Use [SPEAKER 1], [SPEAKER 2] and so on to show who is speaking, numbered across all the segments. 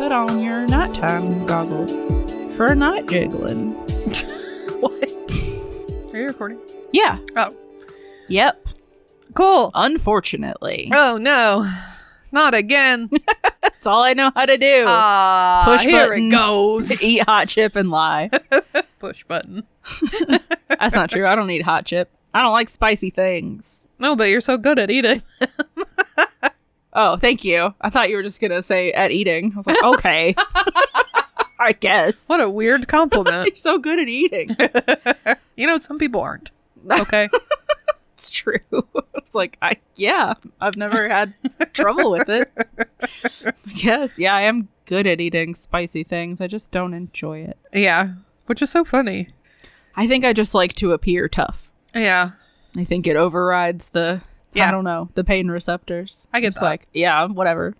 [SPEAKER 1] Put on your nighttime goggles for night jiggling.
[SPEAKER 2] What? Are you recording?
[SPEAKER 1] Yeah.
[SPEAKER 2] Oh,
[SPEAKER 1] Yep.
[SPEAKER 2] cool.
[SPEAKER 1] Unfortunately,
[SPEAKER 2] Oh no, not again.
[SPEAKER 1] that's all I know how to do.
[SPEAKER 2] Ah,
[SPEAKER 1] Push
[SPEAKER 2] here
[SPEAKER 1] button.
[SPEAKER 2] it goes.
[SPEAKER 1] eat hot chip and lie.
[SPEAKER 2] Push button.
[SPEAKER 1] That's not true. I don't eat hot chip. I don't like spicy things.
[SPEAKER 2] No, but you're so good at eating.
[SPEAKER 1] Oh, thank you. I thought you were just gonna say at eating. I was like, okay. I guess.
[SPEAKER 2] What a weird compliment.
[SPEAKER 1] You're so good at eating.
[SPEAKER 2] you know, some people aren't. Okay.
[SPEAKER 1] It's true. It's like, I yeah, I've never had trouble with it. Yes, yeah, I am good at eating spicy things. I just don't enjoy it.
[SPEAKER 2] yeah, which is so funny.
[SPEAKER 1] I think I just like to appear tough.
[SPEAKER 2] Yeah,
[SPEAKER 1] I think it overrides the I
[SPEAKER 2] Yeah. Uh,
[SPEAKER 1] don't know, the pain receptors.
[SPEAKER 2] I get
[SPEAKER 1] It's
[SPEAKER 2] that.
[SPEAKER 1] like, yeah, whatever.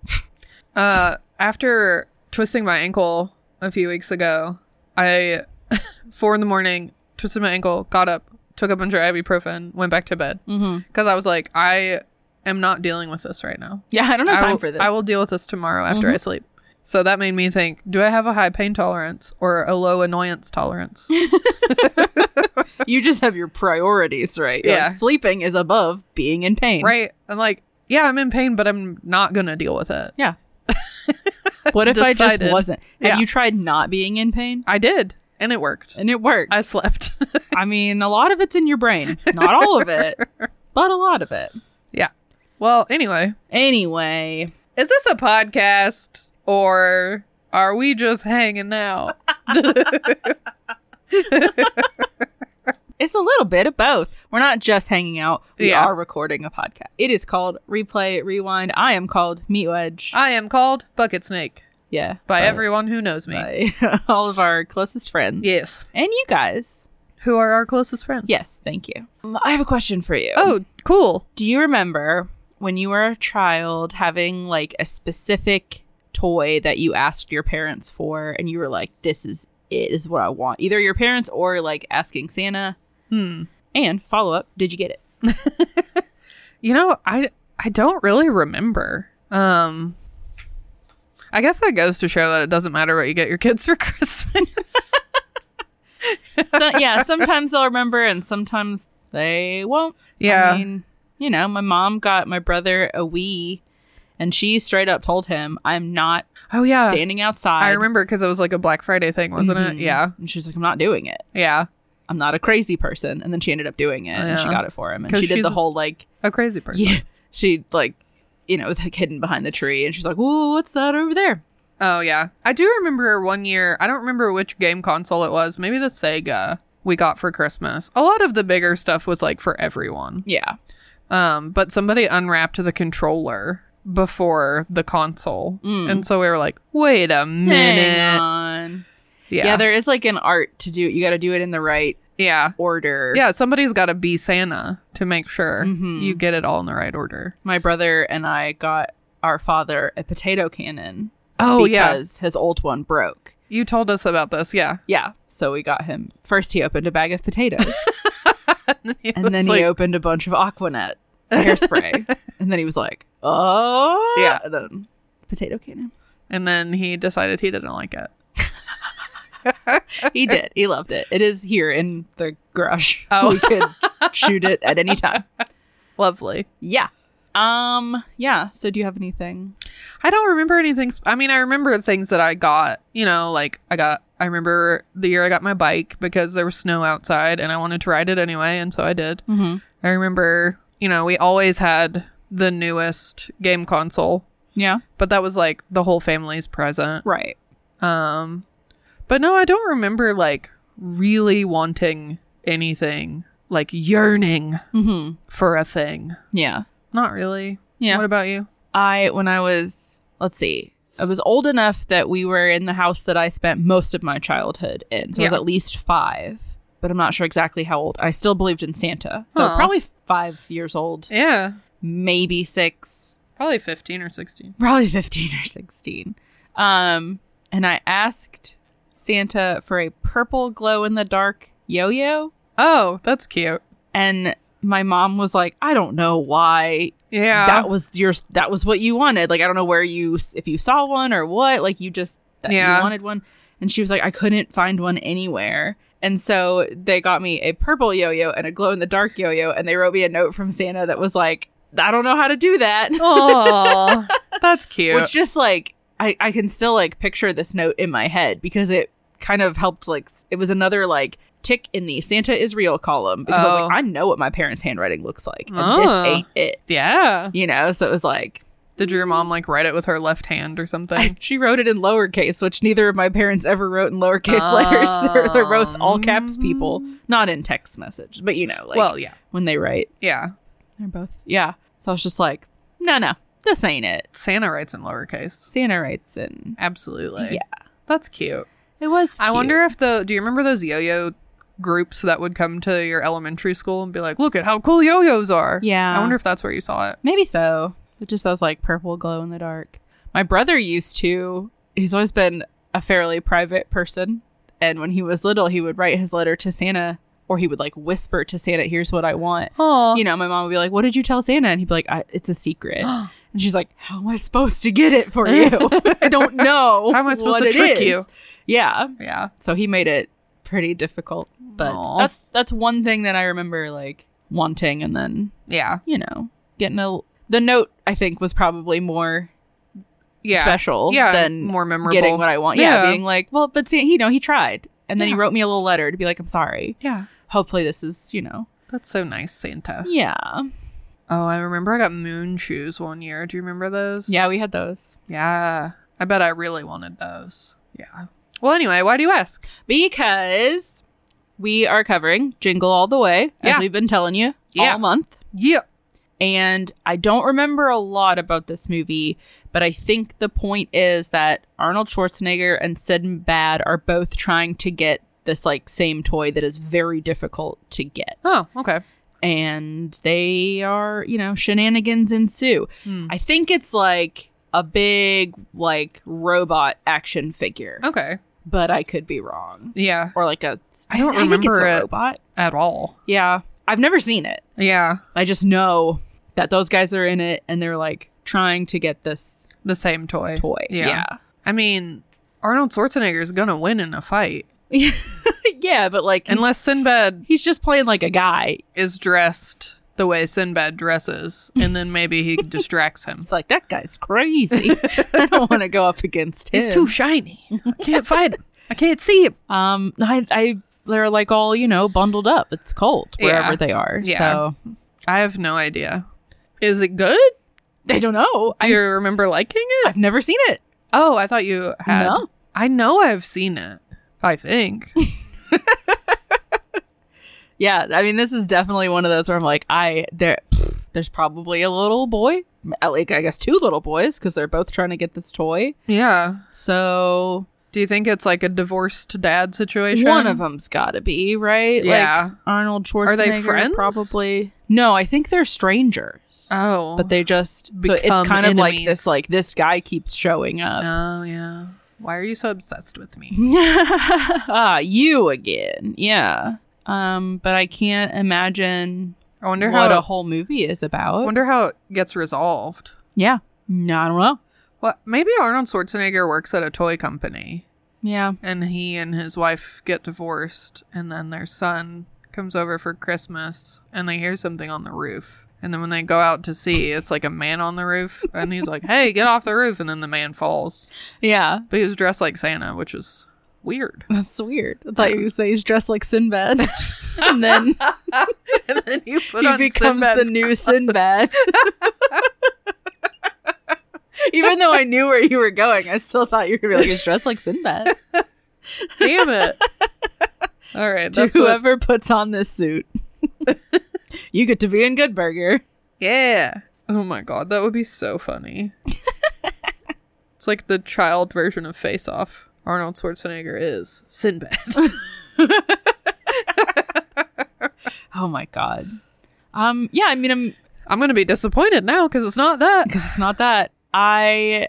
[SPEAKER 2] Uh, after twisting my ankle a few weeks ago, I four in the morning twisted my ankle, got up, took a bunch of ibuprofen, went back to bed
[SPEAKER 1] Mhm.
[SPEAKER 2] because I was like, I am not dealing with this right now.
[SPEAKER 1] Yeah, I don't have
[SPEAKER 2] I
[SPEAKER 1] time
[SPEAKER 2] will,
[SPEAKER 1] for this. Mm-hmm.
[SPEAKER 2] I will deal with this tomorrow after I sleep. So that made me think: Do I have a high pain tolerance or a low annoyance tolerance?
[SPEAKER 1] you just have your priorities right. You're like,
[SPEAKER 2] Yeah.
[SPEAKER 1] sleeping is above being in pain.
[SPEAKER 2] right? I'm like, yeah, I'm in pain, but I'm not gonna deal with it.
[SPEAKER 1] Yeah. What if I just
[SPEAKER 2] Decided.
[SPEAKER 1] wasn't? Have
[SPEAKER 2] Yeah.
[SPEAKER 1] you tried not being in pain?
[SPEAKER 2] I did, and it worked.
[SPEAKER 1] And it worked.
[SPEAKER 2] I slept.
[SPEAKER 1] I mean, a lot of it's in your brain. Not all of it, but a lot of it.
[SPEAKER 2] yeah. Well, anyway,
[SPEAKER 1] Anyway,
[SPEAKER 2] Is this a podcast or are we just hanging out?
[SPEAKER 1] it's a little bit of both. We're not just hanging out, we
[SPEAKER 2] Yeah.
[SPEAKER 1] are recording a podcast. It is called Replay Rewind. I am called Meat Wedge.
[SPEAKER 2] I am called Bucket Snake
[SPEAKER 1] yeah.
[SPEAKER 2] by everyone who knows me.
[SPEAKER 1] by all of our closest friends.
[SPEAKER 2] Yes.
[SPEAKER 1] And you guys.
[SPEAKER 2] Who are our closest friends?
[SPEAKER 1] Yes, thank you. Um, I have a question for you.
[SPEAKER 2] Oh, cool.
[SPEAKER 1] Do you remember when you were a child having like a specific toy that you asked your parents for and you were like, this is it, this is what I want? Either your parents or like asking Santa.
[SPEAKER 2] Hmm.
[SPEAKER 1] And follow up, did you get it?
[SPEAKER 2] You know, I I don't really remember. Um I guess that goes to show that it doesn't matter what you get your kids for Christmas.
[SPEAKER 1] So, yeah, sometimes they'll remember and sometimes they won't.
[SPEAKER 2] yeah.
[SPEAKER 1] I mean, you know, my mom got my brother a Wii and she straight up told him, I'm not
[SPEAKER 2] oh yeah.
[SPEAKER 1] standing outside.
[SPEAKER 2] I remember because it was like a Black Friday thing, wasn't
[SPEAKER 1] Mhm.
[SPEAKER 2] it? Yeah.
[SPEAKER 1] And she's like, I'm not doing it.
[SPEAKER 2] Yeah.
[SPEAKER 1] I'm not a crazy person. And then she ended up doing it and she
[SPEAKER 2] Yeah.
[SPEAKER 1] got it for him. And
[SPEAKER 2] 'Cause
[SPEAKER 1] she did the
[SPEAKER 2] she's-
[SPEAKER 1] whole like,
[SPEAKER 2] A crazy person.
[SPEAKER 1] yeah, she like, you know, it was like hidden behind the tree. And she's like, whoa, what's that over there?
[SPEAKER 2] Oh yeah, I do remember one year. I don't remember which game console it was. Maybe the Sega we got for Christmas. A lot of the bigger stuff was like for everyone.
[SPEAKER 1] Yeah.
[SPEAKER 2] Um, but somebody unwrapped the controller before the console,
[SPEAKER 1] Mm.
[SPEAKER 2] and so we were like, "Wait a
[SPEAKER 1] Hang
[SPEAKER 2] minute!"
[SPEAKER 1] on. Yeah.
[SPEAKER 2] Yeah, yeah,
[SPEAKER 1] there is like an art to do. You got to do it in the right
[SPEAKER 2] yeah,
[SPEAKER 1] order.
[SPEAKER 2] Somebody's got to be Santa to make sure
[SPEAKER 1] Mhm.
[SPEAKER 2] you get it all in the right order.
[SPEAKER 1] My brother and I got our father a potato cannon
[SPEAKER 2] Oh yeah,
[SPEAKER 1] because his old one broke.
[SPEAKER 2] you told us about this. Yeah,
[SPEAKER 1] Yeah. So we got him. First, he opened a bag of potatoes.
[SPEAKER 2] It
[SPEAKER 1] And then
[SPEAKER 2] was like-
[SPEAKER 1] he opened a bunch of Aquanet hairspray. and then he was like, oh.
[SPEAKER 2] Yeah.
[SPEAKER 1] And then potato cannon.
[SPEAKER 2] and then he decided he didn't like it.
[SPEAKER 1] He did. He loved it. It is here in the garage.
[SPEAKER 2] Oh.
[SPEAKER 1] We could shoot it at any time.
[SPEAKER 2] Lovely.
[SPEAKER 1] Yeah. Um, yeah. So do you have anything?
[SPEAKER 2] I don't remember anything. Sp- I mean, I remember things that I got. You know, like I got I remember the year I got my bike because there was snow outside and I wanted to ride it anyway, and so I did.
[SPEAKER 1] Mm-hmm.
[SPEAKER 2] I remember, you know, we always had the newest game console,
[SPEAKER 1] Yeah.
[SPEAKER 2] but that was like the whole family's present.
[SPEAKER 1] Right.
[SPEAKER 2] Um but no, I don't remember like really wanting anything, like yearning
[SPEAKER 1] Mm-hmm.
[SPEAKER 2] for a thing.
[SPEAKER 1] Yeah.
[SPEAKER 2] Not really.
[SPEAKER 1] Yeah.
[SPEAKER 2] What about you?
[SPEAKER 1] I when I was let's see, I was old enough that we were in the house that I spent most of my childhood in. So I was
[SPEAKER 2] Yeah.
[SPEAKER 1] at least five, but I'm not sure exactly how old. I still believed in Santa, so
[SPEAKER 2] Aw.
[SPEAKER 1] probably five years old,
[SPEAKER 2] Yeah.
[SPEAKER 1] maybe six,
[SPEAKER 2] Probably 15 or 16.
[SPEAKER 1] probably fifteen or sixteen. Um, and I asked Santa for a purple glow in the dark yo-yo,
[SPEAKER 2] Oh, that's cute.
[SPEAKER 1] and my mom was like, "I don't know why
[SPEAKER 2] Yeah.
[SPEAKER 1] that was your that was what you wanted like i don't know where you if you saw one or what like you just that
[SPEAKER 2] Yeah.
[SPEAKER 1] you wanted one and she was like i couldn't find one anywhere and so they got me a purple yo-yo and a glow-in-the-dark yo-yo and they wrote me a note from santa that was like i don't know how to do that
[SPEAKER 2] Oh, that's cute.
[SPEAKER 1] which just like I, I can still like picture this note in my head because it kind of helped like s- it was another like tick in the santa is real column because i was
[SPEAKER 2] Oh.
[SPEAKER 1] like i know what my parents handwriting looks like and
[SPEAKER 2] Oh.
[SPEAKER 1] this ain't it
[SPEAKER 2] yeah.
[SPEAKER 1] you know so it was like
[SPEAKER 2] Did your mom like write it with her left hand or something?
[SPEAKER 1] She wrote it in lowercase, which neither of my parents ever wrote in lowercase letters. They're, they're both all caps people, not in text message, but you know, like
[SPEAKER 2] Oh. well, yeah.
[SPEAKER 1] when they write,
[SPEAKER 2] Yeah.
[SPEAKER 1] they're both. Yeah. So I was just like, no, no, this ain't it.
[SPEAKER 2] Santa writes in lowercase.
[SPEAKER 1] Santa writes in.
[SPEAKER 2] Absolutely.
[SPEAKER 1] Yeah.
[SPEAKER 2] That's cute.
[SPEAKER 1] It was.
[SPEAKER 2] I
[SPEAKER 1] cute.
[SPEAKER 2] wonder if the do you remember those yo-yo groups that would come to your elementary school and be like, "Look at how cool yo-yos are."
[SPEAKER 1] Yeah.
[SPEAKER 2] I wonder if that's where you saw it.
[SPEAKER 1] Maybe so. It just those like purple glow in the dark. My brother used to. He's always been a fairly private person, and when he was little, he would write his letter to Santa, or he would like whisper to Santa, "Here's what I want."
[SPEAKER 2] Oh.
[SPEAKER 1] you know, my mom would be like, "What did you tell Santa?" And he'd be like, I, "It's a secret." and she's like, "How am I supposed to get it for you? I don't know.
[SPEAKER 2] How am I supposed
[SPEAKER 1] what
[SPEAKER 2] to
[SPEAKER 1] it
[SPEAKER 2] trick
[SPEAKER 1] is."
[SPEAKER 2] you?
[SPEAKER 1] Yeah.
[SPEAKER 2] Yeah.
[SPEAKER 1] So he made it pretty difficult, but
[SPEAKER 2] Aw.
[SPEAKER 1] that's that's one thing that I remember like wanting, and then
[SPEAKER 2] Yeah.
[SPEAKER 1] you know, getting a the note. I think was probably more
[SPEAKER 2] Yeah.
[SPEAKER 1] special
[SPEAKER 2] Yeah,
[SPEAKER 1] than
[SPEAKER 2] more memorable.
[SPEAKER 1] getting what I want. Yeah.
[SPEAKER 2] Yeah.
[SPEAKER 1] being like, well, but Santa, you know, he tried, and then he
[SPEAKER 2] Yeah.
[SPEAKER 1] wrote me a little letter to be like, "I'm sorry.
[SPEAKER 2] Yeah.
[SPEAKER 1] Hopefully, this is you know."
[SPEAKER 2] That's so nice, Santa.
[SPEAKER 1] Yeah.
[SPEAKER 2] Oh, I remember I got moon shoes one year. Do you remember those?
[SPEAKER 1] Yeah, we had those.
[SPEAKER 2] Yeah. I bet I really wanted those. Yeah. Well, anyway, why do you ask?
[SPEAKER 1] because we are covering Jingle All the Way, as
[SPEAKER 2] Yeah.
[SPEAKER 1] we've been telling you
[SPEAKER 2] Yeah.
[SPEAKER 1] all month.
[SPEAKER 2] Yeah.
[SPEAKER 1] And I don't remember a lot about this movie, but I think the point is that Arnold Schwarzenegger and Sinbad are both trying to get this like same toy that is very difficult to get.
[SPEAKER 2] Oh, okay.
[SPEAKER 1] And they are, you know, shenanigans ensue.
[SPEAKER 2] Hmm.
[SPEAKER 1] I think it's like a big like robot action figure,
[SPEAKER 2] Okay.
[SPEAKER 1] but I could be wrong
[SPEAKER 2] Yeah.
[SPEAKER 1] or like a
[SPEAKER 2] I don't
[SPEAKER 1] think it's
[SPEAKER 2] remember
[SPEAKER 1] a
[SPEAKER 2] it.
[SPEAKER 1] robot.
[SPEAKER 2] At all.
[SPEAKER 1] Yeah, I've never seen it.
[SPEAKER 2] Yeah.
[SPEAKER 1] I just know that those guys are in it and they're like trying to get this
[SPEAKER 2] The same toy.
[SPEAKER 1] toy.
[SPEAKER 2] Yeah. I mean, Arnold Schwarzenegger's gonna win in a fight
[SPEAKER 1] yeah, Yeah, But like, he's-
[SPEAKER 2] unless Sinbad
[SPEAKER 1] he's just playing like a guy.
[SPEAKER 2] is dressed the way Sinbad dresses, and then maybe he distracts him.
[SPEAKER 1] It's like that guy's crazy. I don't want to go up against him.
[SPEAKER 2] He's too shiny. I can't fight him. I can't see him.
[SPEAKER 1] Um, I, I, they're like all you know bundled up. It's cold wherever
[SPEAKER 2] Yeah.
[SPEAKER 1] they are.
[SPEAKER 2] Yeah.
[SPEAKER 1] So
[SPEAKER 2] I have no idea. Is it good?
[SPEAKER 1] I don't know.
[SPEAKER 2] Do
[SPEAKER 1] I,
[SPEAKER 2] you remember liking it?
[SPEAKER 1] I've never seen it.
[SPEAKER 2] Oh, I thought you had.
[SPEAKER 1] No.
[SPEAKER 2] I know I've seen it. I think.
[SPEAKER 1] Yeah, I mean, this is definitely one of those where I'm like, I there, pfft, there's probably a little boy, at like I guess two little boys because they're both trying to get this toy.
[SPEAKER 2] yeah.
[SPEAKER 1] So
[SPEAKER 2] Do you think it's like a divorced dad situation?
[SPEAKER 1] one of them's got to be right.
[SPEAKER 2] Yeah.
[SPEAKER 1] like Arnold Schwarzenegger.
[SPEAKER 2] Are they friends?
[SPEAKER 1] Probably. No, I think they're strangers,
[SPEAKER 2] Oh.
[SPEAKER 1] but they just so
[SPEAKER 2] Become
[SPEAKER 1] it's kind of like
[SPEAKER 2] enemies.
[SPEAKER 1] this. Like this guy keeps showing up.
[SPEAKER 2] Oh yeah. Why are you so obsessed with me?
[SPEAKER 1] ah, you again? Yeah. Um, but I can't imagine
[SPEAKER 2] I wonder
[SPEAKER 1] what
[SPEAKER 2] how.
[SPEAKER 1] a whole movie is about.
[SPEAKER 2] I wonder how it gets resolved.
[SPEAKER 1] yeah. No, I don't know.
[SPEAKER 2] Well, maybe Arnold Schwarzenegger works at a toy company,
[SPEAKER 1] Yeah.
[SPEAKER 2] and he and his wife get divorced, and then their son comes over for Christmas, and they hear something on the roof. And then when they go out to see, it's like a man on the roof, and he's like, "Hey, get off the roof!" And then the man falls.
[SPEAKER 1] Yeah.
[SPEAKER 2] But he was dressed like Santa, which is Weird.
[SPEAKER 1] That's weird. I thought you were gonna say he's dressed like Sinbad, and then
[SPEAKER 2] and then you put
[SPEAKER 1] he
[SPEAKER 2] on
[SPEAKER 1] becomes the
[SPEAKER 2] Sinbad's-
[SPEAKER 1] new Sinbad. Even though I knew where you were going, I still thought you were gonna be like he's dressed like Sinbad.
[SPEAKER 2] Damn it. All right.
[SPEAKER 1] to
[SPEAKER 2] That's what-
[SPEAKER 1] whoever puts on this suit, you get to be in Good Burger.
[SPEAKER 2] Yeah. Oh my god, that would be so funny. it's like the child version of Face Off. Arnold Schwarzenegger is Sinbad.
[SPEAKER 1] Oh my god. Um. Yeah. I mean, I'm
[SPEAKER 2] I'm gonna be disappointed now because it's not that.
[SPEAKER 1] because it's not that. I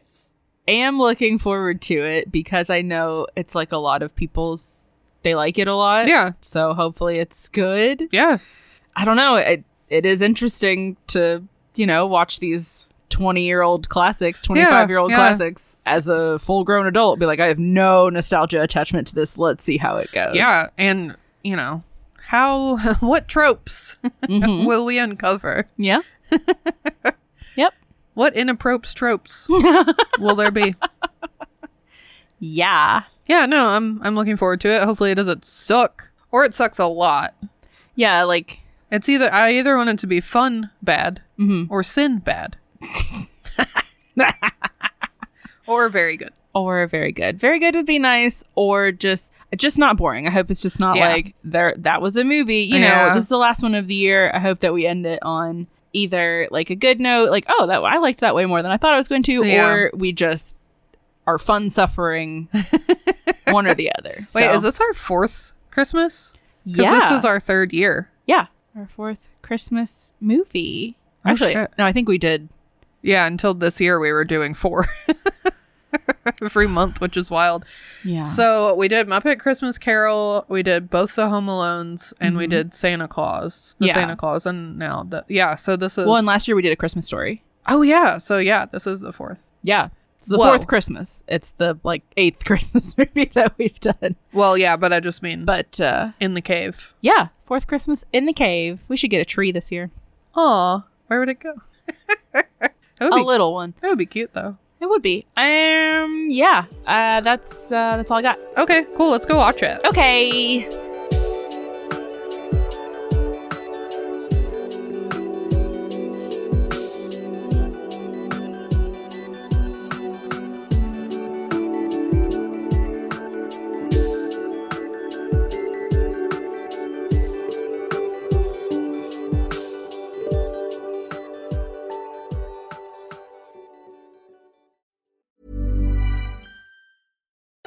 [SPEAKER 1] am looking forward to it because I know it's like a lot of people's. They like it a lot.
[SPEAKER 2] Yeah.
[SPEAKER 1] So hopefully it's good.
[SPEAKER 2] Yeah.
[SPEAKER 1] I don't know. It it is interesting to you know watch these twenty year old classics, twenty five year old
[SPEAKER 2] yeah.
[SPEAKER 1] classics as a full grown adult. Be like, I have no nostalgia attachment to this. Let's see how it goes.
[SPEAKER 2] Yeah. And you know, how what tropes
[SPEAKER 1] Mhm.
[SPEAKER 2] will we uncover?
[SPEAKER 1] yeah. yep.
[SPEAKER 2] What inappropriate tropes will there be?
[SPEAKER 1] Yeah.
[SPEAKER 2] Yeah, no, I'm I'm looking forward to it. Hopefully it doesn't suck. Or it sucks a lot.
[SPEAKER 1] Yeah. Like.
[SPEAKER 2] It's either I either want it to be fun bad
[SPEAKER 1] mhm.
[SPEAKER 2] or sin bad. or very good.
[SPEAKER 1] or very good. Very good would be nice, or just just not boring. I hope it's just not
[SPEAKER 2] Yeah.
[SPEAKER 1] like there that was a movie. You know,
[SPEAKER 2] Yeah.
[SPEAKER 1] this is the last one of the year. I hope that we end it on either like a good note, like oh that I liked that way more than I thought I was going to,
[SPEAKER 2] Yeah.
[SPEAKER 1] or we just are fun suffering one or the other.
[SPEAKER 2] Wait,
[SPEAKER 1] So,
[SPEAKER 2] is this our fourth Christmas? Because
[SPEAKER 1] yeah
[SPEAKER 2] this is our third year.
[SPEAKER 1] yeah our fourth Christmas movie?
[SPEAKER 2] Oh,
[SPEAKER 1] Actually,
[SPEAKER 2] shit.
[SPEAKER 1] no, I think we did.
[SPEAKER 2] Yeah, until this year we were doing four every month, which is wild.
[SPEAKER 1] Yeah.
[SPEAKER 2] So we did Muppet Christmas Carol, we did both the Home Alones, and we did Santa Claus,
[SPEAKER 1] Mm-hmm.
[SPEAKER 2] the
[SPEAKER 1] Yeah.
[SPEAKER 2] Santa Claus, and now the yeah. So this is
[SPEAKER 1] well, and last year we did a Christmas story.
[SPEAKER 2] oh yeah, so yeah, this is the fourth.
[SPEAKER 1] Yeah. It's the
[SPEAKER 2] Whoa.
[SPEAKER 1] fourth Christmas. It's the like eighth Christmas movie that we've done.
[SPEAKER 2] Well, yeah, but I just mean
[SPEAKER 1] But uh
[SPEAKER 2] in the cave.
[SPEAKER 1] yeah, fourth Christmas in the cave. We should get a tree this year.
[SPEAKER 2] Aw, where would it go? that, would
[SPEAKER 1] A
[SPEAKER 2] be,
[SPEAKER 1] little one.
[SPEAKER 2] that would be cute though.
[SPEAKER 1] It would be. Um yeah. Uh that's uh that's all I got.
[SPEAKER 2] Okay, cool. Let's go watch it.
[SPEAKER 1] Okay.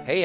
[SPEAKER 3] Hey,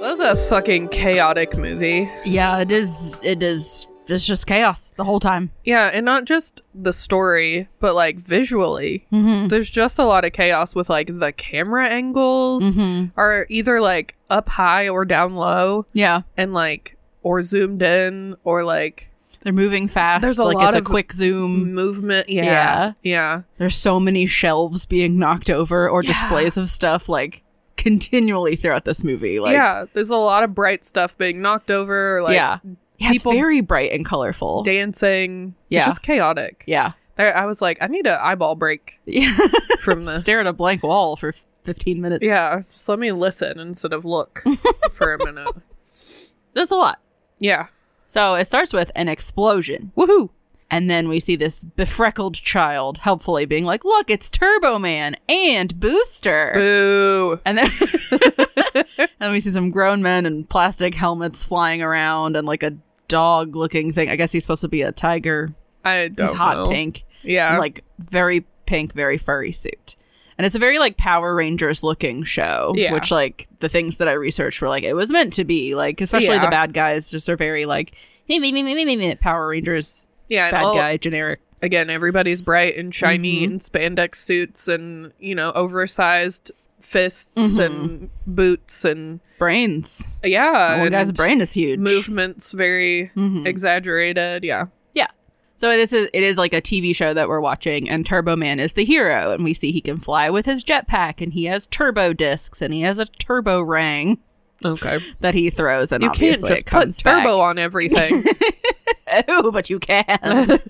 [SPEAKER 2] That was a fucking chaotic movie.
[SPEAKER 1] Yeah, it is it is it's just chaos the whole time.
[SPEAKER 2] Yeah, and not just the story, but like visually.
[SPEAKER 1] Mhm.
[SPEAKER 2] There's just a lot of chaos with like the camera angles are either like up high or down low
[SPEAKER 1] Yeah.
[SPEAKER 2] and like or zoomed in or like
[SPEAKER 1] They're moving fast.
[SPEAKER 2] There's a
[SPEAKER 1] like
[SPEAKER 2] lot
[SPEAKER 1] it's a
[SPEAKER 2] of
[SPEAKER 1] quick zoom.
[SPEAKER 2] movement. Yeah. Yeah.
[SPEAKER 1] There's so many shelves being knocked over or displays of stuff like continually throughout this movie. Like
[SPEAKER 2] yeah. There's a lot of bright stuff being knocked over, like
[SPEAKER 1] yeah, Yeah,
[SPEAKER 2] people
[SPEAKER 1] it's very bright and colorful.
[SPEAKER 2] dancing.
[SPEAKER 1] Yeah.
[SPEAKER 2] It's just chaotic.
[SPEAKER 1] yeah.
[SPEAKER 2] There, I was like, I need an eyeball break
[SPEAKER 1] Yeah.
[SPEAKER 2] from this.
[SPEAKER 1] Stare at a blank wall for f- 15 minutes.
[SPEAKER 2] yeah, just let me listen instead of look for a minute.
[SPEAKER 1] That's a lot.
[SPEAKER 2] Yeah.
[SPEAKER 1] So it starts with an explosion.
[SPEAKER 2] Woohoo.
[SPEAKER 1] And then we see this befreckled child helpfully being like, look, it's Turbo Man and Booster.
[SPEAKER 2] Boo.
[SPEAKER 1] And then and we see some grown men in plastic helmets flying around and like a dog looking thing. I guess he's supposed to be a tiger.
[SPEAKER 2] I don't
[SPEAKER 1] He's hot
[SPEAKER 2] know.
[SPEAKER 1] pink.
[SPEAKER 2] Yeah.
[SPEAKER 1] And, like very pink, very furry suit. And it's a very like Power Rangers looking show,
[SPEAKER 2] Yeah.
[SPEAKER 1] which like the things that I researched were like it was meant to be like, especially
[SPEAKER 2] Yeah.
[SPEAKER 1] the bad guys just are very like me me me me me me, me Power Rangers
[SPEAKER 2] yeah. and
[SPEAKER 1] bad
[SPEAKER 2] all-
[SPEAKER 1] guy Mm-hmm. generic.
[SPEAKER 2] Again, everybody's bright and shiny in spandex suits and, you know, oversized fists
[SPEAKER 1] Mm-hmm.
[SPEAKER 2] and boots and,
[SPEAKER 1] Brains.
[SPEAKER 2] yeah.
[SPEAKER 1] One guy's Mm-hmm.
[SPEAKER 2] and
[SPEAKER 1] brain is huge.
[SPEAKER 2] Movements very exaggerated. Yeah.
[SPEAKER 1] Yeah. So this is it is like a TV show that we're watching, and Turbo Man is the hero, and we see he can fly with his jetpack, and he has turbo discs, and he has a turbo ring
[SPEAKER 2] Okay.
[SPEAKER 1] that he throws, and
[SPEAKER 2] You can't
[SPEAKER 1] obviously
[SPEAKER 2] just
[SPEAKER 1] it
[SPEAKER 2] put
[SPEAKER 1] comes
[SPEAKER 2] turbo on everything.
[SPEAKER 1] back. Oh, but you can.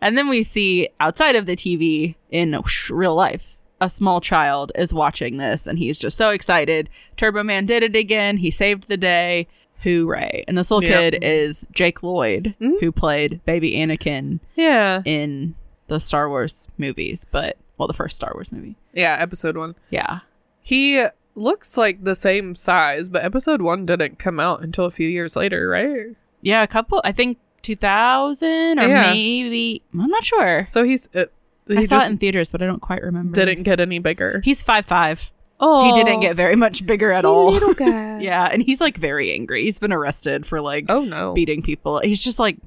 [SPEAKER 1] and then we see outside of the TV in real life. A small child is watching this and he's just so excited. Turbo Man did it again. He saved the day. Hooray. And this little
[SPEAKER 2] Yep. Mm-hmm.
[SPEAKER 1] kid is Jake Lloyd, who played baby Anakin
[SPEAKER 2] yeah.
[SPEAKER 1] in the Star Wars movies, but well, the first Star Wars movie.
[SPEAKER 2] Yeah. Episode one.
[SPEAKER 1] Yeah.
[SPEAKER 2] He looks like the same size, but episode one didn't come out until a few years later, right?
[SPEAKER 1] Yeah, a couple, I think 2000 or
[SPEAKER 2] Yeah.
[SPEAKER 1] maybe, I'm not sure.
[SPEAKER 2] So he's uh, he
[SPEAKER 1] I saw
[SPEAKER 2] just
[SPEAKER 1] it in theaters, but I don't quite remember.
[SPEAKER 2] didn't get any bigger.
[SPEAKER 1] He's five five.
[SPEAKER 2] oh,
[SPEAKER 1] He didn't get very much bigger at all.
[SPEAKER 2] guy.
[SPEAKER 1] yeah, and he's like very angry. He's been arrested for like
[SPEAKER 2] Oh no.
[SPEAKER 1] beating people. He's just like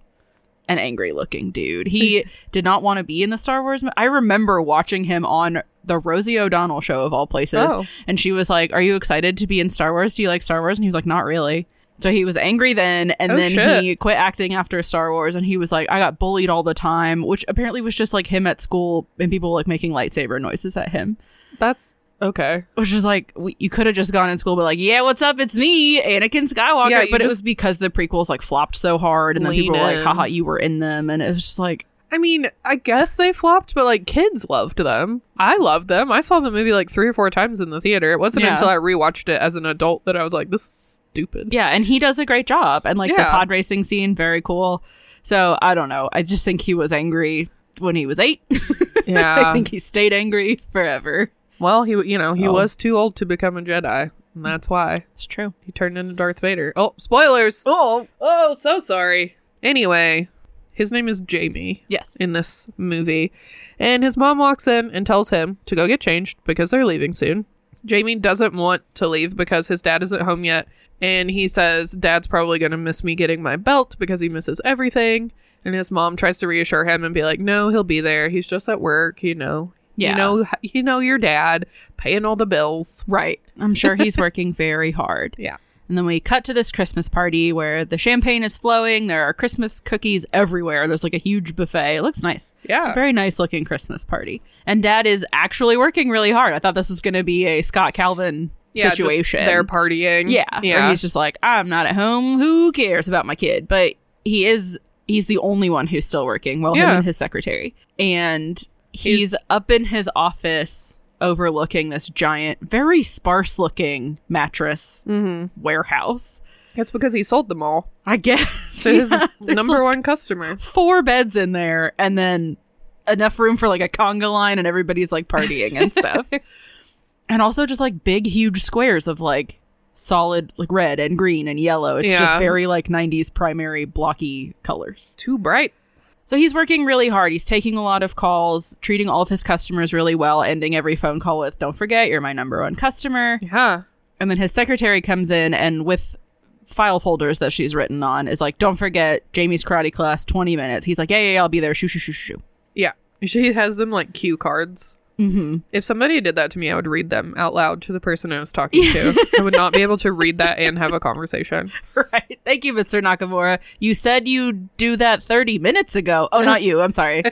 [SPEAKER 1] an angry looking dude. He
[SPEAKER 2] Mm.
[SPEAKER 1] did not want to be in the Star Wars. mo- I remember watching him on the Rosie O'Donnell show of all places.
[SPEAKER 2] Oh.
[SPEAKER 1] And she was like, Are you excited to be in Star Wars? Do you like Star Wars? And he was like, Not really. So he was angry then. And
[SPEAKER 2] Oh,
[SPEAKER 1] then
[SPEAKER 2] shit.
[SPEAKER 1] he quit acting after Star Wars. And he was like, I got bullied all the time, which apparently was just like him at school and people like making lightsaber noises at him.
[SPEAKER 2] That's okay.
[SPEAKER 1] Which is like, we, you could have just gone in school, but like, yeah, what's up? It's me, Anakin Skywalker.
[SPEAKER 2] Yeah, you
[SPEAKER 1] but it
[SPEAKER 2] just-
[SPEAKER 1] was because the prequels like flopped so hard, and then
[SPEAKER 2] Lean
[SPEAKER 1] people were like,
[SPEAKER 2] in.
[SPEAKER 1] haha, you were in them. And it was just like,
[SPEAKER 2] I mean, I guess they flopped, but like kids loved them. I loved them. I saw the movie like three or four times in the theater. It wasn't
[SPEAKER 1] Yeah.
[SPEAKER 2] until I rewatched it as an adult that I was like, this is stupid.
[SPEAKER 1] yeah, and he does a great job. And like the
[SPEAKER 2] Yeah.
[SPEAKER 1] pod racing scene, very cool. So I don't know. I just think he was angry when he was eight. I
[SPEAKER 2] Yeah.
[SPEAKER 1] think he stayed angry forever.
[SPEAKER 2] well, he you know, he
[SPEAKER 1] So.
[SPEAKER 2] was too old to become a Jedi, and that's why.
[SPEAKER 1] It's true.
[SPEAKER 2] He turned into Darth Vader. Oh, spoilers.
[SPEAKER 1] Oh,
[SPEAKER 2] Oh, so sorry. Anyway, his name is Jamie
[SPEAKER 1] yes.
[SPEAKER 2] in this movie. And his mom walks in and tells him to go get changed because they're leaving soon. Jamie doesn't want to leave because his dad isn't home yet. And he says, Dad's probably going to miss me getting my belt because he misses everything. And his mom tries to reassure him and be like, No, he'll be there. He's just at work, you know.
[SPEAKER 1] Yeah.
[SPEAKER 2] You know, you know your dad paying all the bills.
[SPEAKER 1] Right. I'm sure he's working very hard.
[SPEAKER 2] Yeah.
[SPEAKER 1] And then we cut to this Christmas party where the champagne is flowing. There are Christmas cookies everywhere. There's like a huge buffet. It looks nice.
[SPEAKER 2] Yeah.
[SPEAKER 1] It's a very nice looking Christmas party. And dad is actually working really hard. I thought this was going to be a Scott Calvin
[SPEAKER 2] Yeah, just
[SPEAKER 1] situation.
[SPEAKER 2] They're partying.
[SPEAKER 1] Yeah. Yeah.
[SPEAKER 2] Yeah.
[SPEAKER 1] Where he's just like, I'm not at home. Who cares about my kid? But he is, he's the only one who's still working. Well, him
[SPEAKER 2] Yeah.
[SPEAKER 1] and his secretary. And he's, up in his office overlooking this giant, very sparse looking mattress
[SPEAKER 2] Mm-hmm.
[SPEAKER 1] warehouse.
[SPEAKER 2] That's because he sold them all
[SPEAKER 1] I guess.
[SPEAKER 2] to his
[SPEAKER 1] Yeah, there's
[SPEAKER 2] number
[SPEAKER 1] like
[SPEAKER 2] one customer.
[SPEAKER 1] four beds in there and then enough room for like a conga line and everybody's like partying and stuff. and also just like big huge squares of like solid like red and green and yellow. It's just
[SPEAKER 2] Yeah.
[SPEAKER 1] very like 90s primary blocky colors.
[SPEAKER 2] Too bright.
[SPEAKER 1] So he's working really hard. He's taking a lot of calls, treating all of his customers really well, ending every phone call with don't forget you're my number one customer.
[SPEAKER 2] Yeah.
[SPEAKER 1] And then his secretary comes in and with file folders that she's written on is like, don't forget Jamie's karate class, 20 minutes. He's like, yeah, yeah, yeah I'll be there. Shoo, shoo, shoo, shoo. shoo."
[SPEAKER 2] Yeah. She has them like cue cards. Mm-hmm. If somebody did that to me, I would read them out loud to the person I was talking to. I would not be able to read that and have a conversation.
[SPEAKER 1] Right. Thank you, Mr. Nakamura. You said you do that 30 minutes ago. Oh, not you. I'm sorry.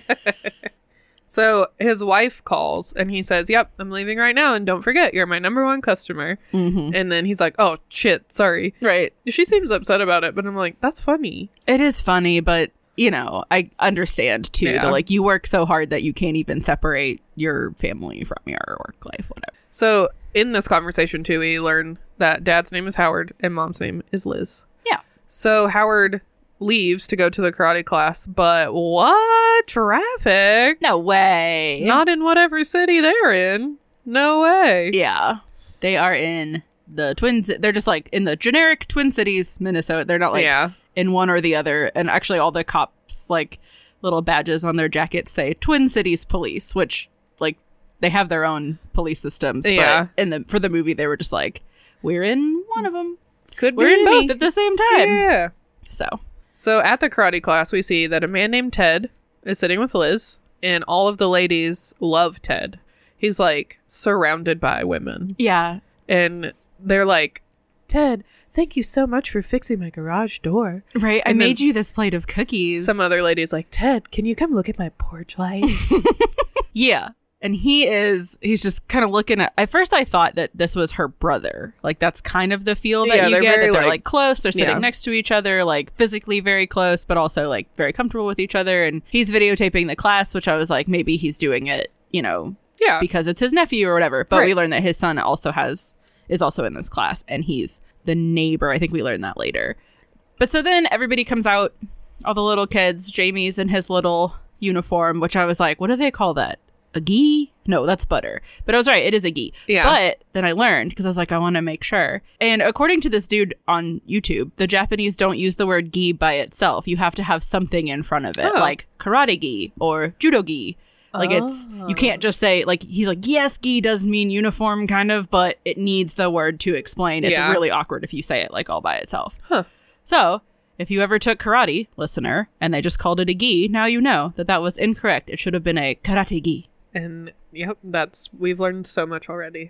[SPEAKER 2] So his wife calls and he says, Yep, I'm leaving right now. And don't forget, you're my number one customer.
[SPEAKER 1] Mm-hmm.
[SPEAKER 2] And then he's like, Oh, shit, sorry.
[SPEAKER 1] Right.
[SPEAKER 2] She seems upset about it, but I'm like, That's funny.
[SPEAKER 1] It is funny, but you know, I understand too.
[SPEAKER 2] Yeah.
[SPEAKER 1] The like you work so hard that you can't even separate your family from your work life, whatever.
[SPEAKER 2] So in this conversation, too, we learn that dad's name is Howard and mom's name is Liz.
[SPEAKER 1] Yeah.
[SPEAKER 2] So Howard leaves to go to the karate class, but what traffic?
[SPEAKER 1] No way.
[SPEAKER 2] Not in whatever city they're in. No way.
[SPEAKER 1] yeah. They are in the twins. They're just like in the generic Twin Cities, Minnesota. They're not like
[SPEAKER 2] yeah.
[SPEAKER 1] in one or the other. And actually, all the cops like little badges on their jackets say Twin Cities Police, which like they have their own police systems.
[SPEAKER 2] Yeah.
[SPEAKER 1] But in the for the movie, they were just like, we're in one of them.
[SPEAKER 2] Could
[SPEAKER 1] We're
[SPEAKER 2] be
[SPEAKER 1] in
[SPEAKER 2] any.
[SPEAKER 1] both at the same time.
[SPEAKER 2] Yeah.
[SPEAKER 1] So
[SPEAKER 2] So at the karate class, we see that a man named Ted is sitting with Liz, and all of the ladies love Ted. He's like surrounded by women,
[SPEAKER 1] yeah,
[SPEAKER 2] and they're like, Ted, thank you so much for fixing my garage door.
[SPEAKER 1] right. I
[SPEAKER 2] And then-
[SPEAKER 1] made you this plate of cookies.
[SPEAKER 2] Some other lady's like, Ted, can you come look at my porch light?
[SPEAKER 1] Yeah. And he is, he's just kind of looking at. At first, I thought that this was her brother. Like, that's kind of the feel that
[SPEAKER 2] Yeah,
[SPEAKER 1] you
[SPEAKER 2] they're
[SPEAKER 1] get.
[SPEAKER 2] very,
[SPEAKER 1] that they're like,
[SPEAKER 2] like-
[SPEAKER 1] close. They're sitting
[SPEAKER 2] yeah.
[SPEAKER 1] next to each other, like physically very close, but also like very comfortable with each other. And he's videotaping the class, which I was like, maybe he's doing it, you know,
[SPEAKER 2] yeah.
[SPEAKER 1] because it's his nephew or whatever. But we
[SPEAKER 2] Right.
[SPEAKER 1] learned that his son also has is also in this class, and he's the neighbor. I think we learned that later. But so then everybody comes out, all the little kids. Jamie's in his little uniform, which I was like, what do they call that? A gi? No, that's butter. But I was right; it is a gi.
[SPEAKER 2] Yeah.
[SPEAKER 1] But then I learned because I was like, I want to make sure. And according to this dude on YouTube, the Japanese don't use the word gi by itself. You have to have something in front of it,
[SPEAKER 2] Oh.
[SPEAKER 1] like karate gi or judo gi. Like it's
[SPEAKER 2] Oh.
[SPEAKER 1] you can't just say like he's like yes gi does mean uniform kind of, but it needs the word to explain. It's
[SPEAKER 2] Yeah.
[SPEAKER 1] really awkward if you say it like all by itself.
[SPEAKER 2] Huh.
[SPEAKER 1] So if you ever took karate, listener, and they just called it a gi, now you know that that was incorrect. It should have been a karate gi.
[SPEAKER 2] And yep, that's we've learned so much already.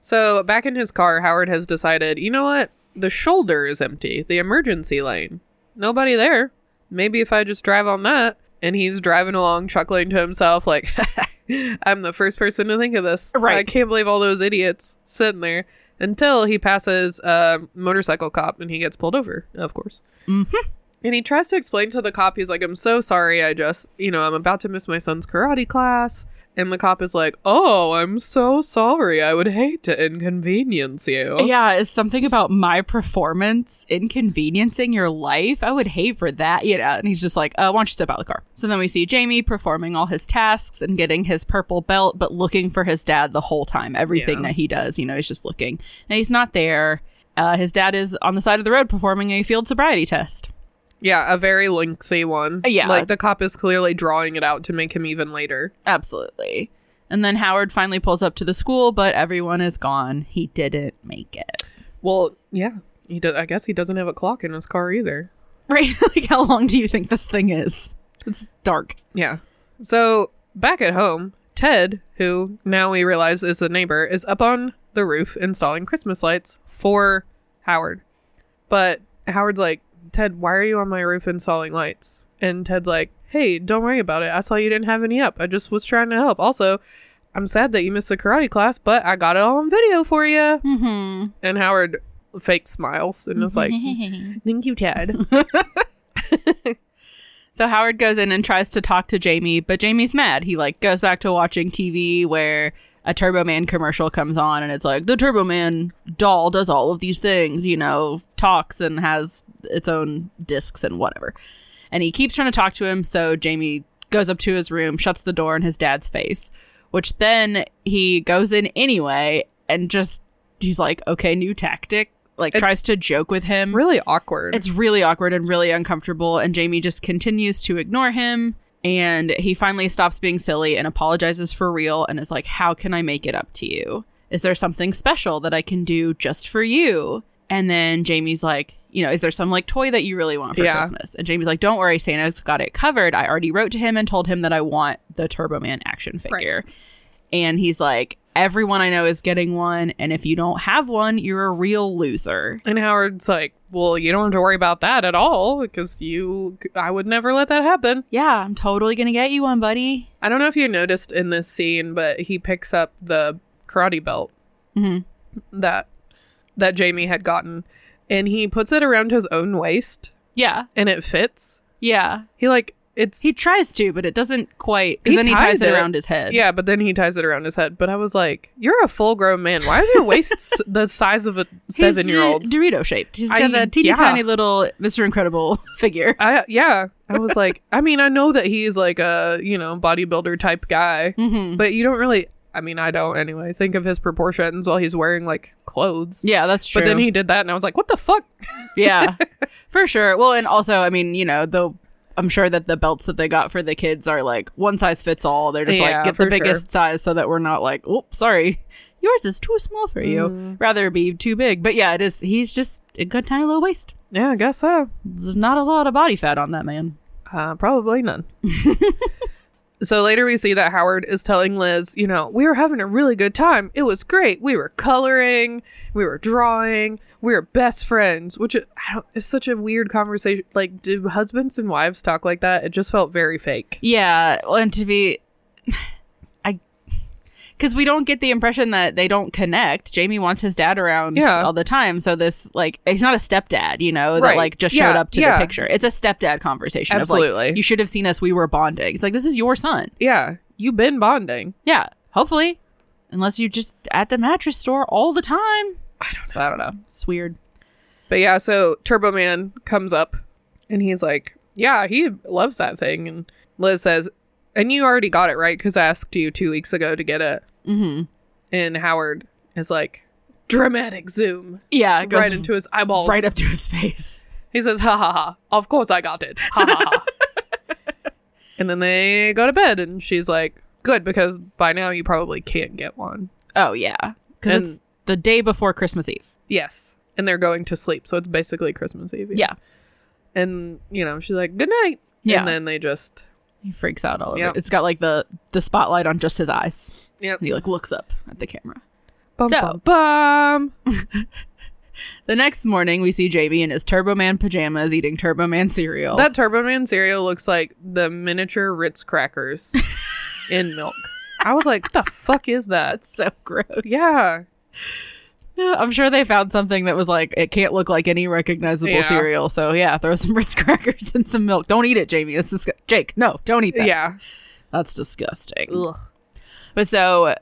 [SPEAKER 2] so back in his car, Howard has decided, you know what? The shoulder is empty, the emergency lane. Nobody there. Maybe if I just drive on that. And he's driving along, chuckling to himself, like, I'm the first person to think of this.
[SPEAKER 1] Right.
[SPEAKER 2] I can't believe all those idiots sitting there until he passes a motorcycle cop and he gets pulled over, of course. And he tries to explain to the cop, he's like, I'm so sorry. I just, you know, I'm about to miss my son's karate class. And the cop is like, Oh, I'm so sorry. I would hate to inconvenience you.
[SPEAKER 1] Yeah, is something about my performance inconveniencing your life? I would hate for that. You know, and he's just like, uh, why don't you step out of the car? So then we see Jamie performing all his tasks and getting his purple belt, but looking for his dad the whole time. Everything
[SPEAKER 2] Yeah.
[SPEAKER 1] that he does, you know, he's just looking. And he's not there. Uh, his dad is on the side of the road performing a field sobriety test.
[SPEAKER 2] Yeah, a very lengthy one.
[SPEAKER 1] Uh, yeah.
[SPEAKER 2] Like the cop is clearly drawing it out to make him even later.
[SPEAKER 1] Absolutely. And then Howard finally pulls up to the school, but everyone is gone. He didn't make it.
[SPEAKER 2] Well, yeah. He do- I guess he doesn't have a clock in his car either.
[SPEAKER 1] Right? like, how long do you think this thing is? It's dark.
[SPEAKER 2] Yeah. So back at home, Ted, who now we realize is a neighbor, is up on the roof installing Christmas lights for Howard. But Howard's like, Ted, why are you on my roof installing lights? And Ted's like, hey, don't worry about it. I saw you didn't have any up. I just was trying to help. Also, I'm sad that you missed the karate class, but I got it all on video for you.
[SPEAKER 1] Mm hmm.
[SPEAKER 2] And Howard fake smiles and is like, thank you, Ted.
[SPEAKER 1] So Howard goes in and tries to talk to Jamie, but Jamie's mad. He like goes back to watching TV where a Turbo Man commercial comes on and it's like the Turbo Man doll does all of these things, you know, talks and has its own discs and whatever. And he keeps trying to talk to him, so Jamie goes up to his room, shuts the door in his dad's face, which then he goes in anyway and just he's like, "Okay, new tactic." Like
[SPEAKER 2] It's
[SPEAKER 1] tries to joke with him.
[SPEAKER 2] really awkward.
[SPEAKER 1] It's really awkward and really uncomfortable, and Jamie just continues to ignore him. And he finally stops being silly and apologizes for real and is like, How can I make it up to you? Is there something special that I can do just for you? And then Jamie's like, You know, is there some like toy that you really want for
[SPEAKER 2] Yeah.
[SPEAKER 1] Christmas? And Jamie's like, Don't worry, Santa's got it covered. I already wrote to him and told him that I want the Turbo Man action figure. And he's like, Everyone I know is getting one, and if you don't have one, you're a real loser.
[SPEAKER 2] And Howard's like, well, you don't have to worry about that at all because you, I would never let that happen.
[SPEAKER 1] Yeah, I'm totally gonna get you one, buddy.
[SPEAKER 2] I don't know if you noticed in this scene, but he picks up the karate belt
[SPEAKER 1] Mhm.
[SPEAKER 2] that that Jamie had gotten, and he puts it around his own waist,
[SPEAKER 1] Yeah,
[SPEAKER 2] and it fits.
[SPEAKER 1] yeah.
[SPEAKER 2] He like it's
[SPEAKER 1] He tries to, but it doesn't quite.
[SPEAKER 2] He
[SPEAKER 1] Because then he
[SPEAKER 2] tied
[SPEAKER 1] ties it
[SPEAKER 2] it.
[SPEAKER 1] around his head.
[SPEAKER 2] yeah, but then he ties it around his head. But I was like, you're a full grown man. Why is your waist s- the size of a
[SPEAKER 1] He's, uh,
[SPEAKER 2] seven year old?
[SPEAKER 1] Dorito shaped. He's got
[SPEAKER 2] I-
[SPEAKER 1] a teeny
[SPEAKER 2] yeah.
[SPEAKER 1] tiny little Mr. Incredible figure.
[SPEAKER 2] I yeah, I was like, I mean, I know that he's like a you know bodybuilder type guy,
[SPEAKER 1] Mm-hmm.
[SPEAKER 2] but you don't really. I mean, I don't anyway. Think of his proportions while he's wearing like clothes.
[SPEAKER 1] Yeah, that's true.
[SPEAKER 2] But then he did that, and I was like, "What the fuck?"
[SPEAKER 1] yeah, for sure. Well, and also, I mean, you know, the I'm sure that the belts that they got for the kids are like one size fits all. They're just
[SPEAKER 2] Yeah,
[SPEAKER 1] like get the
[SPEAKER 2] for
[SPEAKER 1] biggest
[SPEAKER 2] sure.
[SPEAKER 1] size so that we're not like, oh, sorry, yours is too small for you.
[SPEAKER 2] Mm.
[SPEAKER 1] Rather be too big. But yeah, it is. He's just a good tiny little waist.
[SPEAKER 2] Yeah, I guess so.
[SPEAKER 1] There's not a lot of body fat on that man.
[SPEAKER 2] Uh, probably none. so later we see that Howard is telling Liz, you know, we were having a really good time. It was great. We were coloring, we were drawing, we were best friends, which I don't, is such a weird conversation. Like, do husbands and wives talk like that? It just felt very fake.
[SPEAKER 1] Yeah, well, and to be, I, because we don't get the impression that they don't connect. Jamie wants his dad around
[SPEAKER 2] Yeah.
[SPEAKER 1] all the time, so this like he's not a stepdad, you know, that
[SPEAKER 2] Right.
[SPEAKER 1] like just
[SPEAKER 2] Yeah,
[SPEAKER 1] showed up to
[SPEAKER 2] yeah.
[SPEAKER 1] the picture. It's a stepdad conversation. Of,
[SPEAKER 2] Absolutely.
[SPEAKER 1] like, you should have seen us. We were bonding. It's like this is your son.
[SPEAKER 2] Yeah, you've been bonding.
[SPEAKER 1] Yeah, hopefully, unless you're just at the mattress store all the time. I don't. So I don't know. It's weird.
[SPEAKER 2] But yeah, so Turbo Man comes up and he's like, Yeah, he loves that thing. And Liz says, And you already got it, right? Because I asked you two weeks ago to get it.
[SPEAKER 1] Mm-hmm.
[SPEAKER 2] And Howard is like, Dramatic zoom
[SPEAKER 1] Yeah, it goes
[SPEAKER 2] right into his eyeballs.
[SPEAKER 1] right up to his face.
[SPEAKER 2] He says, Ha ha ha. Of course I got it. Ha ha ha. and then they go to bed and she's like, Good, because by now you probably can't get one.
[SPEAKER 1] Oh yeah, because
[SPEAKER 2] And-
[SPEAKER 1] it's the day before Christmas Eve.
[SPEAKER 2] Yes. And they're going to sleep. So it's basically Christmas Eve.
[SPEAKER 1] Yeah.
[SPEAKER 2] And, you know, she's like, Good night.
[SPEAKER 1] Yeah.
[SPEAKER 2] And then they just
[SPEAKER 1] He freaks out all over.
[SPEAKER 2] Yep.
[SPEAKER 1] It's got like the the spotlight on just his eyes.
[SPEAKER 2] Yep.
[SPEAKER 1] And he like looks up at the camera.
[SPEAKER 2] Bum,
[SPEAKER 1] So-
[SPEAKER 2] bum, bum.
[SPEAKER 1] The next morning, we see Jamie in his Turbo Man pajamas eating Turbo Man cereal.
[SPEAKER 2] That Turbo Man cereal looks like the miniature Ritz crackers in milk. I was like, what the fuck is that?
[SPEAKER 1] That's so gross.
[SPEAKER 2] Yeah.
[SPEAKER 1] Yeah, I'm sure they found something that was like it can't look like any recognizable
[SPEAKER 2] Yeah.
[SPEAKER 1] cereal. So yeah, throw some Ritz crackers and some milk. Don't eat it, Jamie. That's disg- Jake. No, don't eat that.
[SPEAKER 2] Yeah.
[SPEAKER 1] that's disgusting.
[SPEAKER 2] Ugh.
[SPEAKER 1] But so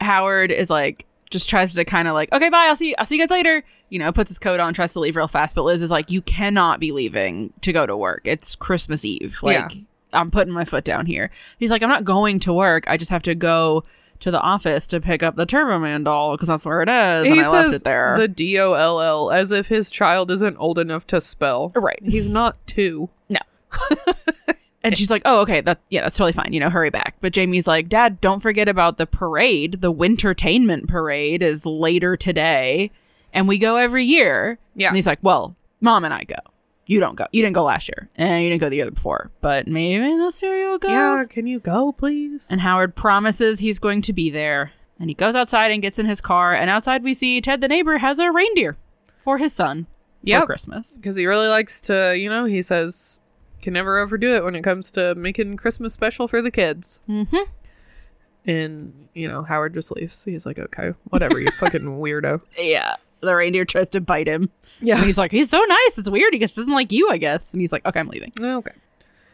[SPEAKER 1] Howard is like just tries to kind of like, okay, bye, I'll see I'll see you guys later. You know, puts his coat on, tries to leave real fast, but Liz is like, you cannot be leaving to go to work. It's Christmas Eve. Like
[SPEAKER 2] Yeah.
[SPEAKER 1] I'm putting my foot down here. He's like, I'm not going to work. I just have to go to the office to pick up the Turbo Man doll because that's where it is.
[SPEAKER 2] He
[SPEAKER 1] and I left
[SPEAKER 2] says
[SPEAKER 1] it there.
[SPEAKER 2] the D O L L as if his child isn't old enough to spell.
[SPEAKER 1] Right.
[SPEAKER 2] He's not two. Eh.
[SPEAKER 1] and she's like, Oh, okay, that yeah, that's totally fine. You know, hurry back. But Jamie's like, Dad, don't forget about the parade. The wintertainment parade is later today. And we go every year.
[SPEAKER 2] Yeah.
[SPEAKER 1] And he's like, Well, mom and I go. You don't go. You didn't go last year. And you didn't go the year before. But maybe this year you'll go.
[SPEAKER 2] Yeah. Can you go, please?
[SPEAKER 1] And Howard promises he's going to be there. And he goes outside and gets in his car. And outside we see Ted the neighbor has a reindeer for his son
[SPEAKER 2] Yep.
[SPEAKER 1] for Christmas.
[SPEAKER 2] Because he really likes to, you know, he says, can never overdo it when it comes to making Christmas special for the kids. Mm hmm. And, you know, Howard just leaves. He's like, okay, whatever, you fucking weirdo.
[SPEAKER 1] Yeah. The reindeer tries to bite him.
[SPEAKER 2] Yeah.
[SPEAKER 1] And he's like, he's so nice. It's weird. He just doesn't like you, I guess. And he's like, okay, I'm leaving.
[SPEAKER 2] Oh, Okay.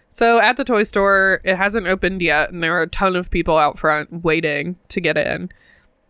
[SPEAKER 2] So at the toy store, it hasn't opened yet, and there are a ton of people out front waiting to get in.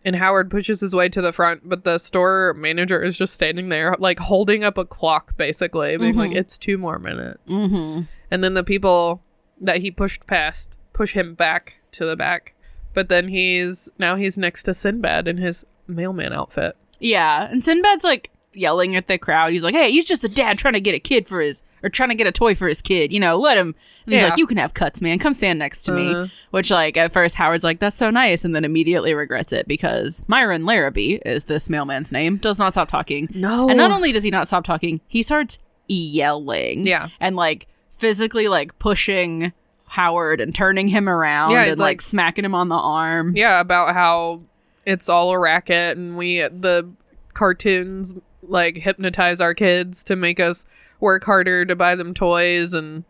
[SPEAKER 2] And Howard pushes his way to the front, but the store manager is just standing there, like holding up a clock, basically, being like, it's two more minutes. Mm-hmm. And then the people that he pushed past push him back to the back. But then he's now he's next to Sinbad in his mailman outfit.
[SPEAKER 1] Yeah. And Sinbad's like yelling at the crowd. He's like, hey, he's just a dad trying to get a kid for his, or trying to get a toy for his kid. You know, let him. And he's
[SPEAKER 2] Yeah.
[SPEAKER 1] like, you can have cuts, man. Come stand next to
[SPEAKER 2] Uh-huh.
[SPEAKER 1] me. Which, like, at first, Howard's like, that's so nice. And then immediately regrets it because Myron Larrabee is this mailman's name, does not stop talking.
[SPEAKER 2] No.
[SPEAKER 1] And not only does he not stop talking, he starts yelling.
[SPEAKER 2] Yeah.
[SPEAKER 1] And like physically like pushing Howard and turning him around
[SPEAKER 2] Yeah, he's
[SPEAKER 1] and like,
[SPEAKER 2] like-
[SPEAKER 1] smacking him on the arm.
[SPEAKER 2] Yeah, about how it's all a racket and we the cartoons like hypnotize our kids to make us work harder to buy them toys and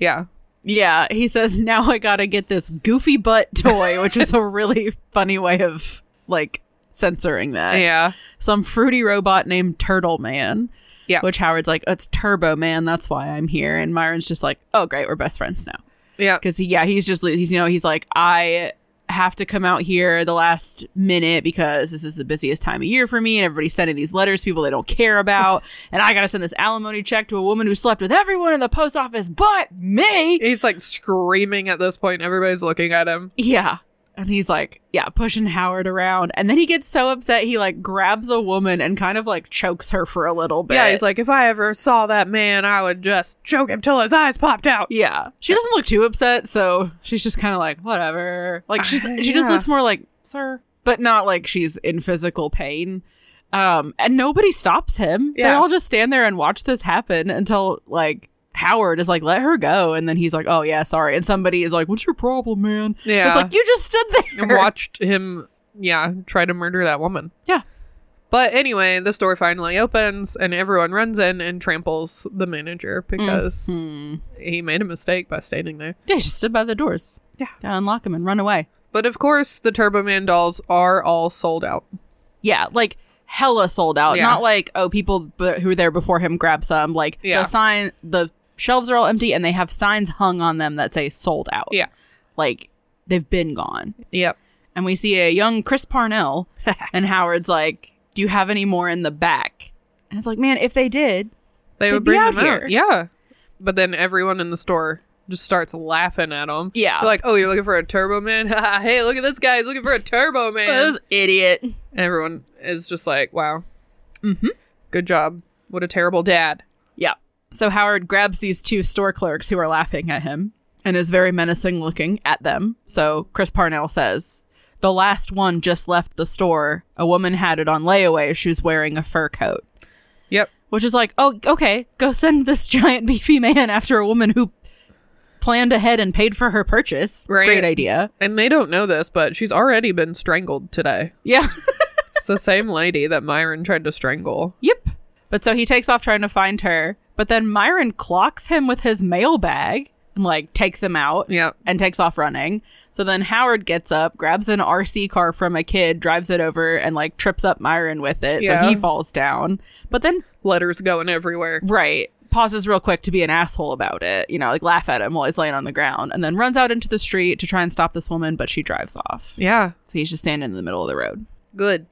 [SPEAKER 2] yeah.
[SPEAKER 1] Yeah, he says now I gotta get this goofy butt toy, which is a really funny way of like censoring that.
[SPEAKER 2] Yeah.
[SPEAKER 1] Some fruity robot named Turtle Man.
[SPEAKER 2] Yeah.
[SPEAKER 1] Which Howard's like, it's Turbo Man. That's why I'm here. And Myron's just like, oh great, we're best friends now.
[SPEAKER 2] Yeah.
[SPEAKER 1] Because he, yeah, he's just he's you know he's like I have to come out here the last minute because this is the busiest time of year for me and everybody's sending these letters to people they don't care about and I got to send this alimony check to a woman who slept with everyone in the post office but me.
[SPEAKER 2] He's like screaming at this point. Everybody's looking at him.
[SPEAKER 1] Yeah. And he's like, yeah, pushing Howard around. And then he gets so upset, he like grabs a woman and kind of like chokes her for a little bit.
[SPEAKER 2] Yeah, he's like, if I ever saw that man, I would just choke him till his eyes popped out.
[SPEAKER 1] yeah. She doesn't look too upset. So she's just kind of like, whatever. Like she's,
[SPEAKER 2] Uh,
[SPEAKER 1] she just
[SPEAKER 2] yeah.
[SPEAKER 1] looks more like, sir, but not like she's in physical pain. Um, and nobody stops him. They
[SPEAKER 2] Yeah.
[SPEAKER 1] all just stand there and watch this happen until like Howard is like, let her go. And then he's like, oh, yeah, sorry. And somebody is like, what's your problem, man?
[SPEAKER 2] Yeah.
[SPEAKER 1] It's like, you just stood there.
[SPEAKER 2] and watched him, yeah, try to murder that woman.
[SPEAKER 1] Yeah.
[SPEAKER 2] But anyway, this door finally opens and everyone runs in and tramples the manager because
[SPEAKER 1] Mm-hmm.
[SPEAKER 2] he made a mistake by standing there.
[SPEAKER 1] Yeah, just stood by the doors. Yeah. Gotta unlock them and run away.
[SPEAKER 2] But of course, the Turbo Man dolls are all sold out.
[SPEAKER 1] Yeah, like hella sold out.
[SPEAKER 2] Yeah.
[SPEAKER 1] Not like, oh, people b- who were there before him grab some. Like
[SPEAKER 2] Yeah.
[SPEAKER 1] the sign, the shelves are all empty and they have signs hung on them that say sold out.
[SPEAKER 2] Yeah.
[SPEAKER 1] Like they've been gone.
[SPEAKER 2] Yep.
[SPEAKER 1] And we see a young Chris Parnell and Howard's like, do you have any more in the back? And it's like, man, if they did,
[SPEAKER 2] They
[SPEAKER 1] They'd
[SPEAKER 2] would
[SPEAKER 1] be
[SPEAKER 2] bring
[SPEAKER 1] out
[SPEAKER 2] them
[SPEAKER 1] here.
[SPEAKER 2] out. Yeah. But then everyone in the store just starts laughing at him.
[SPEAKER 1] Yeah.
[SPEAKER 2] They're like, oh, you're looking for a Turbo Man? hey, look at this guy. He's looking for a Turbo Man.
[SPEAKER 1] this idiot.
[SPEAKER 2] Everyone is just like, wow. Mm-hmm. Good job. What a terrible dad.
[SPEAKER 1] Yeah. So Howard grabs these two store clerks who are laughing at him and is very menacing looking at them. So Chris Parnell says, The last one just left the store. A woman had it on layaway. She was wearing a fur coat.
[SPEAKER 2] Yep.
[SPEAKER 1] Which is like, oh, okay, go send this giant beefy man after a woman who planned ahead and paid for her purchase.
[SPEAKER 2] Right.
[SPEAKER 1] Great idea.
[SPEAKER 2] And they don't know this, but she's already been strangled today.
[SPEAKER 1] Yeah.
[SPEAKER 2] It's the same lady that Myron tried to strangle.
[SPEAKER 1] yep. But so he takes off trying to find her. But then Myron clocks him with his mailbag and like takes him out.
[SPEAKER 2] Yeah.
[SPEAKER 1] and takes off running. So then Howard gets up, grabs an RC car from a kid, drives it over, and like trips up Myron with it.
[SPEAKER 2] Yeah.
[SPEAKER 1] So he falls down. But then,
[SPEAKER 2] Letters going everywhere.
[SPEAKER 1] right, pauses real quick to be an asshole about it, you know, like laugh at him while he's laying on the ground, and then runs out into the street to try and stop this woman, but she drives off.
[SPEAKER 2] Yeah.
[SPEAKER 1] So he's just standing in the middle of the road.
[SPEAKER 2] Good.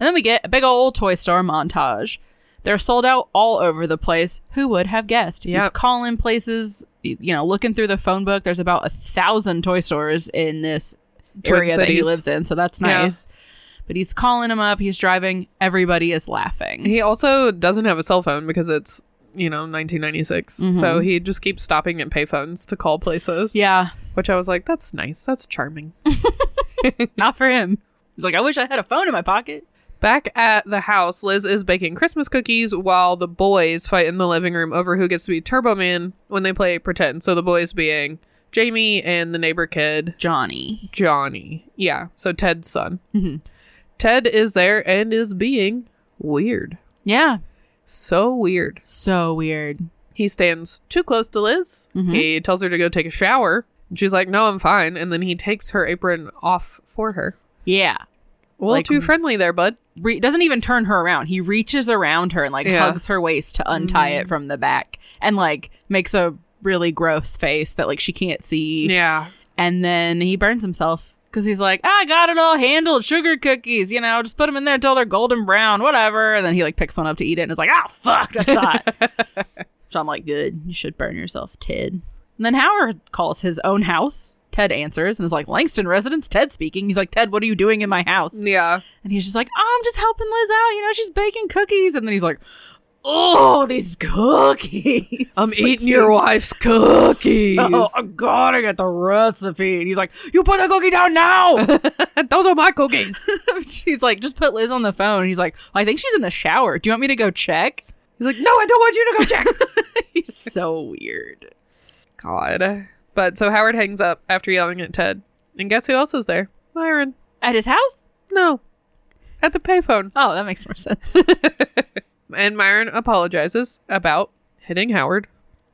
[SPEAKER 1] And then we get a big old toy store montage. They're sold out all over the place. Who would have guessed? He's
[SPEAKER 2] Yep.
[SPEAKER 1] calling places, y- you know, looking through the phone book. There's about a thousand toy stores in this
[SPEAKER 2] Twin
[SPEAKER 1] area that he
[SPEAKER 2] cities.
[SPEAKER 1] lives in, so that's
[SPEAKER 2] Yeah.
[SPEAKER 1] nice. But he's calling him up. He's driving. Everybody is laughing.
[SPEAKER 2] He also doesn't have a cell phone because it's, you know, 1996. So he just keeps stopping at payphones to call places.
[SPEAKER 1] yeah,
[SPEAKER 2] Which I was like, that's nice. That's charming.
[SPEAKER 1] not for him. He's like, I wish I had a phone in my pocket.
[SPEAKER 2] Back at the house, Liz is baking Christmas cookies while the boys fight in the living room over who gets to be Turbo Man when they play pretend. So the boys being Jamie and the neighbor kid,
[SPEAKER 1] Johnny.
[SPEAKER 2] Johnny. Yeah, so Ted's son. Ted is there and is being weird.
[SPEAKER 1] Yeah,
[SPEAKER 2] So weird.
[SPEAKER 1] so weird.
[SPEAKER 2] He stands too close to Liz. He tells her to go take a shower. And she's like, no, I'm fine. And then he takes her apron off for her.
[SPEAKER 1] Yeah,
[SPEAKER 2] Well,
[SPEAKER 1] Like-
[SPEAKER 2] too friendly there, bud.
[SPEAKER 1] re- doesn't even turn her around. He reaches around her and like
[SPEAKER 2] Yeah. Mm.
[SPEAKER 1] hugs her waist to untie it from the back and like makes a really gross face that like she can't see.
[SPEAKER 2] Yeah.
[SPEAKER 1] And then he burns himself because he's like, "Ah, I got it all handled. Sugar cookies, you know, just put them in there until they're golden brown, whatever. And then he like picks one up to eat it and it's like, oh, fuck, that's hot. so I'm like, good, you should burn yourself, Ted. And then Howard calls his own house. Ted answers and is like, Langston residence, Ted speaking. He's like, Ted, what are you doing in my house?
[SPEAKER 2] Yeah.
[SPEAKER 1] And he's just like, oh, I'm just helping Liz out. You know, she's baking cookies. And then he's like, oh, these cookies.
[SPEAKER 2] I'm
[SPEAKER 1] Like,
[SPEAKER 2] eating your wife's cookies.
[SPEAKER 1] Oh, I gotta get the recipe. And he's like, you put the cookie down now.
[SPEAKER 2] Those are my cookies.
[SPEAKER 1] she's like, just put Liz on the phone. And he's like, I think she's in the shower. Do you want me to go check?
[SPEAKER 2] He's like, no, I don't want you to go check.
[SPEAKER 1] He's so weird.
[SPEAKER 2] God. But so Howard hangs up after yelling at Ted. And guess who else is there? Myron.
[SPEAKER 1] At his house?
[SPEAKER 2] No. At the payphone.
[SPEAKER 1] Oh, that makes more sense.
[SPEAKER 2] and Myron apologizes about hitting Howard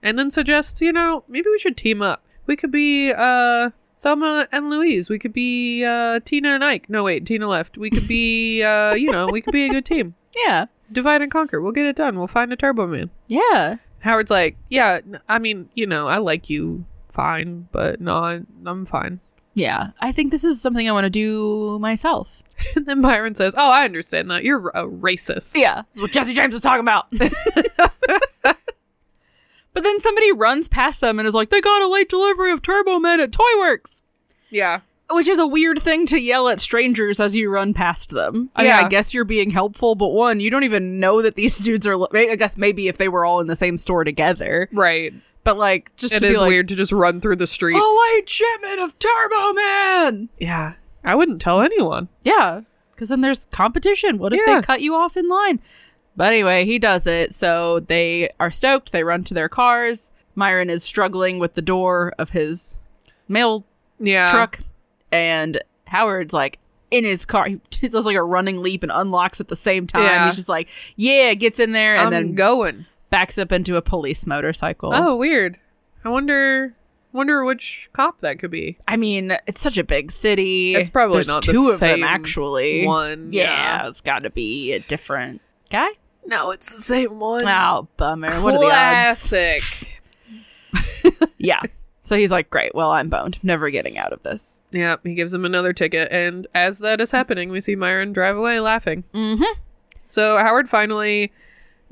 [SPEAKER 2] and then suggests, you know, maybe we should team up. We could be uh Thelma and Louise. We could be uh Tina and Ike. No wait, Tina left. We could be uh, you know, we could be a good team.
[SPEAKER 1] yeah.
[SPEAKER 2] Divide and conquer. We'll get it done. We'll find a Turbo Man.
[SPEAKER 1] Yeah.
[SPEAKER 2] Howard's like, "Yeah, n- I mean, you know, I like you fine, but not I'm fine."
[SPEAKER 1] Yeah. I think this is something I want to do myself.
[SPEAKER 2] And then Byron says, "Oh, I understand that. You're a racist."
[SPEAKER 1] Yeah. That's what Jesse James was talking about. but then somebody runs past them and is like, they got a late delivery of Turbo Men at Toy Works,
[SPEAKER 2] Yeah.
[SPEAKER 1] which is a weird thing to yell at strangers as you run past them. I, mean,
[SPEAKER 2] Yeah.
[SPEAKER 1] I guess you're being helpful, but one, you don't even know that these dudes are. li- I guess maybe if they were all in the same store together,
[SPEAKER 2] Right.
[SPEAKER 1] but like just
[SPEAKER 2] It
[SPEAKER 1] to be
[SPEAKER 2] is
[SPEAKER 1] like,
[SPEAKER 2] weird to just run through the streets.
[SPEAKER 1] Oh, late shipment of Turbo Man.
[SPEAKER 2] yeah. I wouldn't tell anyone.
[SPEAKER 1] Yeah, because then there's competition. What if
[SPEAKER 2] Yeah.
[SPEAKER 1] they cut you off in line? But anyway, he does it. So they are stoked. They run to their cars. Myron is struggling with the door of his mail
[SPEAKER 2] Yeah.
[SPEAKER 1] truck, and Howard's like in his car. He does like a running leap and unlocks at the same time.
[SPEAKER 2] Yeah.
[SPEAKER 1] He's just like, yeah, gets in there and
[SPEAKER 2] I'm
[SPEAKER 1] then
[SPEAKER 2] going.
[SPEAKER 1] backs up into a police motorcycle.
[SPEAKER 2] Oh, weird. I wonder wonder which cop that could be.
[SPEAKER 1] I mean, it's such a big city.
[SPEAKER 2] It's probably
[SPEAKER 1] There's
[SPEAKER 2] not the
[SPEAKER 1] two of
[SPEAKER 2] same
[SPEAKER 1] them actually.
[SPEAKER 2] one, yeah.
[SPEAKER 1] it's got to be a different guy.
[SPEAKER 2] No, it's the same one.
[SPEAKER 1] Oh, bummer. What are the odds?
[SPEAKER 2] Classic.
[SPEAKER 1] Yeah. So he's like, great. Well, I'm boned. Never getting out of this.
[SPEAKER 2] Yep, he gives him another ticket, and as that is happening, we see Myron drive away laughing. Mm-hmm. So Howard finally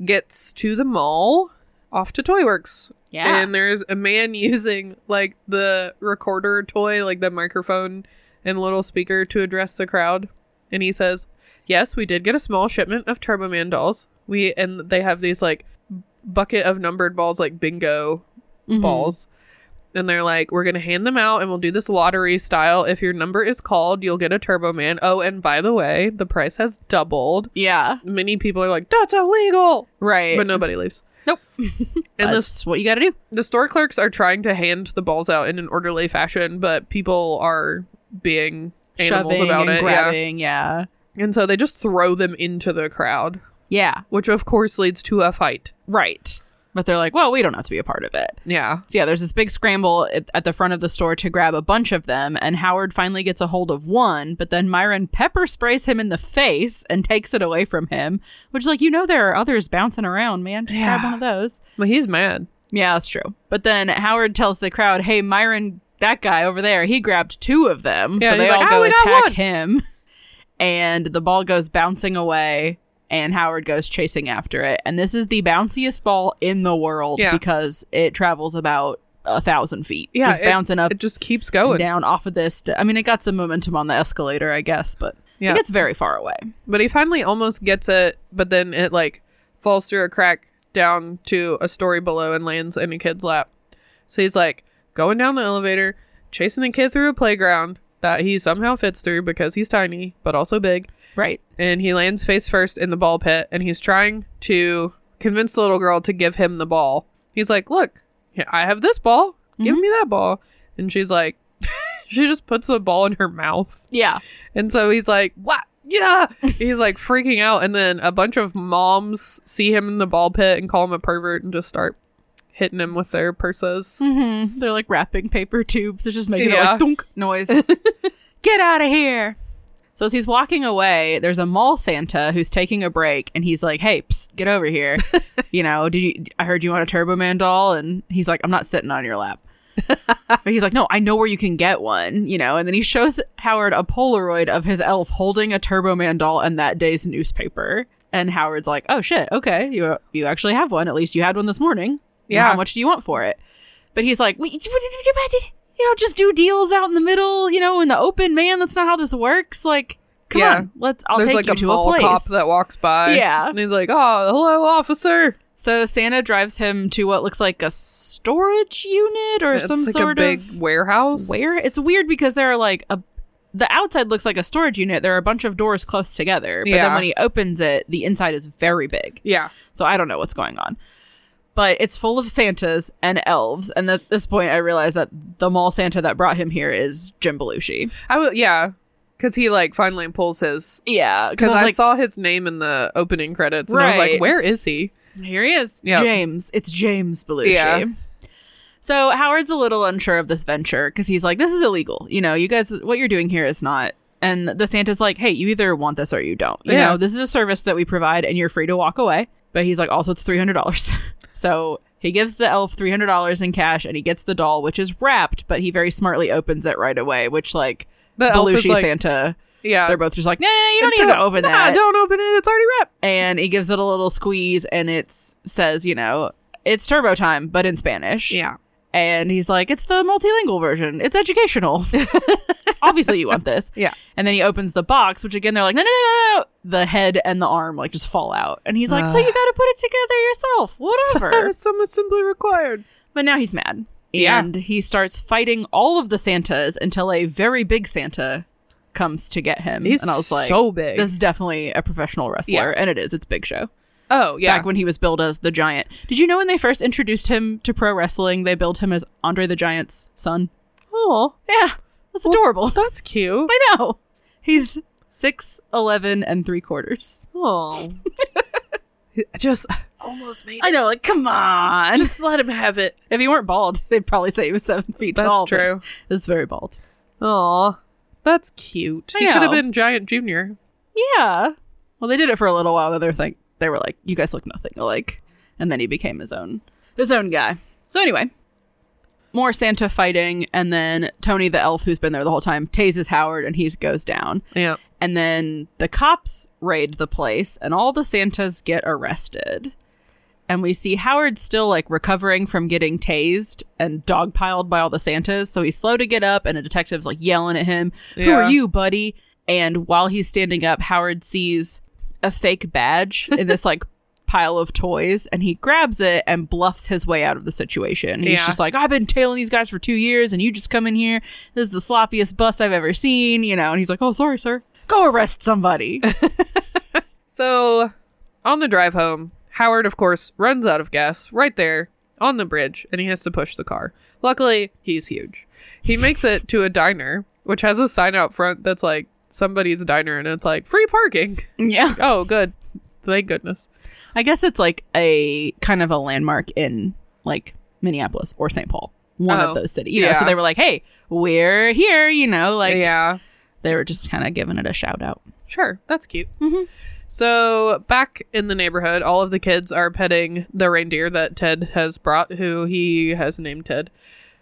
[SPEAKER 2] gets to the mall, off to Toy Works,
[SPEAKER 1] Yeah.
[SPEAKER 2] and there's a man using like the recorder toy, like the microphone and little speaker to address the crowd, and he says, "Yes, we did get a small shipment of Turbo Man dolls. We and they have these like bucket of numbered balls, like bingo balls." and they're like, we're going to hand them out and we'll do this lottery style. If your number is called, you'll get a Turbo Man. Oh, and by the way, the price has doubled.
[SPEAKER 1] Yeah.
[SPEAKER 2] Many people are like, that's illegal.
[SPEAKER 1] Right.
[SPEAKER 2] But nobody leaves.
[SPEAKER 1] Nope.
[SPEAKER 2] And the,
[SPEAKER 1] That's what you got to do.
[SPEAKER 2] the store clerks are trying to hand the balls out in an orderly fashion, but people are being animals
[SPEAKER 1] Shoving
[SPEAKER 2] about
[SPEAKER 1] and
[SPEAKER 2] it.
[SPEAKER 1] grabbing. Yeah.
[SPEAKER 2] Yeah. And so they just throw them into the crowd,
[SPEAKER 1] Yeah.
[SPEAKER 2] which of course leads to a fight.
[SPEAKER 1] Right. But they're like, well, we don't have to be a part of it.
[SPEAKER 2] Yeah.
[SPEAKER 1] So yeah, there's this big scramble at, at the front of the store to grab a bunch of them, and Howard finally gets a hold of one, but then Myron pepper sprays him in the face and takes it away from him, which is like, you know, there are others bouncing around, man. Just grab
[SPEAKER 2] Yeah.
[SPEAKER 1] one of those.
[SPEAKER 2] But he's mad.
[SPEAKER 1] Yeah, that's true. But then Howard tells the crowd, "Hey, Myron, that guy over there, he grabbed two of them,
[SPEAKER 2] Yeah,
[SPEAKER 1] so
[SPEAKER 2] and he's
[SPEAKER 1] they all
[SPEAKER 2] like, "Oh,
[SPEAKER 1] go
[SPEAKER 2] we got
[SPEAKER 1] attack
[SPEAKER 2] one."
[SPEAKER 1] him." And the ball goes bouncing away, and Howard goes chasing after it. And this is the bounciest ball in the world
[SPEAKER 2] Yeah.
[SPEAKER 1] because it travels about a thousand feet,
[SPEAKER 2] Yeah.
[SPEAKER 1] just
[SPEAKER 2] it-
[SPEAKER 1] bouncing up
[SPEAKER 2] It just keeps
[SPEAKER 1] and
[SPEAKER 2] going.
[SPEAKER 1] down off of this. I mean, it got some momentum on the escalator, I guess, but
[SPEAKER 2] Yeah.
[SPEAKER 1] it gets very far away.
[SPEAKER 2] But he finally almost gets it, but then it like falls through a crack down to a story below and lands in a kid's lap. So he's like going down the elevator, chasing the kid through a playground that he somehow fits through because he's tiny but also big.
[SPEAKER 1] Right.
[SPEAKER 2] And he lands face first in the ball pit and he's trying to convince the little girl to give him the ball. He's like, Look, I have this ball. Give me that ball. And she's like, She just puts the ball in her mouth.
[SPEAKER 1] Yeah.
[SPEAKER 2] And so he's like, what? Yeah. He's like freaking out. And then a bunch of moms see him in the ball pit and call him a pervert and just start hitting him with their purses.
[SPEAKER 1] Hmm. They're like wrapping paper tubes. It's just making
[SPEAKER 2] Yeah.
[SPEAKER 1] that like dunk noise. Get out of here. So as he's walking away, there's a mall Santa who's taking a break, and he's like, "Hey, psst, get over here! you know, did you? I heard you want a Turbo Man doll." And he's like, "I'm not sitting on your lap." but he's like, "No, I know where you can get one." You know, and then he shows Howard a Polaroid of his elf holding a Turbo Man doll and that day's newspaper. And Howard's like, "Oh shit, okay, you you actually have one. At least you had one this morning. Now
[SPEAKER 2] Yeah.
[SPEAKER 1] how much do you want for it?" But he's like, "We- you know, just do deals out in the middle, you know, in the open, man. That's not how this works. Like, come
[SPEAKER 2] Yeah.
[SPEAKER 1] on, let's. I'll
[SPEAKER 2] There's
[SPEAKER 1] take
[SPEAKER 2] like
[SPEAKER 1] you
[SPEAKER 2] a
[SPEAKER 1] to a
[SPEAKER 2] mall
[SPEAKER 1] place.
[SPEAKER 2] cop that walks by.
[SPEAKER 1] Yeah.
[SPEAKER 2] And he's like, oh, hello, officer.
[SPEAKER 1] so Santa drives him to what looks like a storage unit or
[SPEAKER 2] it's
[SPEAKER 1] some
[SPEAKER 2] like
[SPEAKER 1] sort
[SPEAKER 2] a big
[SPEAKER 1] of
[SPEAKER 2] warehouse.
[SPEAKER 1] where. It's weird because there are like a. The outside looks like a storage unit. There are a bunch of doors close together, but
[SPEAKER 2] Yeah.
[SPEAKER 1] then when he opens it, the inside is very big.
[SPEAKER 2] Yeah.
[SPEAKER 1] So I don't know what's going on. But it's full of Santas and elves, and at this point, I realize that the mall Santa that brought him here is Jim Belushi.
[SPEAKER 2] I w- yeah. because he like finally pulls his.
[SPEAKER 1] Yeah,
[SPEAKER 2] Because I,
[SPEAKER 1] was like,
[SPEAKER 2] saw his name in the opening credits, and I was like,
[SPEAKER 1] Right.
[SPEAKER 2] "Where is he?"
[SPEAKER 1] Here he is,
[SPEAKER 2] Yeah.
[SPEAKER 1] James. It's James Belushi.
[SPEAKER 2] Yeah.
[SPEAKER 1] So Howard's a little unsure of this venture because he's like, "This is illegal. You know, you guys, what you're doing here is not." And the Santa's like, "Hey, you either want this or you don't. You
[SPEAKER 2] Yeah.
[SPEAKER 1] know, this is a service that we provide, and you're free to walk away." But he's like, "Also, it's three hundred dollars." so he gives the elf three hundred dollars in cash, and he gets the doll, which is wrapped, but he very smartly opens it right away, which like
[SPEAKER 2] The elf is
[SPEAKER 1] Belushi
[SPEAKER 2] like-
[SPEAKER 1] Santa.
[SPEAKER 2] Yeah,
[SPEAKER 1] They're both just like, no, no, no, you don't
[SPEAKER 2] It's
[SPEAKER 1] need
[SPEAKER 2] not-
[SPEAKER 1] to open
[SPEAKER 2] nah,
[SPEAKER 1] that
[SPEAKER 2] Don't open it. It's already wrapped.
[SPEAKER 1] and he gives it a little squeeze and it says, you know, it's turbo time, but in Spanish.
[SPEAKER 2] Yeah.
[SPEAKER 1] And he's like, it's the multilingual version. It's educational. Obviously, you want this.
[SPEAKER 2] Yeah.
[SPEAKER 1] And then he opens the box, which again, they're like, no, no, no, no, no. The head and the arm like just fall out. And he's like, so you got to put it together yourself. Whatever.
[SPEAKER 2] Some assembly required.
[SPEAKER 1] but now he's mad.
[SPEAKER 2] Yeah.
[SPEAKER 1] And he starts fighting all of the Santas until a very big Santa comes to get him.
[SPEAKER 2] He's
[SPEAKER 1] and I was like,
[SPEAKER 2] so big.
[SPEAKER 1] This is definitely a professional wrestler.
[SPEAKER 2] Yeah.
[SPEAKER 1] And it is. It's Big Show
[SPEAKER 2] Oh yeah.
[SPEAKER 1] back when he was billed as the Giant. Did you know when they first introduced him to pro wrestling, they billed him as Andre the Giant's son?
[SPEAKER 2] oh,
[SPEAKER 1] Yeah, that's
[SPEAKER 2] Well,
[SPEAKER 1] adorable.
[SPEAKER 2] that's cute.
[SPEAKER 1] I know. He's six eleven and three quarters.
[SPEAKER 2] Oh, I just almost made.
[SPEAKER 1] I know. Like, come on.
[SPEAKER 2] Just let him have it.
[SPEAKER 1] if he weren't bald, they'd probably say he was seven feet
[SPEAKER 2] That's
[SPEAKER 1] tall. but
[SPEAKER 2] true.
[SPEAKER 1] It's very bald.
[SPEAKER 2] Aw, that's cute.
[SPEAKER 1] I
[SPEAKER 2] He could
[SPEAKER 1] know.
[SPEAKER 2] have been Giant Junior.
[SPEAKER 1] Yeah. Well, they did it for a little while. Then they were like, they were like, you guys look nothing alike. And then he became his own, his own guy. So anyway, more Santa fighting, and then Tony the elf, who's been there the whole time, tases Howard, and he goes down.
[SPEAKER 2] Yeah.
[SPEAKER 1] And then the cops raid the place, and all the Santas get arrested. And we see Howard still like recovering from getting tased and dogpiled by all the Santas. So he's slow to get up, and a detective's like yelling at him, Who
[SPEAKER 2] Yeah.
[SPEAKER 1] are you, buddy? And while he's standing up, Howard sees a fake badge in this like pile of toys, and he grabs it and bluffs his way out of the situation. He's
[SPEAKER 2] Yeah.
[SPEAKER 1] just like, I've been tailing these guys for two years, and you just come in here. This is the sloppiest bust I've ever seen, you know. And he's like, Oh, sorry, sir. Go arrest somebody.
[SPEAKER 2] So, on the drive home, Howard, of course, runs out of gas right there on the bridge and he has to push the car. Luckily, he's huge. He makes it to a diner, which has a sign out front that's like somebody's diner and it's like free parking.
[SPEAKER 1] yeah.
[SPEAKER 2] Oh, good. Thank goodness.
[SPEAKER 1] I guess it's like a kind of a landmark in like Minneapolis or St. Paul. One
[SPEAKER 2] Oh,
[SPEAKER 1] of those cities. You know,
[SPEAKER 2] yeah.
[SPEAKER 1] so they were like, Hey, we're here, you know, like
[SPEAKER 2] yeah.
[SPEAKER 1] they were just kind of giving it a shout out.
[SPEAKER 2] Sure. That's cute. So, back in the neighborhood, all of the kids are petting the reindeer that Ted has brought, who he has named Ted.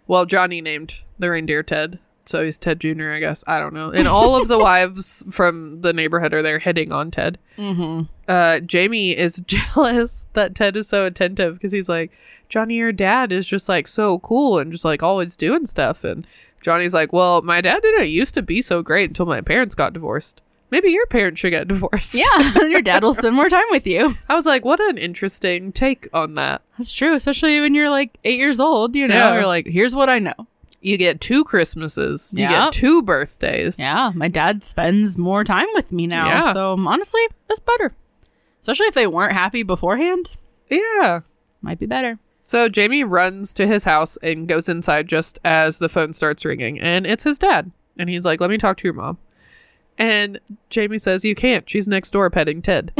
[SPEAKER 2] Well, Johnny named the reindeer Ted. So he's Ted Jr., I guess. I don't know. And all of the wives from the neighborhood are there hitting on Ted.
[SPEAKER 1] Mm-hmm.
[SPEAKER 2] Uh, Jamie is jealous that Ted is so attentive because he's like, Johnny, your dad is just like so cool and just like always doing stuff. And Johnny's like, Well, my dad didn't used to be so great until my parents got divorced. Maybe your parents should get divorced.
[SPEAKER 1] Yeah. Your dad will spend more time with you.
[SPEAKER 2] I was like, what an interesting take on that.
[SPEAKER 1] That's true. Especially when you're like eight years old, you know,
[SPEAKER 2] Yeah.
[SPEAKER 1] you're like, here's what I know.
[SPEAKER 2] You get two Christmases, you
[SPEAKER 1] Yeah.
[SPEAKER 2] get two birthdays.
[SPEAKER 1] Yeah. My dad spends more time with me now.
[SPEAKER 2] Yeah.
[SPEAKER 1] So um, honestly, that's better. Especially if they weren't happy beforehand,
[SPEAKER 2] Yeah.
[SPEAKER 1] might be better.
[SPEAKER 2] So Jamie runs to his house and goes inside just as the phone starts ringing, and it's his dad. And he's like, let me talk to your mom. And Jamie says, you can't. She's next door petting Ted.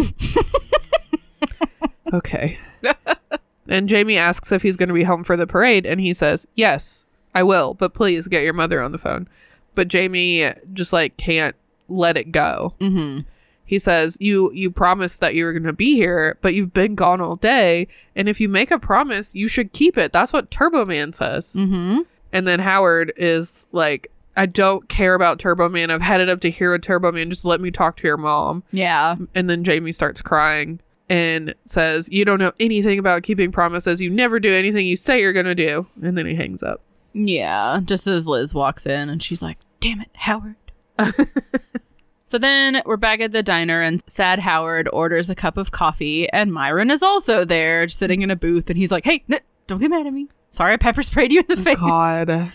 [SPEAKER 2] okay. and Jamie asks if he's going to be home for the parade, and he says, yes, I will, but please get your mother on the phone. But Jamie just like can't let it go.
[SPEAKER 1] Mm-hmm.
[SPEAKER 2] he says you you promised that you were going to be here but you've been gone all day and if you make a promise you should keep it that's what turbo man says
[SPEAKER 1] Mm-hmm.
[SPEAKER 2] and then howard is like i don't care about turbo man i've had it up to here with turbo man just let me talk to your mom
[SPEAKER 1] Yeah.
[SPEAKER 2] and then jamie starts crying and says you don't know anything about keeping promises you never do anything you say you're going to do and then he hangs up
[SPEAKER 1] Yeah, just as Liz walks in and she's like, damn it, Howard. so then we're back at the diner and sad Howard orders a cup of coffee and Myron is also there sitting in a booth and he's like, hey, n- don't get mad at me. Sorry I pepper sprayed you in the face.
[SPEAKER 2] god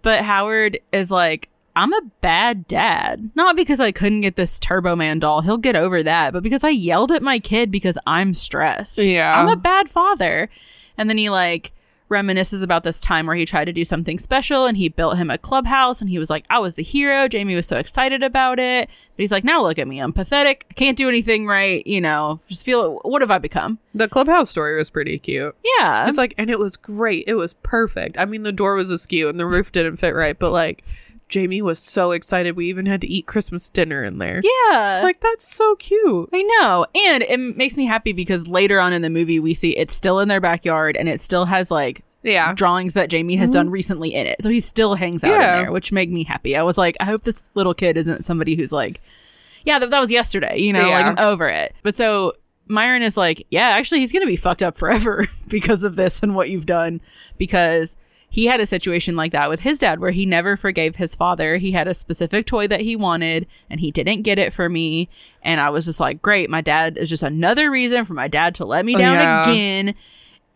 [SPEAKER 1] But Howard is like, I'm a bad dad. Not because I couldn't get this Turbo Man doll. He'll get over that. But because I yelled at my kid because I'm stressed.
[SPEAKER 2] Yeah.
[SPEAKER 1] I'm a bad father. And then he like reminisces about this time where he tried to do something special and he built him a clubhouse and he was like, I was the hero. Jamie was so excited about it. But he's like, now look at me. I'm pathetic. I can't do anything right. You know, just feel what have I become?
[SPEAKER 2] The clubhouse story was pretty cute.
[SPEAKER 1] Yeah.
[SPEAKER 2] It's like, and it was great. It was perfect. I mean, the door was askew and the roof didn't fit right, but like, Jamie was so excited. We even had to eat Christmas dinner in there.
[SPEAKER 1] yeah.
[SPEAKER 2] It's like, that's so cute.
[SPEAKER 1] I know. And it makes me happy because later on in the movie, we see it's still in their backyard and it still has like
[SPEAKER 2] Yeah. Mm-hmm.
[SPEAKER 1] drawings that Jamie has done recently in it. So he still hangs out
[SPEAKER 2] Yeah.
[SPEAKER 1] in there, which made me happy. I was like, I hope this little kid isn't somebody who's like, yeah, that, that was yesterday, you know, like
[SPEAKER 2] Yeah.
[SPEAKER 1] I'm over it. But so Myron is like, yeah, actually, he's going to be fucked up forever because of this and what you've done because. He had a situation like that with his dad where he never forgave his father. He had a specific toy that he wanted and he didn't get it for me. And I was just like, great, my dad is just another reason for my dad to let me down
[SPEAKER 2] Oh, Yeah.
[SPEAKER 1] again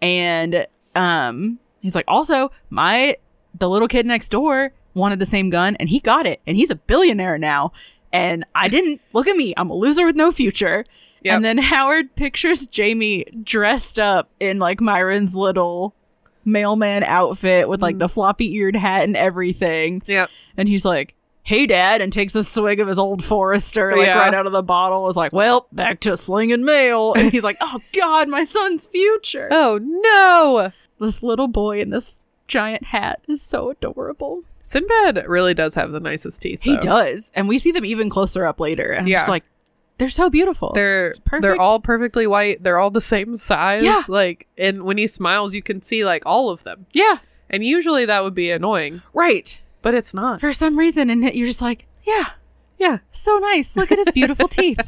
[SPEAKER 1] and um he's like also my the little kid next door wanted the same gun and he got it and he's a billionaire now and i didn't look at me i'm a loser with no future
[SPEAKER 2] Yep.
[SPEAKER 1] and then howard pictures jamie dressed up in like myron's little mailman outfit with
[SPEAKER 2] Mm.
[SPEAKER 1] like the floppy eared hat and everything
[SPEAKER 2] Yep.
[SPEAKER 1] and he's like hey dad and takes a swig of his old forester like
[SPEAKER 2] Yeah.
[SPEAKER 1] right out of the bottle is like well back to slinging mail and he's like oh god my son's future
[SPEAKER 2] Oh, no.
[SPEAKER 1] this little boy in this giant hat is so adorable.
[SPEAKER 2] Sinbad really does have the nicest teeth.
[SPEAKER 1] He
[SPEAKER 2] though.
[SPEAKER 1] does. And we see them even closer up later. And I'm just
[SPEAKER 2] Yeah.
[SPEAKER 1] like, they're so beautiful.
[SPEAKER 2] They're
[SPEAKER 1] It's perfect.
[SPEAKER 2] they're all perfectly white. They're all the same size.
[SPEAKER 1] Yeah.
[SPEAKER 2] Like, and when he smiles, you can see like all of them.
[SPEAKER 1] Yeah.
[SPEAKER 2] And usually that would be annoying,
[SPEAKER 1] Right.
[SPEAKER 2] but it's not.
[SPEAKER 1] For some reason. And you're just like, yeah,
[SPEAKER 2] Yeah.
[SPEAKER 1] so nice. Look at his beautiful teeth.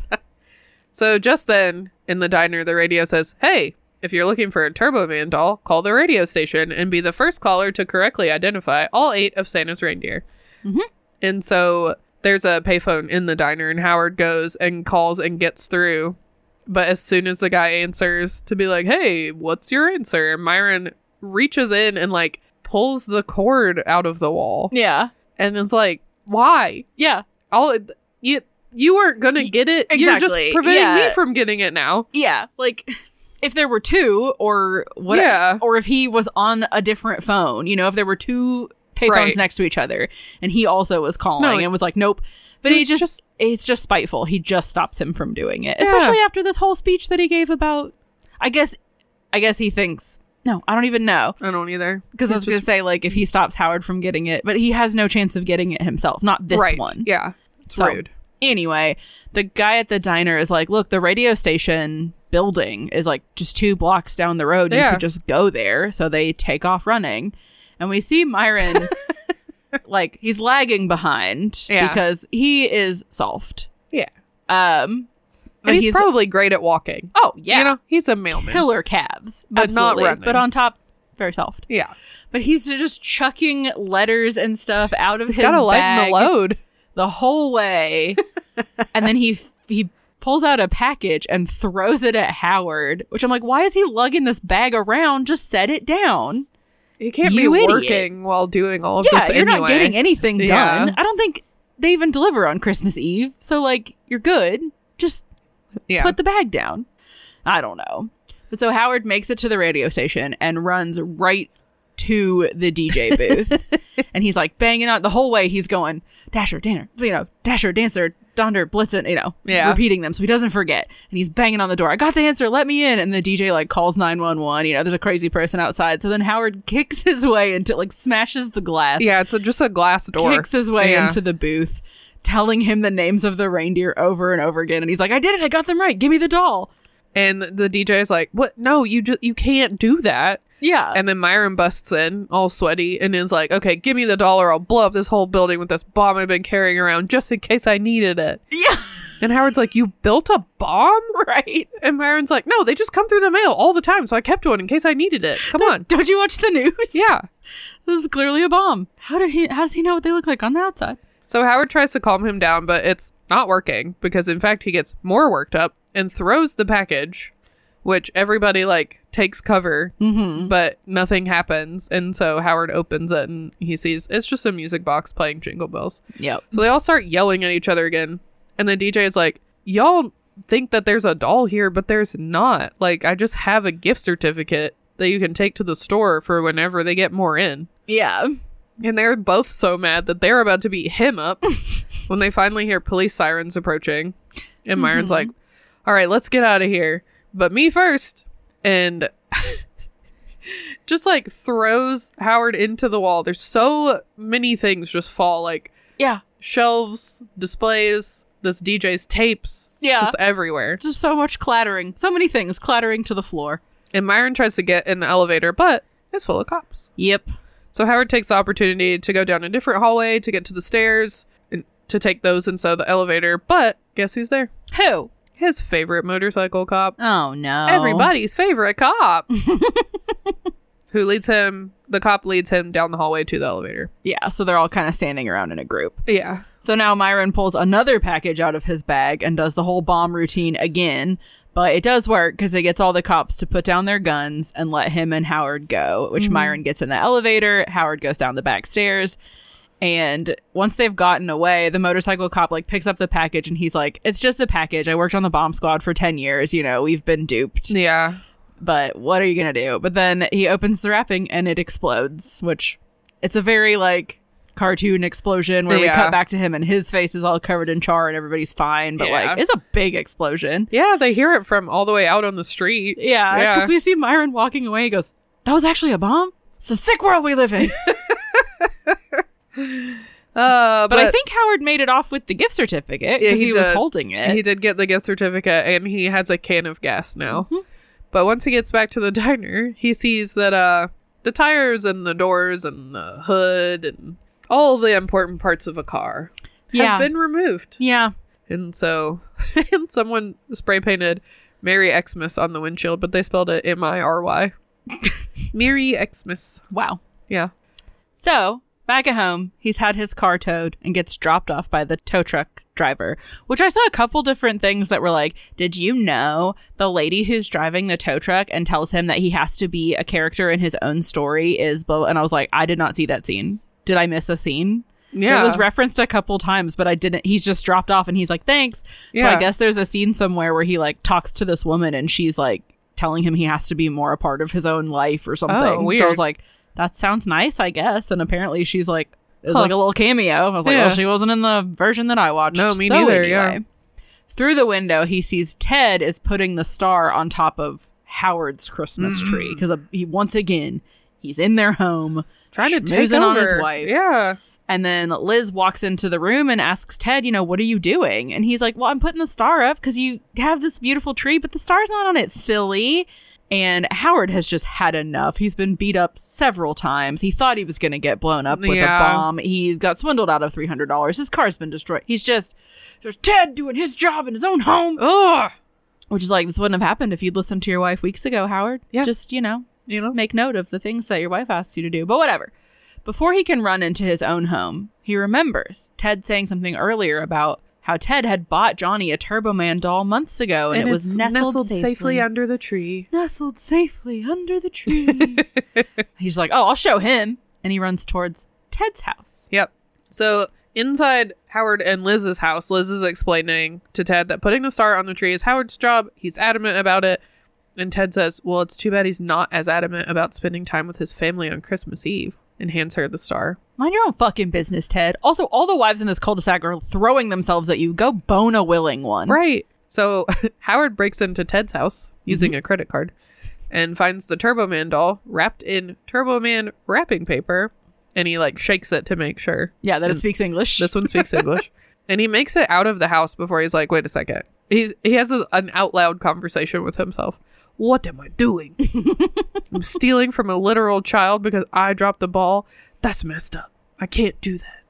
[SPEAKER 2] So just then, in the diner, the radio says, "Hey, if you're looking for a Turbo Man doll, call the radio station and be the first caller to correctly identify all eight of Santa's reindeer." Mm-hmm. And so there's a payphone in the diner, and Howard goes and calls and gets through. But as soon as the guy answers to be like, "Hey, what's your answer?" Myron reaches in and like pulls the cord out of the wall,
[SPEAKER 1] Yeah.
[SPEAKER 2] and is like, "Why?"
[SPEAKER 1] Yeah.
[SPEAKER 2] all you you weren't gonna get it. You're
[SPEAKER 1] exactly,
[SPEAKER 2] just preventing
[SPEAKER 1] yeah.
[SPEAKER 2] me from getting it now.
[SPEAKER 1] Yeah. Like, if there were two or what,
[SPEAKER 2] Yeah.
[SPEAKER 1] or if he was on a different phone, you know, if there were two payphones
[SPEAKER 2] Right.
[SPEAKER 1] next to each other and he also was calling
[SPEAKER 2] No, like-
[SPEAKER 1] and was like, nope. But he
[SPEAKER 2] was
[SPEAKER 1] just,
[SPEAKER 2] just-
[SPEAKER 1] it's just spiteful. He just stops him from doing it,
[SPEAKER 2] Yeah.
[SPEAKER 1] especially after this whole speech that he gave about, I guess, I guess he thinks, no, I don't even know.
[SPEAKER 2] I don't either
[SPEAKER 1] Because I was going to say, like, if he stops Howard from getting it, but he has no chance of getting it himself, not this
[SPEAKER 2] right.
[SPEAKER 1] one.
[SPEAKER 2] Yeah, it's
[SPEAKER 1] So,
[SPEAKER 2] rude.
[SPEAKER 1] Anyway, the guy at the diner is like, "Look, the radio station building is like just two blocks down the road. You
[SPEAKER 2] Yeah.
[SPEAKER 1] could just go there." So they take off running, and we see Myron like he's lagging behind
[SPEAKER 2] Yeah.
[SPEAKER 1] because he is soft.
[SPEAKER 2] Yeah,
[SPEAKER 1] Um,
[SPEAKER 2] and he's,
[SPEAKER 1] he's-
[SPEAKER 2] probably great at walking.
[SPEAKER 1] oh yeah,
[SPEAKER 2] you know he's a mailman.
[SPEAKER 1] killer calves,
[SPEAKER 2] But not
[SPEAKER 1] absolutely.
[SPEAKER 2] running.
[SPEAKER 1] But on top, very soft.
[SPEAKER 2] Yeah,
[SPEAKER 1] But he's just chucking letters and stuff out of
[SPEAKER 2] he's
[SPEAKER 1] his
[SPEAKER 2] gotta
[SPEAKER 1] bag.
[SPEAKER 2] lighten the load.
[SPEAKER 1] the whole way, and then he he pulls out a package and throws it at Howard. Which I'm like, why is he lugging this bag around? Just set it down.
[SPEAKER 2] He can't
[SPEAKER 1] You
[SPEAKER 2] be
[SPEAKER 1] idiot.
[SPEAKER 2] working while doing all of
[SPEAKER 1] yeah,
[SPEAKER 2] this.
[SPEAKER 1] you're
[SPEAKER 2] anyway.
[SPEAKER 1] not getting anything
[SPEAKER 2] Yeah.
[SPEAKER 1] done. I don't think they even deliver on Christmas Eve. So like, you're good. Just
[SPEAKER 2] Yeah,
[SPEAKER 1] put the bag down. I don't know. But so Howard makes it to the radio station and runs right to the DJ booth. and he's like banging on the whole way. He's going, Dasher, Danner, you know, Dasher, Dancer, Donder, Blitzen, you know,
[SPEAKER 2] Yeah.
[SPEAKER 1] repeating them so he doesn't forget. And he's banging on the door. I got the answer. Let me in. And the DJ like calls 911. You know, there's a crazy person outside. So then Howard kicks his way into like smashes the glass
[SPEAKER 2] yeah, it's a, just a glass door.
[SPEAKER 1] kicks his way
[SPEAKER 2] Yeah.
[SPEAKER 1] into the booth, telling him the names of the reindeer over and over again. And he's like, I did it. I got them right. Give me the doll.
[SPEAKER 2] and the DJ is like, "What? No, you just you can't do that."
[SPEAKER 1] Yeah.
[SPEAKER 2] And then Myron busts in, all sweaty, and is like, okay, give me the dollar. I'll blow up this whole building with this bomb I've been carrying around just in case I needed it.
[SPEAKER 1] yeah.
[SPEAKER 2] And Howard's like, you built a bomb?
[SPEAKER 1] Right.
[SPEAKER 2] And Myron's like, no, they just come through the mail all the time. So I kept one in case I needed it. Come on.
[SPEAKER 1] Don't you watch the news?
[SPEAKER 2] Yeah.
[SPEAKER 1] This is clearly a bomb. How did he how does he know what they look like on the outside?
[SPEAKER 2] So Howard tries to calm him down, but it's not working because, in fact, he gets more worked up and throws the package, which everybody like takes cover, but nothing happens. And so Howard opens it and he sees it's just a music box playing Jingle Bells.
[SPEAKER 1] Yep.
[SPEAKER 2] So they all start yelling at each other again. And the DJ is like, Y'all think that there's a doll here, but there's not. Like, I just have a gift certificate that you can take to the store for whenever they get more in.
[SPEAKER 1] Yeah.
[SPEAKER 2] And they're both so mad that they're about to beat him up when they finally hear police sirens approaching. And Myron's like, all right, let's get out of here. But me first. And just like throws Howard into the wall. There's so many things just fall like
[SPEAKER 1] Yeah.
[SPEAKER 2] shelves, displays, this DJ's tapes.
[SPEAKER 1] Yeah.
[SPEAKER 2] Just everywhere.
[SPEAKER 1] Just so much clattering. So many things clattering to the floor.
[SPEAKER 2] And Myron tries to get in the elevator, but it's full of cops.
[SPEAKER 1] Yep.
[SPEAKER 2] So Howard takes the opportunity to go down a different hallway to get to the stairs and to take those inside the elevator. But guess who's there?
[SPEAKER 1] Who?
[SPEAKER 2] His favorite motorcycle cop.
[SPEAKER 1] Oh no.
[SPEAKER 2] Everybody's favorite cop. Who leads him? The cop leads him down the hallway to the elevator.
[SPEAKER 1] Yeah, so they're all kind of standing around in a group.
[SPEAKER 2] Yeah.
[SPEAKER 1] So now Myron pulls another package out of his bag and does the whole bomb routine again, but it does work because it gets all the cops to put down their guns and let him and Howard go, which Myron gets in the elevator. Howard goes down the back stairs. And once they've gotten away, the motorcycle cop like picks up the package and he's like, It's just a package. I worked on the bomb squad for 10 years. You know, we've been duped,
[SPEAKER 2] Yeah.
[SPEAKER 1] but what are you going to do? But then he opens the wrapping and it explodes, which it's a very like cartoon explosion where we
[SPEAKER 2] Yeah.
[SPEAKER 1] cut back to him and his face is all covered in char and everybody's fine. But
[SPEAKER 2] Yeah.
[SPEAKER 1] like, it's a big explosion.
[SPEAKER 2] Yeah. They hear it from all the way out on the street.
[SPEAKER 1] Yeah. Because we see Myron walking away. He goes, That was actually a bomb? It's a sick world we live in.
[SPEAKER 2] uh,
[SPEAKER 1] but I think Howard made it off with the gift certificate
[SPEAKER 2] Yeah,
[SPEAKER 1] because
[SPEAKER 2] he
[SPEAKER 1] he, was
[SPEAKER 2] did.
[SPEAKER 1] holding it.
[SPEAKER 2] He did get the gift certificate and he has a can of gas now.
[SPEAKER 1] Mm-hmm.
[SPEAKER 2] But once he gets back to the diner, he sees that uh the tires and the doors and the hood and all the important parts of a car
[SPEAKER 1] Yeah.
[SPEAKER 2] have been removed.
[SPEAKER 1] yeah.
[SPEAKER 2] And so and someone spray painted Merry Xmas on the windshield, but they spelled it M I R Y. Merry Xmas.
[SPEAKER 1] Wow.
[SPEAKER 2] Yeah.
[SPEAKER 1] So, back at home, he's had his car towed and gets dropped off by the tow truck driver, which I saw a couple different things that were like, Did you know the lady who's driving the tow truck and tells him that he has to be a character in his own story is blah? And I was like, I did not see that scene. Did I miss a scene?
[SPEAKER 2] Yeah.
[SPEAKER 1] It was referenced a couple times, but I didn't. He's just dropped off and he's like, thanks. So
[SPEAKER 2] Yeah.
[SPEAKER 1] I guess there's a scene somewhere where he like talks to this woman and she's like telling him he has to be more a part of his own life or something. So I
[SPEAKER 2] Oh, weird.
[SPEAKER 1] was like, that sounds nice, I guess. And apparently she's like, it was
[SPEAKER 2] Huh.
[SPEAKER 1] like a little cameo. I was like,
[SPEAKER 2] Yeah.
[SPEAKER 1] well, she wasn't in the version that I watched.
[SPEAKER 2] No, me
[SPEAKER 1] So
[SPEAKER 2] neither, yeah.
[SPEAKER 1] Anyway, Through the window, he sees Ted is putting the star on top of Howard's Christmas tree
[SPEAKER 2] Mm.
[SPEAKER 1] because he once again he's in their home
[SPEAKER 2] trying to take
[SPEAKER 1] schmoozing
[SPEAKER 2] over
[SPEAKER 1] on his wife.
[SPEAKER 2] Yeah.
[SPEAKER 1] and then Liz walks into the room and asks Ted, you know, what are you doing? And he's like, well, I'm putting the star up because you have this beautiful tree, but the star's not on it, silly. And Howard has just had enough. He's been beat up several times. He thought he was going to get blown up with
[SPEAKER 2] Yeah.
[SPEAKER 1] a bomb. He's got swindled out of $300. His car's been destroyed. He's just, there's Ted doing his job in his own
[SPEAKER 2] Oh.
[SPEAKER 1] home,
[SPEAKER 2] Ugh.
[SPEAKER 1] which is like, this wouldn't have happened if you'd listened to your wife weeks ago, Howard.
[SPEAKER 2] Yeah.
[SPEAKER 1] Just, you know,
[SPEAKER 2] You know?
[SPEAKER 1] make note of the things that your wife asks you to do, but whatever. Before he can run into his own home, he remembers Ted saying something earlier about how Ted had bought Johnny a Turbo Man doll months ago and, it was
[SPEAKER 2] it's
[SPEAKER 1] nestled,
[SPEAKER 2] safely.
[SPEAKER 1] safely
[SPEAKER 2] under the tree.
[SPEAKER 1] nestled safely under the tree. He's like, "Oh, I'll show him." And he runs towards Ted's house.
[SPEAKER 2] Yep. So inside Howard and Liz's house, Liz is explaining to Ted that putting the star on the tree is Howard's job. He's adamant about it. And Ted says, Well, it's too bad he's not as adamant about spending time with his family on Christmas Eve and hands her the star.
[SPEAKER 1] Mind your own fucking business, Ted. Also, all the wives in this cul-de-sac are throwing themselves at you. Go bone a willing one.
[SPEAKER 2] Right. So Howard breaks into Ted's house
[SPEAKER 1] Mm-hmm.
[SPEAKER 2] using a credit card and finds the Turbo Man doll wrapped in Turbo Man wrapping paper. And he like shakes it to make sure.
[SPEAKER 1] Yeah, that it
[SPEAKER 2] And-
[SPEAKER 1] speaks English.
[SPEAKER 2] This one speaks English. And he makes it out of the house before he's like, wait a second. He's he has this, an out loud conversation with himself. What am I doing? I'm stealing from a literal child because I dropped the ball. That's messed up. I can't do that.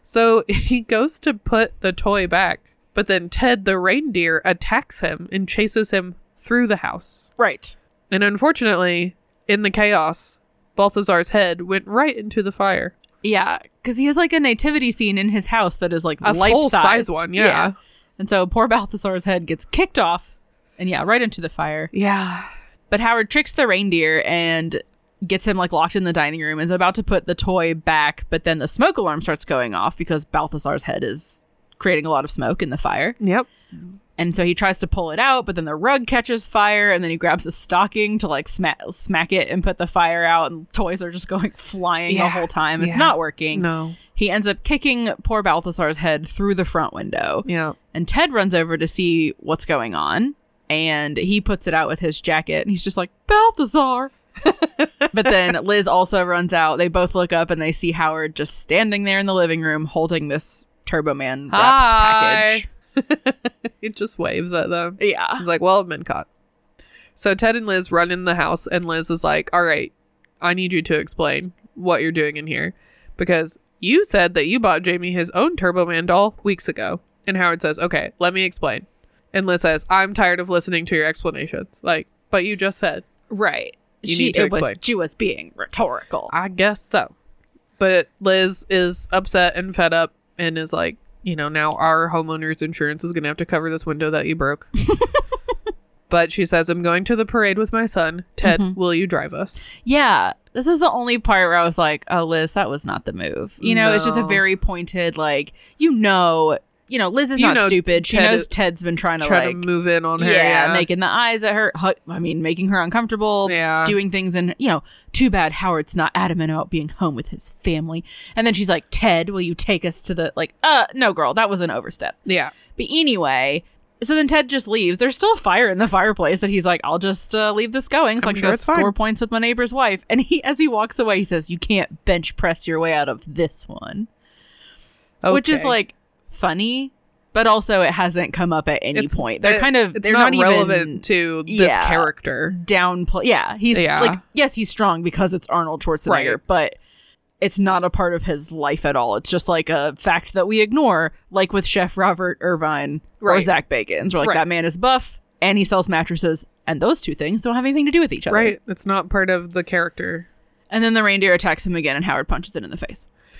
[SPEAKER 2] So he goes to put the toy back, but then Ted the reindeer attacks him and chases him through the house.
[SPEAKER 1] right.
[SPEAKER 2] And unfortunately, in the chaos, Balthazar's head went right into the fire.
[SPEAKER 1] Yeah, because he has like a nativity scene in his house that is like
[SPEAKER 2] A
[SPEAKER 1] life
[SPEAKER 2] full size one, yeah.
[SPEAKER 1] And so poor Balthasar's head gets kicked off and yeah, right into the fire.
[SPEAKER 2] Yeah.
[SPEAKER 1] But Howard tricks the reindeer and gets him like locked in the dining room and is about to put the toy back, but then the smoke alarm starts going off because Balthasar's head is creating a lot of smoke in the fire.
[SPEAKER 2] Yep.
[SPEAKER 1] And so he tries to pull it out, but then the rug catches fire, and then he grabs a stocking to like smack smack it and put the fire out, and toys are just going flying
[SPEAKER 2] Yeah.
[SPEAKER 1] the whole time. It's
[SPEAKER 2] Yeah.
[SPEAKER 1] not working.
[SPEAKER 2] No.
[SPEAKER 1] He ends up kicking poor Balthasar's head through the front window.
[SPEAKER 2] Yeah.
[SPEAKER 1] And Ted runs over to see what's going on. And he puts it out with his jacket and he's just like, Balthazar. but then Liz also runs out. They both look up and they see Howard just standing there in the living room holding this Turbo Man wrapped package.
[SPEAKER 2] It just waves at them.
[SPEAKER 1] Yeah.
[SPEAKER 2] He's like, well, I've been caught. So Ted and Liz run in the house, and Liz is like, all right, I need you to explain what you're doing in here because you said that you bought Jamie his own Turbo Man doll weeks ago. And Howard says, okay, let me explain. And Liz says, I'm tired of listening to your explanations. Like, but you just said,
[SPEAKER 1] Right.
[SPEAKER 2] You
[SPEAKER 1] she
[SPEAKER 2] need to
[SPEAKER 1] it was
[SPEAKER 2] explain.
[SPEAKER 1] she was being rhetorical.
[SPEAKER 2] I guess so. But Liz is upset and fed up and is like, you know, now our homeowner's insurance is going to have to cover this window that you broke. but she says, I'm going to the parade with my son. Ted,
[SPEAKER 1] Mm-hmm.
[SPEAKER 2] will you drive us?
[SPEAKER 1] Yeah. This is the only part where I was like, oh, Liz, that was not the move. You know, it's just a
[SPEAKER 2] No.
[SPEAKER 1] very pointed, like, you know, you know, Liz is
[SPEAKER 2] You
[SPEAKER 1] not
[SPEAKER 2] know
[SPEAKER 1] stupid. She
[SPEAKER 2] Ted
[SPEAKER 1] knows
[SPEAKER 2] is-
[SPEAKER 1] Ted's been trying to,
[SPEAKER 2] Try
[SPEAKER 1] like,
[SPEAKER 2] to move in on her.
[SPEAKER 1] yeah,
[SPEAKER 2] Yeah.
[SPEAKER 1] making the eyes at her. hu- I mean, making her uncomfortable.
[SPEAKER 2] Yeah.
[SPEAKER 1] doing things, and you know, too bad Howard's not adamant about being home with his family. And then she's like, "Ted, will you take us to the like?" Uh, no, girl, that was an overstep.
[SPEAKER 2] yeah.
[SPEAKER 1] But anyway, so then Ted just leaves. There's still a fire in the fireplace that he's like, "I'll just uh, leave this going so
[SPEAKER 2] I'm
[SPEAKER 1] I can
[SPEAKER 2] sure
[SPEAKER 1] go
[SPEAKER 2] it's fine."
[SPEAKER 1] score points with my neighbor's wife." And he, as he walks away, he says, "You can't bench press your way out of this one," which is
[SPEAKER 2] Okay.
[SPEAKER 1] like funny. But also, it hasn't come up at any
[SPEAKER 2] It's-
[SPEAKER 1] point. They're
[SPEAKER 2] it-
[SPEAKER 1] kind of
[SPEAKER 2] it's
[SPEAKER 1] they're
[SPEAKER 2] not,
[SPEAKER 1] not,
[SPEAKER 2] relevant
[SPEAKER 1] even
[SPEAKER 2] to this
[SPEAKER 1] Yeah.
[SPEAKER 2] character.
[SPEAKER 1] downplay. Yeah, he's
[SPEAKER 2] Yeah.
[SPEAKER 1] like, yes, he's strong because it's Arnold Schwarzenegger,
[SPEAKER 2] Right.
[SPEAKER 1] but it's not a part of his life at all. It's just like a fact that we ignore, like with Chef Robert Irvine or
[SPEAKER 2] Right.
[SPEAKER 1] Zach Bacon's. We're like,
[SPEAKER 2] Right.
[SPEAKER 1] that man is buff and he sells mattresses, and those two things don't have anything to do with each other.
[SPEAKER 2] Right. It's not part of the character.
[SPEAKER 1] And then the reindeer attacks him again, and Howard punches it in the face.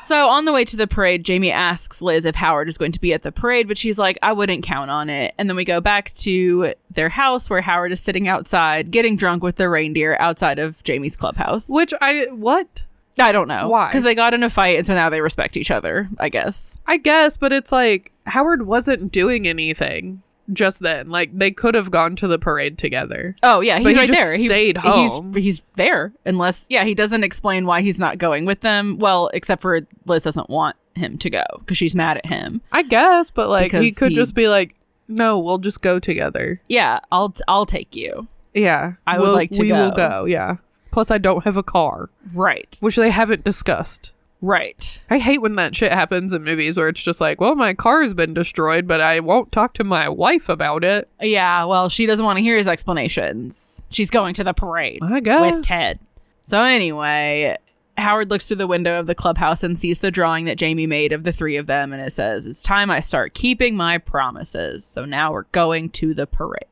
[SPEAKER 1] So on the way to the parade, Jamie asks Liz if Howard is going to be at the parade, but she's like, I wouldn't count on it. And then we go back to their house where Howard is sitting outside, getting drunk with the reindeer outside of Jamie's clubhouse.
[SPEAKER 2] Which I, what?
[SPEAKER 1] I don't know.
[SPEAKER 2] Why?
[SPEAKER 1] Because they got in a fight, and so now they respect each other, I guess.
[SPEAKER 2] I guess, but it's like Howard wasn't doing anything just then. Like they could have gone to the parade together.
[SPEAKER 1] Oh, yeah, he's
[SPEAKER 2] But he
[SPEAKER 1] right
[SPEAKER 2] just
[SPEAKER 1] there.
[SPEAKER 2] stayed home.
[SPEAKER 1] He's, he's there, unless, yeah, he doesn't explain why he's not going with them. Well, except for Liz doesn't want him to go because she's mad at him.
[SPEAKER 2] I guess, but like he
[SPEAKER 1] Because
[SPEAKER 2] could
[SPEAKER 1] he-
[SPEAKER 2] just be like, "No, we'll just go together."
[SPEAKER 1] Yeah, I'll I'll take you.
[SPEAKER 2] Yeah,
[SPEAKER 1] I would
[SPEAKER 2] we'll-
[SPEAKER 1] like to
[SPEAKER 2] We will
[SPEAKER 1] go.
[SPEAKER 2] go. Yeah. Plus, I don't have a car,
[SPEAKER 1] Right.
[SPEAKER 2] which they haven't discussed.
[SPEAKER 1] Right.
[SPEAKER 2] I hate when that shit happens in movies where it's just like, "Well, my car's been destroyed, but I won't talk to my wife about it."
[SPEAKER 1] Yeah, well, she doesn't want to hear his explanations. She's going to the parade
[SPEAKER 2] I guess.
[SPEAKER 1] with Ted. So anyway, Howard looks through the window of the clubhouse and sees the drawing that Jamie made of the three of them and it says, "It's time I start keeping my promises." So now we're going to the parade.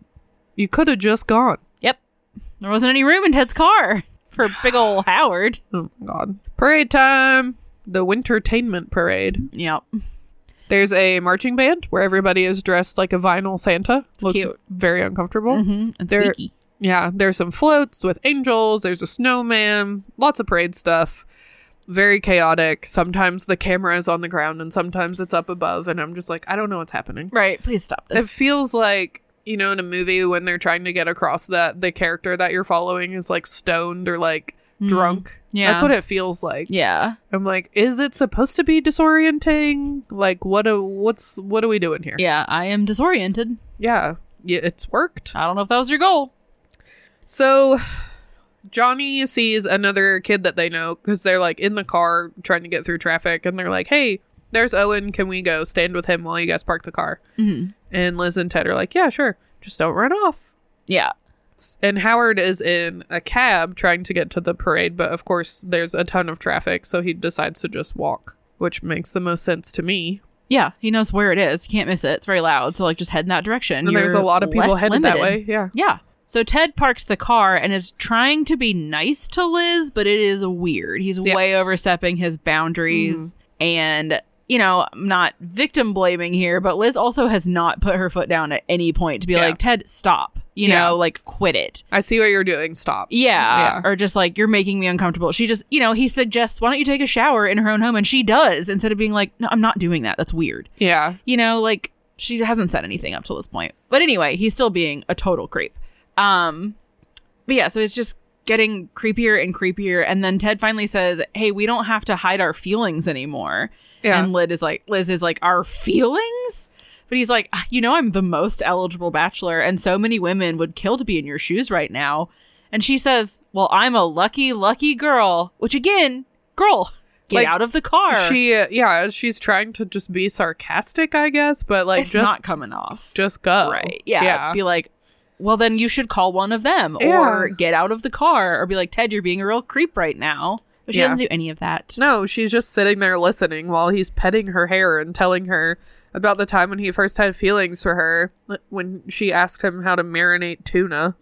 [SPEAKER 2] You could have just gone.
[SPEAKER 1] Yep. There wasn't any room in Ted's car for big ol' Howard.
[SPEAKER 2] Oh my god! Parade time. The wintertainment parade.
[SPEAKER 1] Yep.
[SPEAKER 2] There's a marching band where everybody is dressed like a vinyl Santa. Looks
[SPEAKER 1] cute.
[SPEAKER 2] very uncomfortable.
[SPEAKER 1] Mhm. It's
[SPEAKER 2] There-
[SPEAKER 1] squeaky.
[SPEAKER 2] Yeah, there's some floats with angels. There's a snowman. Lots of parade stuff. Very chaotic. Sometimes the camera is on the ground and sometimes it's up above. And I'm just like, I don't know what's happening.
[SPEAKER 1] Right, please stop
[SPEAKER 2] It
[SPEAKER 1] this.
[SPEAKER 2] feels like, you know, in a movie when they're trying to get across that the character that you're following is like stoned or like drunk.
[SPEAKER 1] Mm-hmm. Yeah.
[SPEAKER 2] That's what it feels like.
[SPEAKER 1] yeah.
[SPEAKER 2] I'm like, is it supposed to be disorienting? Like, what? A, what's what are we doing here?
[SPEAKER 1] Yeah, I am disoriented.
[SPEAKER 2] yeah, yeah, it's worked.
[SPEAKER 1] I don't know if that was your goal.
[SPEAKER 2] So Johnny sees another kid that they know because they're like in the car trying to get through traffic, and they're like, "Hey, there's Owen. Can we go stand with him while you guys park the car?"
[SPEAKER 1] Mhm.
[SPEAKER 2] And Liz and Ted are like, "Yeah, sure. Just don't run off."
[SPEAKER 1] Yeah.
[SPEAKER 2] S- And Howard is in a cab trying to get to the parade, but of course there's a ton of traffic, so he decides to just walk, which makes the most sense to me.
[SPEAKER 1] Yeah, he knows where it is. He can't miss it. It's very loud. So like just head in that direction.
[SPEAKER 2] And there's
[SPEAKER 1] You're
[SPEAKER 2] a lot of people
[SPEAKER 1] less
[SPEAKER 2] headed that way.
[SPEAKER 1] limited.
[SPEAKER 2] Yeah.
[SPEAKER 1] Yeah. So Ted parks the car and is trying to be nice to Liz, but it is weird. He's
[SPEAKER 2] Yeah. Mm-hmm.
[SPEAKER 1] way overstepping his boundaries and you know, I'm not victim blaming here, but Liz also has not put her foot down at any point to be
[SPEAKER 2] Yeah.
[SPEAKER 1] like, Ted, stop. You
[SPEAKER 2] Yeah.
[SPEAKER 1] know, like quit it.
[SPEAKER 2] I see what you're doing. Stop.
[SPEAKER 1] Yeah, Or just like, you're making me uncomfortable. She just, you know, he suggests, why don't you take a shower in her own home? And she does instead of being like, no, I'm not doing that. That's weird.
[SPEAKER 2] Yeah.
[SPEAKER 1] You know, like She hasn't said anything up till this point. But anyway, he's still being a total creep. Um, but yeah, so it's just getting creepier and creepier. And then Ted finally says, Hey, we don't have to hide our feelings anymore.
[SPEAKER 2] Yeah.
[SPEAKER 1] And Liz is like, Liz is like, Our feelings? But he's like, "Ah, You know, I'm the most eligible bachelor, and so many women would kill to be in your shoes right now. And she says, Well, I'm a lucky, lucky girl, which again, girl, get
[SPEAKER 2] Like,
[SPEAKER 1] out of the car.
[SPEAKER 2] She, uh, yeah, she's trying to just be sarcastic, I guess, but like
[SPEAKER 1] it's
[SPEAKER 2] just
[SPEAKER 1] not coming off.
[SPEAKER 2] just go.
[SPEAKER 1] right. Yeah. Be like, well, then you should call one of them or
[SPEAKER 2] Yeah.
[SPEAKER 1] get out of the car or be like, Ted, you're being a real creep right now. But she
[SPEAKER 2] Yeah.
[SPEAKER 1] doesn't do any of that.
[SPEAKER 2] No, she's just sitting there listening while he's petting her hair and telling her about the time when he first had feelings for her uh, when she asked him how to marinate tuna.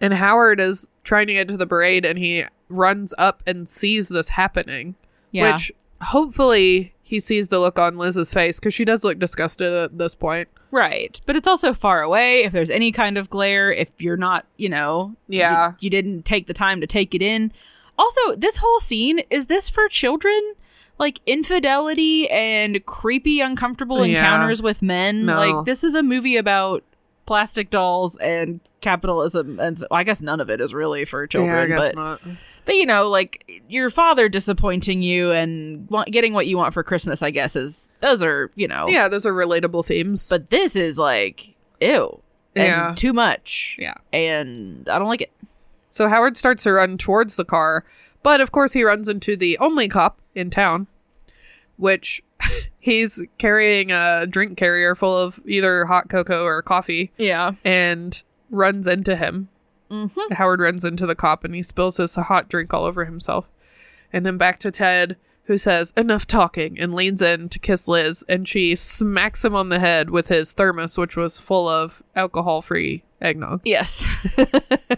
[SPEAKER 2] and Howard is trying to get to the parade and he runs up and sees this happening,
[SPEAKER 1] Yeah.
[SPEAKER 2] which hopefully he sees the look on Liz's face because she does look disgusted at this point.
[SPEAKER 1] right. But it's also far away. If there's any kind of glare, if you're not, you know,
[SPEAKER 2] Yeah.
[SPEAKER 1] you, you didn't take the time to take it in. Also, this whole scene is this for children? Like infidelity and creepy, uncomfortable
[SPEAKER 2] Yeah.
[SPEAKER 1] encounters with men.
[SPEAKER 2] No.
[SPEAKER 1] Like this is a movie about plastic dolls and capitalism, and so, I guess none of it is really for children. but
[SPEAKER 2] not.
[SPEAKER 1] but you know, like your father disappointing you and wa- getting what you want for Christmas, I guess is those are you know.
[SPEAKER 2] Yeah, those are relatable themes.
[SPEAKER 1] But this is like ew and
[SPEAKER 2] Yeah.
[SPEAKER 1] too much.
[SPEAKER 2] Yeah.
[SPEAKER 1] and I don't like it.
[SPEAKER 2] So Howard starts to run towards the car, but of course he runs into the only cop in town, which he's carrying a drink carrier full of either hot cocoa or coffee
[SPEAKER 1] Yeah.
[SPEAKER 2] and runs into him. Mm-hmm. Howard runs into the cop and he spills his hot drink all over himself. And then back to Ted, who says, Enough talking, and leans in to kiss Liz. And she smacks him on the head with his thermos, which was full of alcohol free eggnog.
[SPEAKER 1] Yes.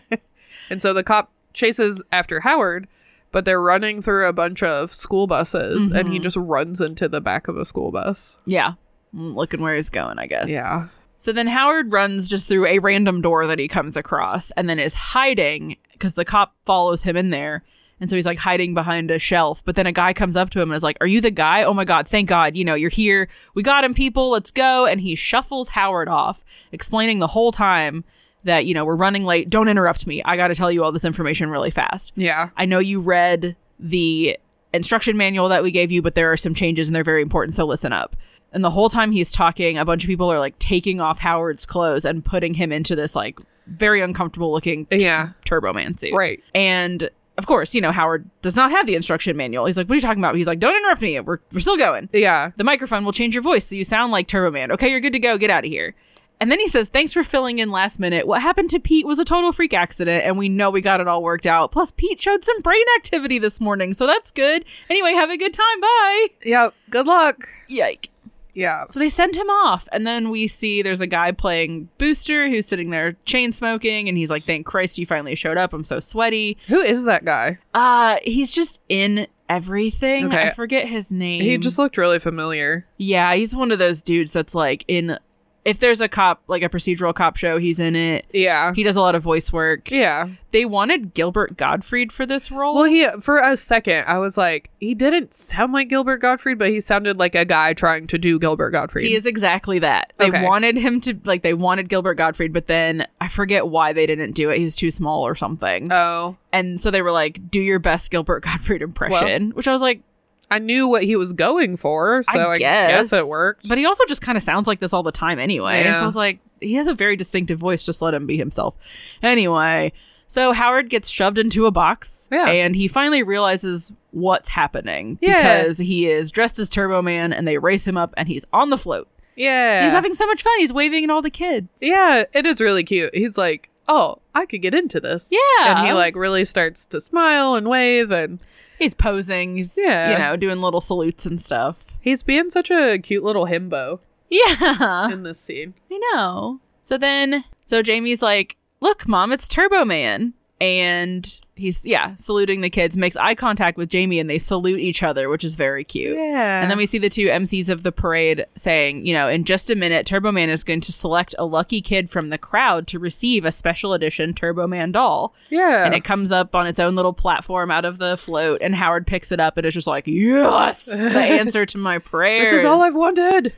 [SPEAKER 2] And so the cop chases after Howard, but they're running through a bunch of school buses and
[SPEAKER 1] Mm-hmm.
[SPEAKER 2] he just runs into the back of a school bus.
[SPEAKER 1] yeah. Mm, Looking where he's going, I guess.
[SPEAKER 2] Yeah.
[SPEAKER 1] So then Howard runs just through a random door that he comes across and then is hiding because the cop follows him in there. And so he's like hiding behind a shelf. But then a guy comes up to him and is like, Are you the guy? Oh my God, thank God. You know, you're here. We got him, people. Let's go. And he shuffles Howard off, explaining the whole time that, you know, we're running late. Don't interrupt me. I got to tell you all this information really fast.
[SPEAKER 2] Yeah.
[SPEAKER 1] I know you read the instruction manual that we gave you, but there are some changes and they're very important. So listen up. And the whole time he's talking, a bunch of people are like taking off Howard's clothes and putting him into this like very uncomfortable looking
[SPEAKER 2] Yeah.
[SPEAKER 1] Turbo Man suit.
[SPEAKER 2] Right.
[SPEAKER 1] And of course, you know, Howard does not have the instruction manual. He's like, What are you talking about? He's like, Don't interrupt me. We're, we're still going.
[SPEAKER 2] Yeah.
[SPEAKER 1] The microphone will change your voice so you sound like Turbo Man. Okay, you're good to go. Get out of here. And then he says, Thanks for filling in last minute. What happened to Pete was a total freak accident, and we know we got it all worked out. Plus, Pete showed some brain activity this morning, so that's good. Anyway, have a good time. Bye.
[SPEAKER 2] Yeah. Good luck.
[SPEAKER 1] Yike.
[SPEAKER 2] Yeah.
[SPEAKER 1] So they send him off, and then we see there's a guy playing Booster who's sitting there chain smoking, and he's like, Thank Christ you finally showed up. I'm so sweaty.
[SPEAKER 2] Who is that guy?
[SPEAKER 1] Uh, he's just in everything.
[SPEAKER 2] Okay.
[SPEAKER 1] I forget his name.
[SPEAKER 2] He just looked really familiar.
[SPEAKER 1] Yeah, he's one of those dudes that's like in if there's a cop like a procedural cop show, he's in it.
[SPEAKER 2] Yeah.
[SPEAKER 1] He does a lot of voice work.
[SPEAKER 2] yeah.
[SPEAKER 1] They wanted Gilbert Gottfried for this role.
[SPEAKER 2] Well, he for a second I was like, he didn't sound like Gilbert Gottfried, but he sounded like a guy trying to do Gilbert Gottfried.
[SPEAKER 1] he is exactly that. They
[SPEAKER 2] Okay.
[SPEAKER 1] wanted him to like they wanted Gilbert Gottfried, but then I forget why they didn't do it. He was too small or something.
[SPEAKER 2] oh,
[SPEAKER 1] and so they were like, "Do your best Gilbert Gottfried impression," which I was like,
[SPEAKER 2] I knew what he was going for, so I, guess. it worked.
[SPEAKER 1] But he also just kind of sounds like this all the time anyway.
[SPEAKER 2] Yeah.
[SPEAKER 1] So I was like, he has a very distinctive voice. Just let him be himself. Anyway, so Howard gets shoved into a box
[SPEAKER 2] Yeah.
[SPEAKER 1] and he finally realizes what's happening
[SPEAKER 2] Yeah.
[SPEAKER 1] because he is dressed as Turbo Man and they race him up and he's on the float.
[SPEAKER 2] yeah,
[SPEAKER 1] He's having so much fun. He's waving at all the kids.
[SPEAKER 2] Yeah, it is really cute. He's like, "Oh, I could get into this."
[SPEAKER 1] Yeah.
[SPEAKER 2] and he like really starts to smile and wave, and
[SPEAKER 1] He's posing. He's,
[SPEAKER 2] Yeah.
[SPEAKER 1] you know, doing little salutes and stuff.
[SPEAKER 2] he's being such a cute little himbo
[SPEAKER 1] Yeah.
[SPEAKER 2] in this scene.
[SPEAKER 1] I know. So then, so Jamie's like, "Look, mom, it's Turbo Man," and he's yeah saluting the kids, makes eye contact with Jamie, and they salute each other, which is very cute.
[SPEAKER 2] Yeah.
[SPEAKER 1] And then we see the two MCs of the parade saying, you know, in just a minute, Turbo Man is going to select a lucky kid from the crowd to receive a special edition Turbo Man doll.
[SPEAKER 2] Yeah,
[SPEAKER 1] And it comes up on its own little platform out of the float, and Howard picks it up and is just like, yes, the answer to my prayers.
[SPEAKER 2] this is all I've wanted.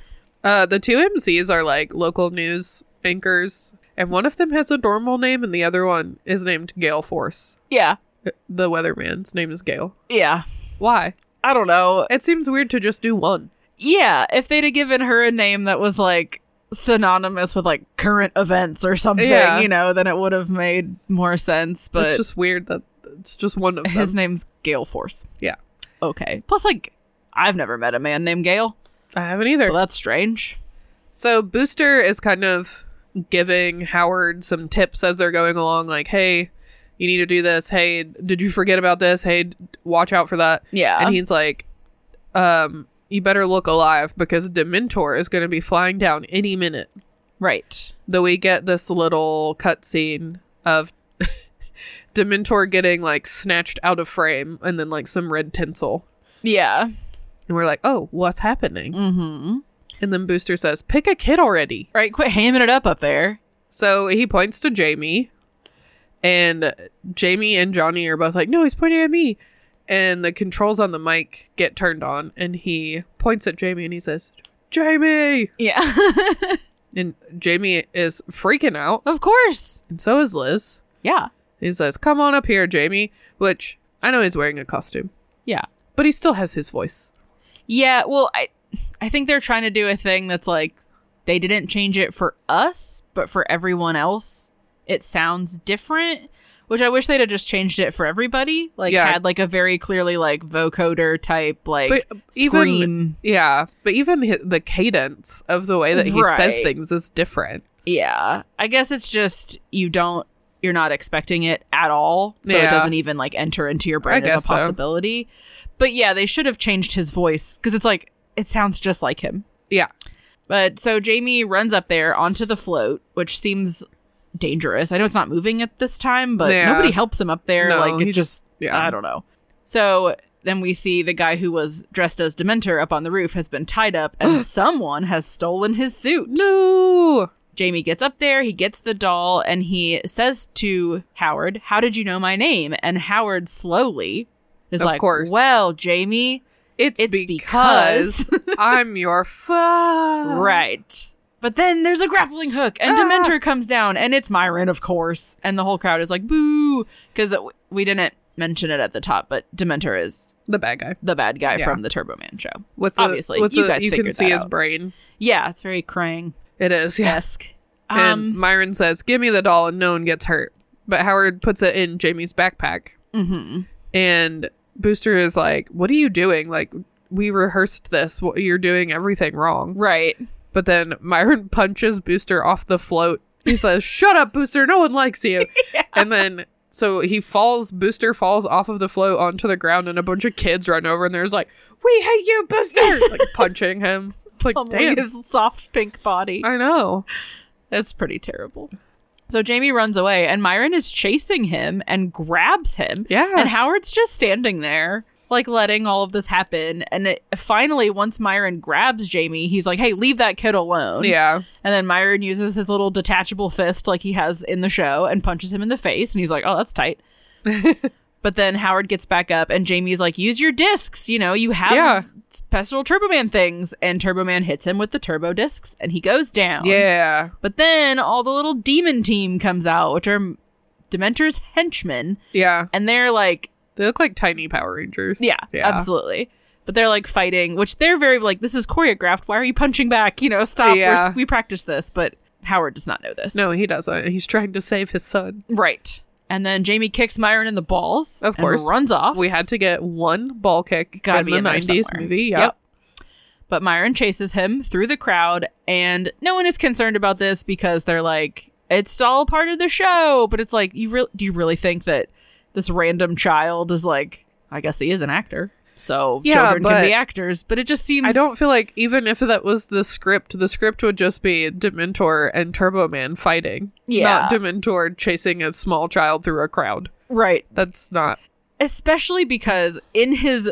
[SPEAKER 2] Uh, the two MCs are like local news anchors, and one of them has a normal name, and the other one is named Gale Force. Uh,
[SPEAKER 1] Yeah.
[SPEAKER 2] The weatherman's name is Gale.
[SPEAKER 1] Yeah.
[SPEAKER 2] Why?
[SPEAKER 1] I don't know.
[SPEAKER 2] It seems weird to just do one.
[SPEAKER 1] Yeah. If they'd have given her a name that was like synonymous with like current events or something,
[SPEAKER 2] Yeah.
[SPEAKER 1] you know, then it would have made more sense. But
[SPEAKER 2] it's just weird that it's just one of them.
[SPEAKER 1] his name's Gale Force.
[SPEAKER 2] Yeah.
[SPEAKER 1] Okay. Plus, like, I've never met a man named Gale,
[SPEAKER 2] I haven't either.
[SPEAKER 1] so that's strange.
[SPEAKER 2] So Booster is kind of giving Howard some tips as they're going along, like, hey, you need to do this. Hey, did you forget about this? Hey, d- watch out for that.
[SPEAKER 1] Yeah.
[SPEAKER 2] And he's like, um, you better look alive because Dementor is going to be flying down any minute.
[SPEAKER 1] Right.
[SPEAKER 2] Though we get this little cutscene of Dementor getting like snatched out of frame and then like some red tinsel.
[SPEAKER 1] Yeah.
[SPEAKER 2] And we're like, oh, what's happening?
[SPEAKER 1] Mm-hmm.
[SPEAKER 2] And then Booster says, pick a kid already.
[SPEAKER 1] Right. Quit hamming it up up there.
[SPEAKER 2] So he points to Jamie, and Jamie and Johnny are both like, "No, he's pointing at me." And the controls on the mic get turned on, and he points at Jamie and he says, "Jamie!"
[SPEAKER 1] Yeah.
[SPEAKER 2] And Jamie is freaking out,
[SPEAKER 1] of course.
[SPEAKER 2] and so is Liz.
[SPEAKER 1] Yeah.
[SPEAKER 2] He says, "Come on up here, Jamie," which I know he's wearing a costume,
[SPEAKER 1] Yeah.
[SPEAKER 2] but he still has his voice.
[SPEAKER 1] Yeah, well, I I think they're trying to do a thing that's like they didn't change it for us, but for everyone else, it sounds different. Which I wish they'd have just changed it for everybody. Like
[SPEAKER 2] Yeah.
[SPEAKER 1] had like a very clearly like vocoder type like
[SPEAKER 2] But even-
[SPEAKER 1] scream.
[SPEAKER 2] Yeah, but even hi- the cadence of the way that he says
[SPEAKER 1] Right.
[SPEAKER 2] things is different.
[SPEAKER 1] yeah, I guess it's just you don't you're not expecting it at all, so
[SPEAKER 2] Yeah.
[SPEAKER 1] it doesn't even like enter into your brain as
[SPEAKER 2] guess
[SPEAKER 1] a
[SPEAKER 2] so.
[SPEAKER 1] possibility. But yeah, they should have changed his voice because it's like it sounds just like him.
[SPEAKER 2] Yeah,
[SPEAKER 1] But so Jamie runs up there onto the float, which seems dangerous. I know it's not moving at this time, but
[SPEAKER 2] Yeah.
[SPEAKER 1] nobody helps him up there.
[SPEAKER 2] No,
[SPEAKER 1] like
[SPEAKER 2] he
[SPEAKER 1] it just,
[SPEAKER 2] yeah.
[SPEAKER 1] I don't know. So then we see the guy who was dressed as Dementor up on the roof has been tied up, and someone has stolen his suit.
[SPEAKER 2] no.
[SPEAKER 1] Jamie gets up there, he gets the doll, and he says to Howard, How did you know my name? And Howard slowly is
[SPEAKER 2] Of
[SPEAKER 1] like,
[SPEAKER 2] course.
[SPEAKER 1] Well, Jamie,
[SPEAKER 2] It's,
[SPEAKER 1] It's
[SPEAKER 2] because, I'm your fa.
[SPEAKER 1] Right. But then there's a grappling hook and
[SPEAKER 2] Ah.
[SPEAKER 1] Dementor comes down and it's Myron, of course. And the whole crowd is like, boo. Because we didn't mention it at the top, but Dementor is
[SPEAKER 2] The bad guy.
[SPEAKER 1] the bad guy
[SPEAKER 2] Yeah.
[SPEAKER 1] from the Turbo Man show.
[SPEAKER 2] With the,
[SPEAKER 1] Obviously,
[SPEAKER 2] with
[SPEAKER 1] you
[SPEAKER 2] the,
[SPEAKER 1] guys
[SPEAKER 2] you can
[SPEAKER 1] figured
[SPEAKER 2] see
[SPEAKER 1] that
[SPEAKER 2] his
[SPEAKER 1] out.
[SPEAKER 2] brain.
[SPEAKER 1] Yeah, it's very Krang
[SPEAKER 2] It is, yeah.
[SPEAKER 1] esque.
[SPEAKER 2] and
[SPEAKER 1] Um,
[SPEAKER 2] Myron says, "Give me the doll," and no one gets hurt. But Howard puts it in Jamie's backpack,
[SPEAKER 1] mhm.
[SPEAKER 2] and Booster is like, "What are you doing? Like, we rehearsed this. What you're doing everything wrong."
[SPEAKER 1] Right.
[SPEAKER 2] But then Myron punches Booster off the float. He says, "Shut up, Booster. No one likes you." And then. So he falls, Booster falls off of the float onto the ground, and a bunch of kids run over and there's like, We hate you, Booster! like punching him. It's like,
[SPEAKER 1] Pummeling
[SPEAKER 2] damn.
[SPEAKER 1] his soft pink body.
[SPEAKER 2] I know.
[SPEAKER 1] That's pretty terrible. So Jamie runs away and Myron is chasing him and grabs him.
[SPEAKER 2] Yeah.
[SPEAKER 1] And Howard's just standing there, like letting all of this happen. And it, finally, once Myron grabs Jamie, he's like, hey, leave that kid alone.
[SPEAKER 2] Yeah.
[SPEAKER 1] And then Myron uses his little detachable fist, like he has in the show, and punches him in the face. And he's like, oh, that's tight. but then Howard gets back up and Jamie's like, use your discs. You know, you have
[SPEAKER 2] Yeah.
[SPEAKER 1] special Turbo Man things. And Turbo Man hits him with the turbo discs and he goes down.
[SPEAKER 2] Yeah.
[SPEAKER 1] But then all the little demon team comes out, which are Dementor's henchmen,
[SPEAKER 2] Yeah.
[SPEAKER 1] and they're like,
[SPEAKER 2] They look like tiny Power Rangers.
[SPEAKER 1] yeah, absolutely. But they're like fighting, which they're very like, this is choreographed. Why are you punching back? You know, stop. We're-
[SPEAKER 2] Yeah.
[SPEAKER 1] we practiced this, but Howard does not know this.
[SPEAKER 2] No, he doesn't. He's trying to save his son.
[SPEAKER 1] right. And then Jamie kicks Myron in the balls.
[SPEAKER 2] Of
[SPEAKER 1] and
[SPEAKER 2] course.
[SPEAKER 1] runs off.
[SPEAKER 2] We had to get one ball kick
[SPEAKER 1] Gotta
[SPEAKER 2] in
[SPEAKER 1] be
[SPEAKER 2] the
[SPEAKER 1] in there
[SPEAKER 2] 90s
[SPEAKER 1] somewhere.
[SPEAKER 2] movie. Yeah.
[SPEAKER 1] Yep. But Myron chases him through the crowd, and no one is concerned about this because they're like, it's all part of the show. But it's like, you really do you really think that this random child is like, I guess he is an actor, so
[SPEAKER 2] Yeah,
[SPEAKER 1] children can
[SPEAKER 2] but-
[SPEAKER 1] be actors. But it just seems
[SPEAKER 2] I don't feel like even if that was the script, the script would just be Dementor and Turbo Man fighting.
[SPEAKER 1] Yeah.
[SPEAKER 2] Not Dementor chasing a small child through a crowd.
[SPEAKER 1] right,
[SPEAKER 2] That's not.
[SPEAKER 1] especially because in his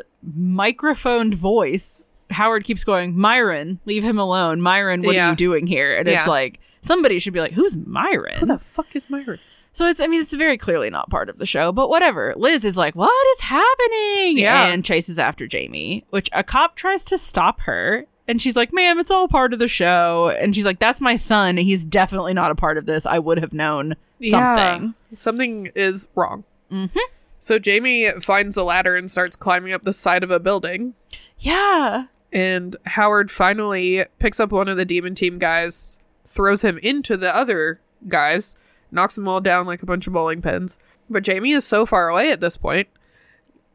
[SPEAKER 1] microphoned voice, Howard keeps going, Myron, leave him alone. Myron, what are
[SPEAKER 2] Yeah.
[SPEAKER 1] you doing here? And
[SPEAKER 2] Yeah.
[SPEAKER 1] it's like somebody should be like, who's Myron?
[SPEAKER 2] Who the fuck is Myron?
[SPEAKER 1] So it's, I mean, it's very clearly not part of the show, but whatever. Liz is like, what is happening?
[SPEAKER 2] Yeah.
[SPEAKER 1] And chases after Jamie, which a cop tries to stop her. And she's like, ma'am, it's all part of the show. And she's like, that's my son. He's definitely not a part of this. I would have known something.
[SPEAKER 2] Yeah, something is wrong. Mm-hmm. So Jamie finds a ladder and starts climbing up the side of a building.
[SPEAKER 1] Yeah.
[SPEAKER 2] And Howard finally picks up one of the demon team guys, throws him into the other guys, knocks them all down like a bunch of bowling pins. But Jamie is so far away at this point.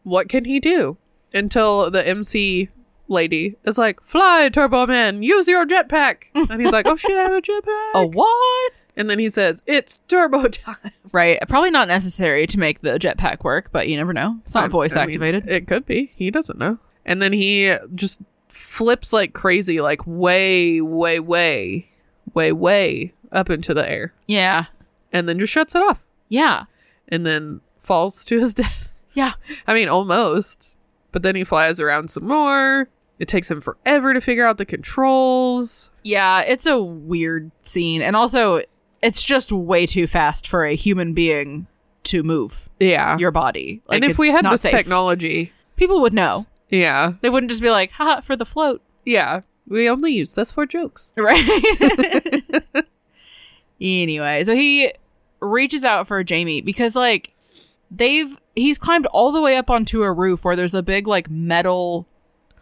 [SPEAKER 2] What can he do? Until the MC lady is like, Fly, Turbo Man, use your jetpack. And he's like, Oh shit, I have a jetpack.
[SPEAKER 1] A what?
[SPEAKER 2] And then he says, It's turbo time.
[SPEAKER 1] Right. Probably not necessary to make the jetpack work, but you never know. It's not voice
[SPEAKER 2] I mean,
[SPEAKER 1] activated.
[SPEAKER 2] it could be. He doesn't know. And then he just flips like crazy, like way, way, way, way, way up into the air.
[SPEAKER 1] yeah.
[SPEAKER 2] And then just shuts it off.
[SPEAKER 1] Yeah.
[SPEAKER 2] And then falls to his death.
[SPEAKER 1] Yeah.
[SPEAKER 2] I mean, almost. But then he flies around some more. It takes him forever to figure out the controls.
[SPEAKER 1] Yeah. It's a weird scene. And also, it's just way too fast for a human being to move
[SPEAKER 2] Yeah.
[SPEAKER 1] your body. Like,
[SPEAKER 2] Ah. and if we
[SPEAKER 1] it's
[SPEAKER 2] had
[SPEAKER 1] not
[SPEAKER 2] this
[SPEAKER 1] safe.
[SPEAKER 2] technology,
[SPEAKER 1] people would know.
[SPEAKER 2] yeah.
[SPEAKER 1] They wouldn't just be like, haha, for the float.
[SPEAKER 2] Yeah. We only use this for jokes.
[SPEAKER 1] Right. anyway, so he reaches out for Jamie because like they've he's climbed all the way up onto a roof where there's a big like metal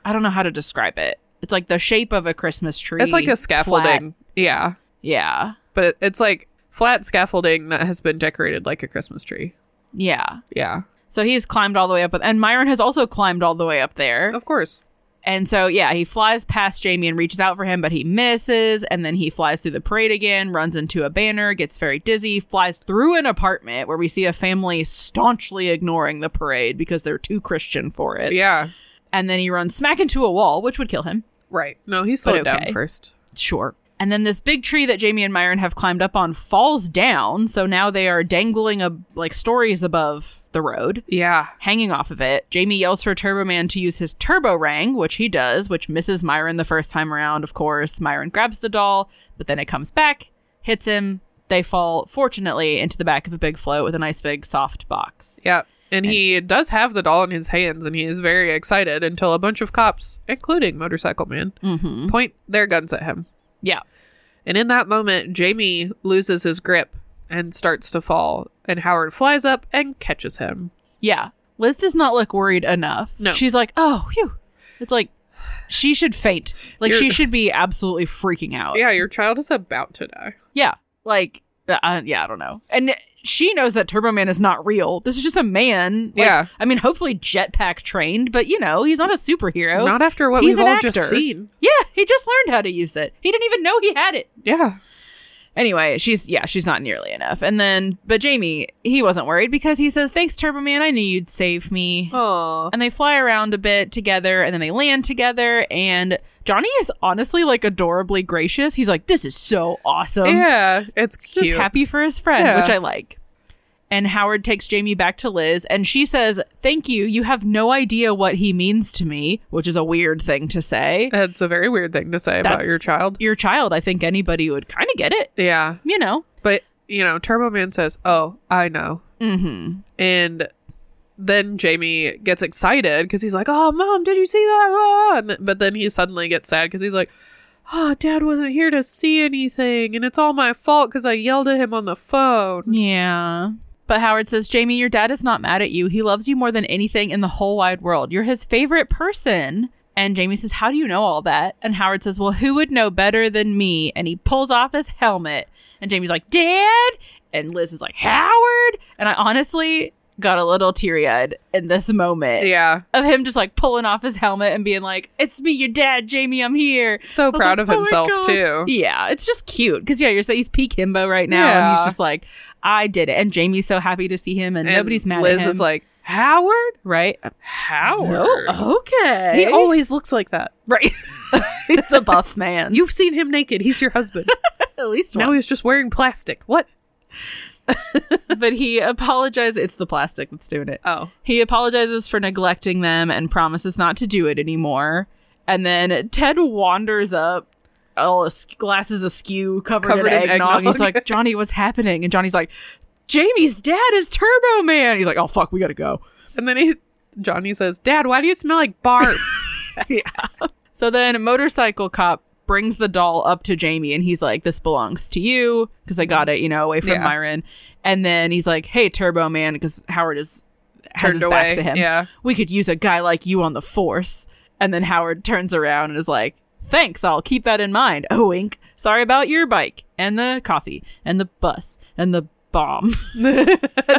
[SPEAKER 1] I don't know how to describe it. It's like the shape of a Christmas tree.
[SPEAKER 2] It's like a
[SPEAKER 1] flat.
[SPEAKER 2] scaffolding. Yeah.
[SPEAKER 1] Yeah.
[SPEAKER 2] But it, it's like flat scaffolding that has been decorated like a Christmas tree.
[SPEAKER 1] Yeah.
[SPEAKER 2] Yeah.
[SPEAKER 1] So he's climbed all the way up and Myron has also climbed all the way up there.
[SPEAKER 2] Of course.
[SPEAKER 1] And so, yeah, he flies past Jamie and reaches out for him, but he misses. And then he flies through the parade again, runs into a banner, gets very dizzy, flies through an apartment where we see a family staunchly ignoring the parade because they're too Christian for it.
[SPEAKER 2] Yeah.
[SPEAKER 1] And then he runs smack into a wall, which would kill him.
[SPEAKER 2] Right. No, he slowed
[SPEAKER 1] okay.
[SPEAKER 2] down first.
[SPEAKER 1] Sure. And then this big tree that Jamie and Myron have climbed up on falls down. So now they are dangling a, like stories above the road.
[SPEAKER 2] Yeah.
[SPEAKER 1] hanging off of it. Jamie yells for Turbo Man to use his turbo ring, which he does, which misses Myron the first time around, of course. Myron grabs the doll, but then it comes back, hits him. They fall, fortunately, into the back of a big float with a nice big soft box.
[SPEAKER 2] Yeah. And he does have the doll in his hands and he is very excited until a bunch of cops, including Motorcycle Man,
[SPEAKER 1] Mm-hmm.
[SPEAKER 2] point their guns at him.
[SPEAKER 1] Yeah.
[SPEAKER 2] And in that moment, Jamie loses his grip and starts to fall. And Howard flies up and catches him.
[SPEAKER 1] Yeah. Liz does not look worried enough.
[SPEAKER 2] No.
[SPEAKER 1] She's like, oh, phew. It's like, she should faint. Like, she
[SPEAKER 2] You're-
[SPEAKER 1] should be absolutely freaking out.
[SPEAKER 2] Yeah, your child is about to die.
[SPEAKER 1] Yeah. Like, uh, yeah, I don't know. And she knows that Turbo Man is not real. This is just a man. Like,
[SPEAKER 2] Yeah.
[SPEAKER 1] I mean, hopefully jetpack trained, but you know, he's not a superhero.
[SPEAKER 2] Not after what
[SPEAKER 1] He's
[SPEAKER 2] we've
[SPEAKER 1] an
[SPEAKER 2] all
[SPEAKER 1] actor.
[SPEAKER 2] just seen.
[SPEAKER 1] Yeah, he just learned how to use it. He didn't even know he had it.
[SPEAKER 2] Yeah.
[SPEAKER 1] Anyway, she's yeah, she's not nearly enough. And then, but Jamie, he wasn't worried because he says, "Thanks, Turbo Man. I knew you'd save me."
[SPEAKER 2] Aw.
[SPEAKER 1] And they fly around a bit together, and then they land together. And Johnny is honestly like adorably gracious. He's like, "This is so awesome."
[SPEAKER 2] yeah, it's
[SPEAKER 1] just
[SPEAKER 2] cute.
[SPEAKER 1] happy for his friend,
[SPEAKER 2] Yeah.
[SPEAKER 1] which I like. And Howard takes Jamie back to Liz, and she says, Thank you. You have no idea what he means to me, which is a weird thing to say.
[SPEAKER 2] It's a very weird thing to say about your
[SPEAKER 1] That's
[SPEAKER 2] child.
[SPEAKER 1] Your child. I think anybody would kind of get it,
[SPEAKER 2] yeah.
[SPEAKER 1] you know?
[SPEAKER 2] But, you know, Turbo Man says, Oh, I know.
[SPEAKER 1] Mm-hmm.
[SPEAKER 2] And then Jamie gets excited because he's like, "Oh, mom, did you see that?" Ah," and th- but then he suddenly gets sad because he's like, "Oh, dad wasn't here to see anything, and it's all my fault because I yelled at him on the phone."
[SPEAKER 1] Yeah. But Howard says, Jamie, your dad is not mad at you. He loves you more than anything in the whole wide world. You're his favorite person. And Jamie says, How do you know all that? And Howard says, Well, who would know better than me? And he pulls off his helmet. And Jamie's like, Dad. And Liz is like, Howard. And I honestly got a little teary eyed in this moment
[SPEAKER 2] Yeah,
[SPEAKER 1] of him just like pulling off his helmet and being like, It's me, your dad, Jamie. I'm here.
[SPEAKER 2] So
[SPEAKER 1] I was
[SPEAKER 2] proud of
[SPEAKER 1] "Oh my
[SPEAKER 2] himself,
[SPEAKER 1] God."
[SPEAKER 2] too.
[SPEAKER 1] Yeah, it's just cute because yeah, you're saying he's peak himbo right now, and
[SPEAKER 2] Yeah.
[SPEAKER 1] he's just like, I did it, and Jamie's so happy to see him, and,
[SPEAKER 2] And
[SPEAKER 1] nobody's mad
[SPEAKER 2] Liz
[SPEAKER 1] at him.
[SPEAKER 2] is like, "Howard,
[SPEAKER 1] right?
[SPEAKER 2] Howard."
[SPEAKER 1] Oh, okay.
[SPEAKER 2] He always looks like that.
[SPEAKER 1] right. he's a buff man.
[SPEAKER 2] You've seen him naked. He's your husband.
[SPEAKER 1] at least
[SPEAKER 2] now he's just wearing plastic. What?
[SPEAKER 1] but he apologizes. It's the plastic that's doing it.
[SPEAKER 2] Oh.
[SPEAKER 1] He apologizes for neglecting them and promises not to do it anymore. And then Ted wanders up, all his glasses askew, covered,
[SPEAKER 2] Covered
[SPEAKER 1] in,
[SPEAKER 2] in
[SPEAKER 1] eggnog. He's
[SPEAKER 2] eggnog.
[SPEAKER 1] like, Johnny, what's happening? And Johnny's like, Jamie's dad is Turbo Man. He's like, oh, fuck, we gotta go.
[SPEAKER 2] And then he, Johnny says, "Dad, why do you smell like barf?"
[SPEAKER 1] So then motorcycle cop brings the doll up to Jamie and he's like, This belongs to you because I got it, you know, away from
[SPEAKER 2] Mm-hmm. Yeah.
[SPEAKER 1] Myron. And then he's like, Hey, Turbo Man, because Howard is has
[SPEAKER 2] Turned
[SPEAKER 1] his
[SPEAKER 2] away,
[SPEAKER 1] back to him.
[SPEAKER 2] yeah.
[SPEAKER 1] We could use a guy like you on the force. And then Howard turns around and is like, Thanks, I'll keep that in mind. Oh wink. Sorry about your bike and the coffee and the bus and the bomb. and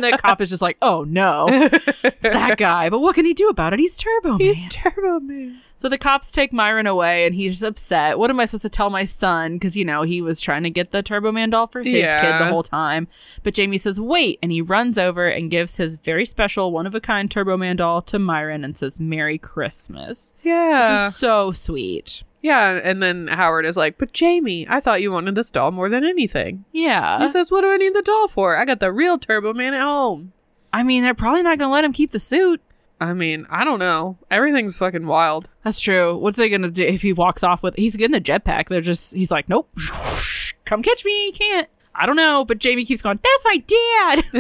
[SPEAKER 1] the cop is just like, Oh no. It's that guy. But what can he do about it? He's Turbo Man.
[SPEAKER 2] He's Turbo Man.
[SPEAKER 1] So the cops take Myron away and he's upset. What am I supposed to tell my son? Because, you know, he was trying to get the Turbo Man doll for his
[SPEAKER 2] Yeah.
[SPEAKER 1] kid the whole time. But Jamie says, wait. And he runs over and gives his very special, one of a kind Turbo Man doll to Myron and says, Merry Christmas. Which
[SPEAKER 2] Yeah.
[SPEAKER 1] is so sweet.
[SPEAKER 2] yeah. And then Howard is like, But Jamie, I thought you wanted this doll more than anything.
[SPEAKER 1] Yeah.
[SPEAKER 2] he says, What do I need the doll for? I got the real Turbo Man at home.
[SPEAKER 1] I mean, they're probably not going to let him keep the suit.
[SPEAKER 2] I mean, I don't know. Everything's fucking wild.
[SPEAKER 1] That's true. What's they going to do if he walks off with He's getting the jetpack. They're just, he's like, nope. Come catch me. You can't. I don't know. But Jamie keeps going, that's my dad.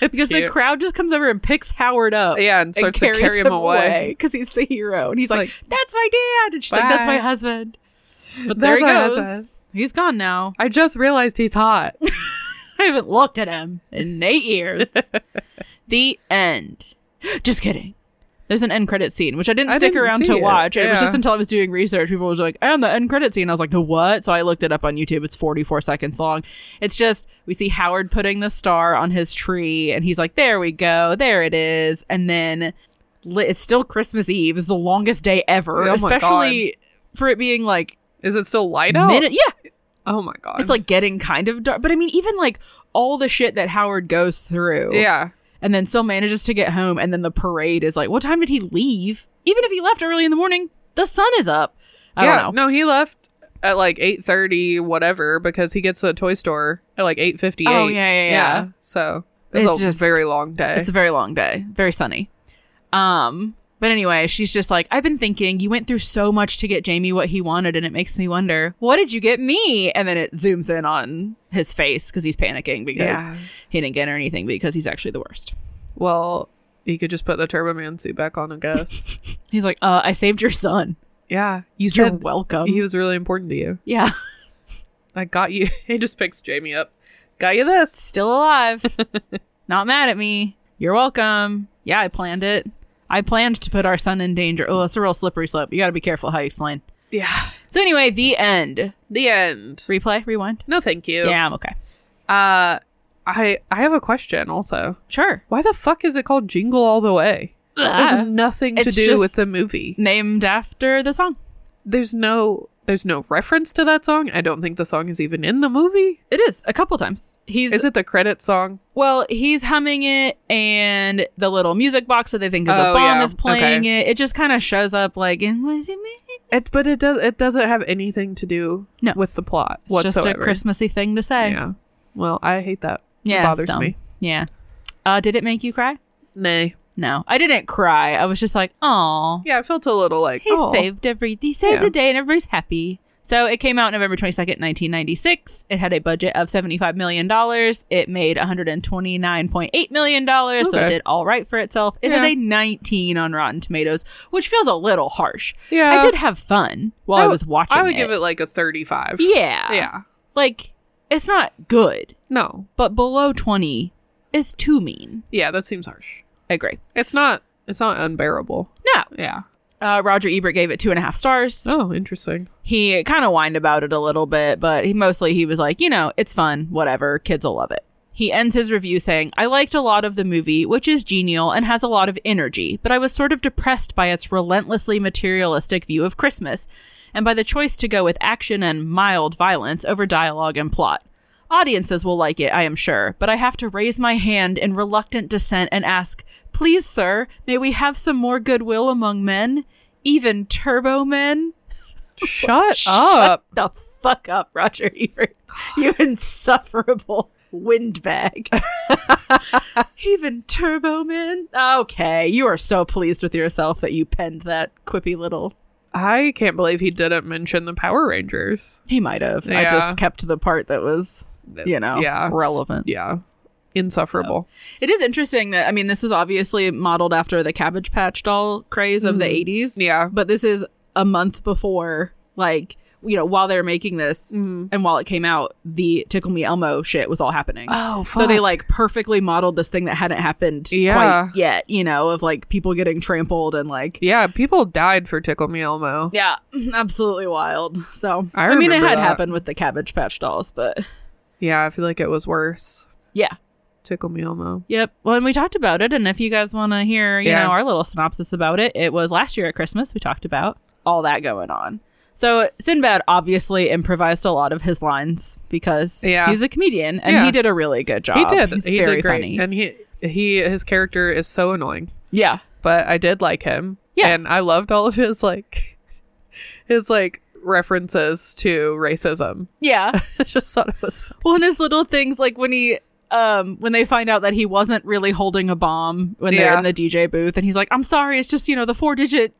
[SPEAKER 1] because the
[SPEAKER 2] cute.
[SPEAKER 1] crowd just comes over and picks Howard up.
[SPEAKER 2] Yeah, and starts to carry him away.
[SPEAKER 1] because he's the hero, and he's like,
[SPEAKER 2] Like,
[SPEAKER 1] "That's my dad," and she's like, "That's
[SPEAKER 2] bye.
[SPEAKER 1] my husband." But
[SPEAKER 2] That's
[SPEAKER 1] there he
[SPEAKER 2] my
[SPEAKER 1] goes.
[SPEAKER 2] husband.
[SPEAKER 1] He's gone now.
[SPEAKER 2] I just realized he's hot.
[SPEAKER 1] I haven't looked at him in eight years. the end. Just kidding. There's an end credit scene, which I didn't
[SPEAKER 2] I
[SPEAKER 1] stick
[SPEAKER 2] didn't
[SPEAKER 1] around
[SPEAKER 2] see
[SPEAKER 1] to
[SPEAKER 2] it.
[SPEAKER 1] watch. It was
[SPEAKER 2] Yeah.
[SPEAKER 1] just until I was doing research, people were like, and the end credit scene. I was like, the what? So I looked it up on YouTube. It's 44 seconds long. It's just, we see Howard putting the star on his tree, and he's like, there we go. There it is. And then li- it's still Christmas Eve. It's the longest day ever,
[SPEAKER 2] Oh my
[SPEAKER 1] especially for it being like,
[SPEAKER 2] Is it still light out?
[SPEAKER 1] minute. Yeah.
[SPEAKER 2] Oh my god.
[SPEAKER 1] It's like getting kind of dark. But I mean, even like all the shit that Howard goes through.
[SPEAKER 2] Yeah.
[SPEAKER 1] And then still manages to get home. And then the parade is like, what time did he leave? Even if he left early in the morning, the sun is up. I
[SPEAKER 2] yeah.
[SPEAKER 1] don't know.
[SPEAKER 2] No, he left at like eight thirty, whatever, because he gets to the toy store at like eight fifty eight.
[SPEAKER 1] Oh, yeah, yeah, yeah.
[SPEAKER 2] So it's,
[SPEAKER 1] It's
[SPEAKER 2] a
[SPEAKER 1] just-
[SPEAKER 2] very long day.
[SPEAKER 1] It's a very long day, very sunny. Um, but anyway, she's just like, I've been thinking you went through so much to get Jamie what he wanted, and it makes me wonder, what did you get me? And then it zooms in on his face because he's panicking because
[SPEAKER 2] Yeah.
[SPEAKER 1] he didn't get her anything because he's actually the worst.
[SPEAKER 2] well, you could just put the Turbo Man suit back on, I guess.
[SPEAKER 1] He's like, uh, I saved your son.
[SPEAKER 2] yeah. You
[SPEAKER 1] You're
[SPEAKER 2] said
[SPEAKER 1] welcome.
[SPEAKER 2] he was really important to you.
[SPEAKER 1] yeah.
[SPEAKER 2] I got you. he just picks Jamie up. Got you this.
[SPEAKER 1] Still alive. Not mad at me. You're welcome. Yeah, I planned it. I planned to put our son in danger. Oh, that's a real slippery slope. You got to be careful how you explain.
[SPEAKER 2] Yeah.
[SPEAKER 1] So, anyway, the end.
[SPEAKER 2] The end.
[SPEAKER 1] Replay, rewind.
[SPEAKER 2] No, thank you.
[SPEAKER 1] Yeah, I'm okay.
[SPEAKER 2] Uh, I I have a question also.
[SPEAKER 1] Sure.
[SPEAKER 2] Why the fuck is it called Jingle All the Way? It
[SPEAKER 1] Ah.
[SPEAKER 2] has nothing to
[SPEAKER 1] It's
[SPEAKER 2] do with
[SPEAKER 1] just-
[SPEAKER 2] the movie.
[SPEAKER 1] Named after the song.
[SPEAKER 2] There's no there's no reference to that song. I don't think the song is even in the movie.
[SPEAKER 1] It is a couple times. He's
[SPEAKER 2] Is it the credit song?
[SPEAKER 1] well, he's humming it, and the little music box that they think is a
[SPEAKER 2] Oh,
[SPEAKER 1] bomb
[SPEAKER 2] yeah.
[SPEAKER 1] is playing
[SPEAKER 2] Okay.
[SPEAKER 1] it. It just kind of shows up like, and was it me?
[SPEAKER 2] It but it does it doesn't have anything to do
[SPEAKER 1] No.
[SPEAKER 2] with the plot
[SPEAKER 1] It's
[SPEAKER 2] whatsoever.
[SPEAKER 1] just a Christmassy thing to say.
[SPEAKER 2] Yeah. Well, I hate that.
[SPEAKER 1] Yeah,
[SPEAKER 2] it
[SPEAKER 1] it's
[SPEAKER 2] bothers
[SPEAKER 1] dumb.
[SPEAKER 2] me.
[SPEAKER 1] Yeah. Uh, did it make you cry?
[SPEAKER 2] Nay.
[SPEAKER 1] No, I didn't cry. I was just like, "Aw,
[SPEAKER 2] Yeah, it felt a little like
[SPEAKER 1] he
[SPEAKER 2] oh.
[SPEAKER 1] saved every he saved
[SPEAKER 2] Yeah.
[SPEAKER 1] the day, and everybody's happy." So it came out November twenty second, nineteen ninety six. It had a budget of seventy five million dollars. It made one hundred and twenty nine point eight million dollars. So it
[SPEAKER 2] Okay.
[SPEAKER 1] did all right for itself. It has
[SPEAKER 2] Yeah.
[SPEAKER 1] a nineteen on Rotten Tomatoes, which feels a little harsh.
[SPEAKER 2] Yeah.
[SPEAKER 1] I did have fun while I,
[SPEAKER 2] w-
[SPEAKER 1] was watching.
[SPEAKER 2] I would give it like a 35.
[SPEAKER 1] yeah,
[SPEAKER 2] Yeah.
[SPEAKER 1] Like it's not good,
[SPEAKER 2] No.
[SPEAKER 1] but below twenty is too mean.
[SPEAKER 2] Yeah, that seems harsh.
[SPEAKER 1] I agree.
[SPEAKER 2] It's not it's not unbearable.
[SPEAKER 1] No,
[SPEAKER 2] Yeah.
[SPEAKER 1] uh, Roger Ebert gave it two and a half stars.
[SPEAKER 2] Oh, interesting.
[SPEAKER 1] he kind of whined about it a little bit, but he mostly he was like, you know, it's fun, whatever, kids will love it. He ends his review saying, I liked a lot of the movie, which is genial and has a lot of energy, but I was sort of depressed by its relentlessly materialistic view of Christmas and by the choice to go with action and mild violence over dialogue and plot. Audiences will like it, I am sure, but I have to raise my hand in reluctant dissent and ask, please, sir, may we have some more goodwill among men? Even turbo men?
[SPEAKER 2] Shut up.
[SPEAKER 1] the fuck up, Roger Ebert. You insufferable windbag. Even Turbo Man. Okay, you are so pleased with yourself that you penned that quippy little.
[SPEAKER 2] I can't believe he didn't mention the Power Rangers.
[SPEAKER 1] He might have. I
[SPEAKER 2] Yeah.
[SPEAKER 1] just kept the part that was, you know,
[SPEAKER 2] yeah.
[SPEAKER 1] relevant.
[SPEAKER 2] Yeah. Insufferable.
[SPEAKER 1] It is interesting that I mean, this was obviously modeled after the Cabbage Patch doll craze of the '80s.
[SPEAKER 2] Mm-hmm. Yeah.
[SPEAKER 1] but this is a month before, like, you know, while they were making this
[SPEAKER 2] Mm-hmm.
[SPEAKER 1] and while it came out, the Tickle Me Elmo shit was all happening.
[SPEAKER 2] Oh,
[SPEAKER 1] So they
[SPEAKER 2] fuck.
[SPEAKER 1] like perfectly modeled this thing that hadn't happened
[SPEAKER 2] Yeah.
[SPEAKER 1] quite yet, you know, of like people getting trampled and like
[SPEAKER 2] Yeah, people died for Tickle Me Elmo.
[SPEAKER 1] yeah, absolutely wild. So
[SPEAKER 2] I
[SPEAKER 1] mean, it
[SPEAKER 2] remember
[SPEAKER 1] had
[SPEAKER 2] that.
[SPEAKER 1] happened with the Cabbage Patch Dolls, but
[SPEAKER 2] Yeah, I feel like it was worse.
[SPEAKER 1] yeah,
[SPEAKER 2] Tickle Me Elmo.
[SPEAKER 1] Yep. Well, and we talked about it. And if you guys want to hear, you
[SPEAKER 2] Yeah.
[SPEAKER 1] know, our little synopsis about it, it was last year at Christmas. We talked about all that going on. So Sinbad obviously improvised a lot of his lines because
[SPEAKER 2] Yeah.
[SPEAKER 1] he's a comedian and
[SPEAKER 2] Yeah.
[SPEAKER 1] he did a really good job.
[SPEAKER 2] He did.
[SPEAKER 1] He's
[SPEAKER 2] he
[SPEAKER 1] very
[SPEAKER 2] did great.
[SPEAKER 1] funny.
[SPEAKER 2] And he he his character is so annoying,
[SPEAKER 1] yeah.
[SPEAKER 2] but I did like him.
[SPEAKER 1] Yeah.
[SPEAKER 2] And I loved all of his like his like references to racism.
[SPEAKER 1] Yeah.
[SPEAKER 2] I just thought it was fun.
[SPEAKER 1] well, and his little things like when he um when they find out that he wasn't really holding a bomb when they're
[SPEAKER 2] Yeah.
[SPEAKER 1] in the DJ booth and he's like, I'm sorry, it's just, you know, the four digit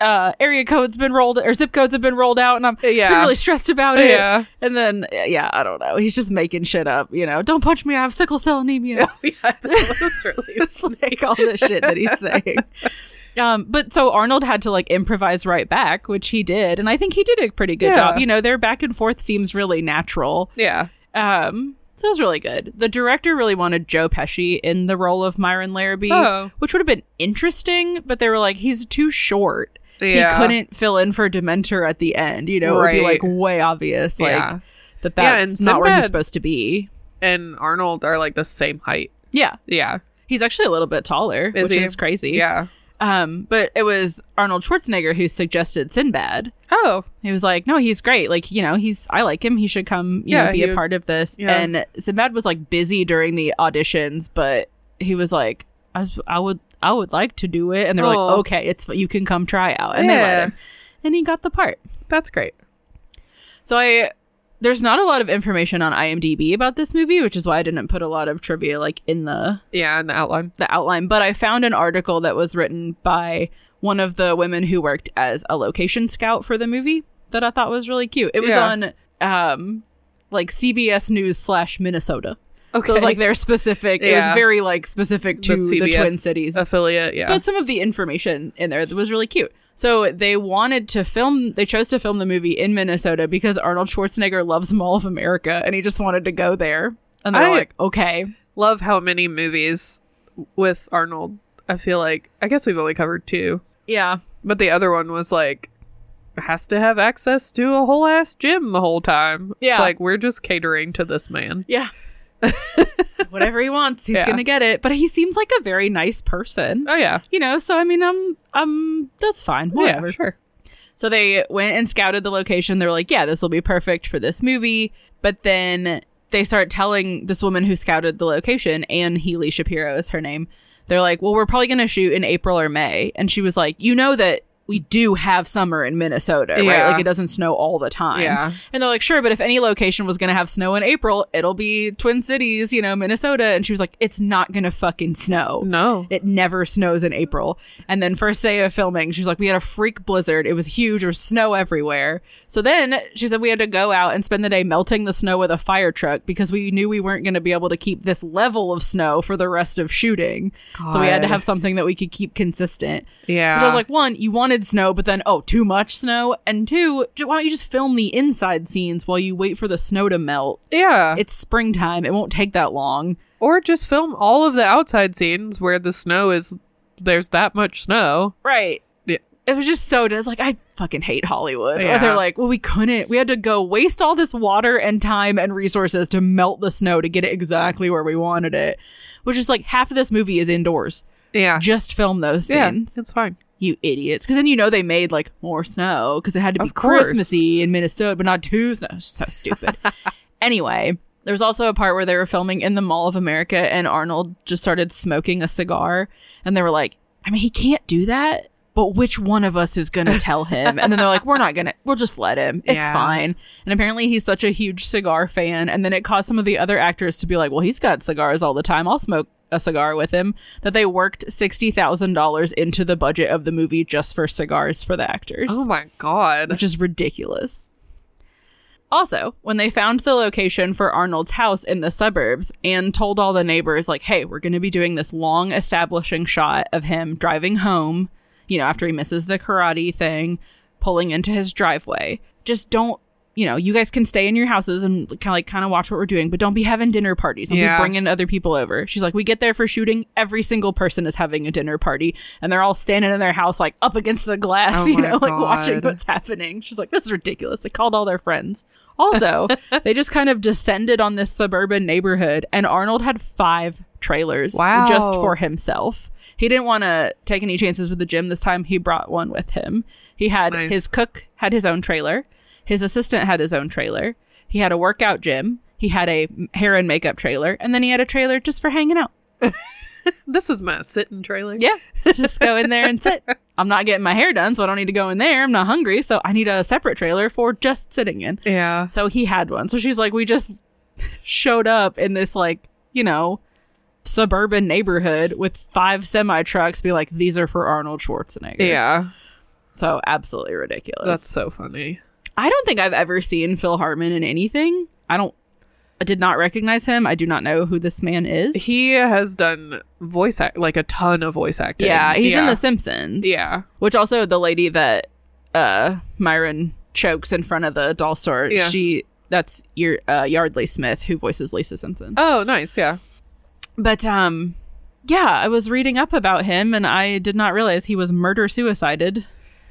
[SPEAKER 1] uh area code's been rolled or zip codes have been rolled out and I'm been
[SPEAKER 2] Yeah.
[SPEAKER 1] really stressed about it.
[SPEAKER 2] Yeah.
[SPEAKER 1] And then, uh, yeah, I don't know. He's just making shit up, you know. Don't punch me. I have sickle cell anemia.
[SPEAKER 2] yeah, that was really
[SPEAKER 1] it's like all the shit that he's saying. Um, but so Arnold had to like improvise right back, which he did, and I think he did a pretty good
[SPEAKER 2] Yeah.
[SPEAKER 1] job. You know, their back and forth seems really natural.
[SPEAKER 2] Yeah.
[SPEAKER 1] Um, so it was really good. The director really wanted Joe Pesci in the role of Myron Larrabee,
[SPEAKER 2] Oh.
[SPEAKER 1] which would have been interesting, but they were like, he's too short.
[SPEAKER 2] Yeah.
[SPEAKER 1] He couldn't fill in for Dementor at the end. You know, it would be like
[SPEAKER 2] Right.
[SPEAKER 1] way obvious. Like
[SPEAKER 2] Yeah.
[SPEAKER 1] that
[SPEAKER 2] Yeah, and
[SPEAKER 1] that's not where he's
[SPEAKER 2] Sinbad-
[SPEAKER 1] supposed to be.
[SPEAKER 2] And Arnold are like the same height.
[SPEAKER 1] Yeah.
[SPEAKER 2] Yeah.
[SPEAKER 1] He's actually a little bit taller,
[SPEAKER 2] Is
[SPEAKER 1] which
[SPEAKER 2] he?
[SPEAKER 1] is crazy.
[SPEAKER 2] Yeah.
[SPEAKER 1] Um, but it was Arnold Schwarzenegger who suggested Sinbad.
[SPEAKER 2] Oh.
[SPEAKER 1] He was like, "No, he's great. Like, you know, he's I like him. He should come, you
[SPEAKER 2] Yeah,
[SPEAKER 1] know, be
[SPEAKER 2] he
[SPEAKER 1] a
[SPEAKER 2] would-
[SPEAKER 1] part of this."
[SPEAKER 2] yeah.
[SPEAKER 1] And Sinbad was like busy during the auditions, but he was like, "I, was- I would, I would like to do it." And they were
[SPEAKER 2] Aw.
[SPEAKER 1] like, "Okay, it's you can come try out," and they
[SPEAKER 2] Oh. Yeah.
[SPEAKER 1] let him, and he got the part.
[SPEAKER 2] That's great.
[SPEAKER 1] So I there's not a lot of information on IMDb about this movie, which is why I didn't put a lot of trivia like in the
[SPEAKER 2] Yeah, and the outline.
[SPEAKER 1] the outline, but I found an article that was written by one of the women who worked as a location scout for the movie that I thought was really cute. It was
[SPEAKER 2] Yeah.
[SPEAKER 1] on um like CBS News slash Minnesota.
[SPEAKER 2] Okay.
[SPEAKER 1] So it was like their specific it
[SPEAKER 2] Yeah.
[SPEAKER 1] was very like specific to the,
[SPEAKER 2] CBS
[SPEAKER 1] Twin Cities.
[SPEAKER 2] affiliate. Yeah.
[SPEAKER 1] But some of the information in there that was really cute. So they wanted to film they chose to film the movie in Minnesota because Arnold Schwarzenegger loves Mall of America and he just wanted to go there. And they're
[SPEAKER 2] I-
[SPEAKER 1] like, okay.
[SPEAKER 2] Love how many movies with Arnold. I feel like I guess we've only covered two,
[SPEAKER 1] Yeah.
[SPEAKER 2] but the other one was like has to have access to a whole ass gym the whole time.
[SPEAKER 1] Yeah.
[SPEAKER 2] It's like we're just catering to this man.
[SPEAKER 1] Yeah. Whatever he wants, he's
[SPEAKER 2] Yeah.
[SPEAKER 1] gonna get it. But he seems like a very nice person.
[SPEAKER 2] Oh yeah.
[SPEAKER 1] You know, so I mean um um that's fine. Whatever.
[SPEAKER 2] Yeah, sure.
[SPEAKER 1] So they went and scouted the location. They were like, Yeah, this will be perfect for this movie. But then they start telling this woman who scouted the location, Anne Healy Shapiro is her name. They're like, Well, we're probably gonna shoot in April or May. And she was like, You know that we do have summer in Minnesota,
[SPEAKER 2] Yeah.
[SPEAKER 1] right? Like it doesn't snow all the time.
[SPEAKER 2] Yeah.
[SPEAKER 1] And they're like, sure, but if any location was going to have snow in April, it'll be Twin Cities, you know, Minnesota. And she was like, it's not going to fucking snow.
[SPEAKER 2] No.
[SPEAKER 1] It never snows in April. And then first day of filming, she was like, we had a freak blizzard. It was huge. There was snow everywhere. So then she said we had to go out and spend the day melting the snow with a fire truck because we knew we weren't going to be able to keep this level of snow for the rest of shooting. So we had to
[SPEAKER 2] God.
[SPEAKER 1] have something that we could keep consistent.
[SPEAKER 2] Yeah.
[SPEAKER 1] So I was like, one, you wanted snow, but then oh, too much snow, and two, j- why don't you just film the inside scenes while you wait for the snow to melt?
[SPEAKER 2] yeah.
[SPEAKER 1] It's springtime; it won't take that long.
[SPEAKER 2] or just film all of the outside scenes where the snow is there's that much snow.
[SPEAKER 1] Right.
[SPEAKER 2] Yeah.
[SPEAKER 1] It was just so. It's like I fucking hate Hollywood. Or
[SPEAKER 2] Yeah.
[SPEAKER 1] they're like, well, we couldn't. We had to go waste all this water and time and resources to melt the snow to get it exactly where we wanted it. Which is like half of this movie is indoors.
[SPEAKER 2] Yeah.
[SPEAKER 1] Just film those
[SPEAKER 2] yeah.
[SPEAKER 1] scenes.
[SPEAKER 2] It's fine.
[SPEAKER 1] you idiots. Because then you know they made like more snow because it had to be
[SPEAKER 2] Of course.
[SPEAKER 1] Christmassy in Minnesota, but not too snow. So stupid. anyway, there was also a part where they were filming in the Mall of America and Arnold just started smoking a cigar. And they were like, I mean, he can't do that, but which one of us is going to tell him? And then they're like, we're not going to, we'll just let him. It's
[SPEAKER 2] Yeah.
[SPEAKER 1] fine. And apparently he's such a huge cigar fan. And then it caused some of the other actors to be like, well, he's got cigars all the time. I'll smoke a cigar with him that they worked $60,000 into the budget of the movie just for cigars for the actors,
[SPEAKER 2] Oh my god.
[SPEAKER 1] which is ridiculous. Also, when they found the location for Arnold's house in the suburbs and told all the neighbors, like, hey, we're going to be doing this long establishing shot of him driving home, you know, after he misses the karate thing, pulling into his driveway. Just don't, you know, you guys can stay in your houses and kind of like kind of watch what we're doing, but don't be having dinner parties. Don't
[SPEAKER 2] Yeah.
[SPEAKER 1] be bringing other people over. She's like, we get there for shooting. Every single person is having a dinner party, and they're all standing in their house like up against the glass,
[SPEAKER 2] Oh
[SPEAKER 1] you
[SPEAKER 2] my
[SPEAKER 1] know, like watching
[SPEAKER 2] God.
[SPEAKER 1] what's happening. She's like, this is ridiculous. They called all their friends. Also, they just kind of descended on this suburban neighborhood, and Arnold had five trailers
[SPEAKER 2] Wow.
[SPEAKER 1] just for himself. He didn't want to take any chances with the gym this time. He brought one with him. He had
[SPEAKER 2] Nice.
[SPEAKER 1] his cook had his own trailer. His assistant had his own trailer. He had a workout gym. He had a m- hair and makeup trailer, and then he had a trailer just for hanging out.
[SPEAKER 2] This is my sitting trailer.
[SPEAKER 1] Yeah, just go in there and sit. I'm not getting my hair done, so I don't need to go in there. I'm not hungry, so I need a separate trailer for just sitting in.
[SPEAKER 2] Yeah.
[SPEAKER 1] So he had one. So she's like, we just showed up in this like, you know, suburban neighborhood with five semi trucks. Be like, these are for Arnold Schwarzenegger.
[SPEAKER 2] Yeah.
[SPEAKER 1] So absolutely ridiculous.
[SPEAKER 2] That's so funny.
[SPEAKER 1] I don't think I've ever seen Phil Hartman in anything. I don't. I did not recognize him. I do not know who this man is.
[SPEAKER 2] He has done voice act like a ton of voice acting.
[SPEAKER 1] Yeah, he's in The Simpsons.
[SPEAKER 2] Yeah.
[SPEAKER 1] Which also the lady that uh Myron chokes in front of the doll store,
[SPEAKER 2] Yeah.
[SPEAKER 1] she that's your uh, Yardley Smith who voices Lisa Simpson.
[SPEAKER 2] Oh, nice. Yeah.
[SPEAKER 1] But um yeah, I was reading up about him and I did not realize he was murder suicided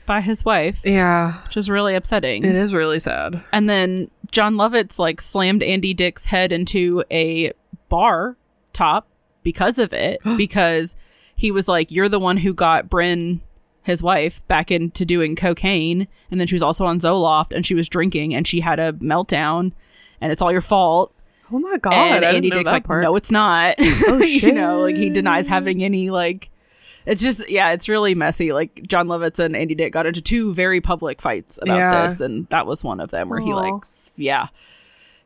[SPEAKER 1] by his wife,
[SPEAKER 2] Yeah.
[SPEAKER 1] which is really upsetting.
[SPEAKER 2] It is really sad.
[SPEAKER 1] And then John Lovitz like slammed Andy Dick's head into a bar top because of it, because he was like, You're the one who got Bryn, his wife, back into doing cocaine. And then she was also on Zoloft and she was drinking and she had a meltdown and it's all your fault.
[SPEAKER 2] Oh my god.
[SPEAKER 1] and
[SPEAKER 2] I didn't
[SPEAKER 1] Andy
[SPEAKER 2] know
[SPEAKER 1] Dick's
[SPEAKER 2] that
[SPEAKER 1] like,
[SPEAKER 2] part.
[SPEAKER 1] No, it's not.
[SPEAKER 2] Oh,
[SPEAKER 1] you know, like he
[SPEAKER 2] shit.
[SPEAKER 1] denies having any like it's just yeah, it's really messy. Like John Lovitz and Andy Dick got into two very public fights about
[SPEAKER 2] Yeah.
[SPEAKER 1] this, and that was one of them where he
[SPEAKER 2] Aw.
[SPEAKER 1] like s- yeah.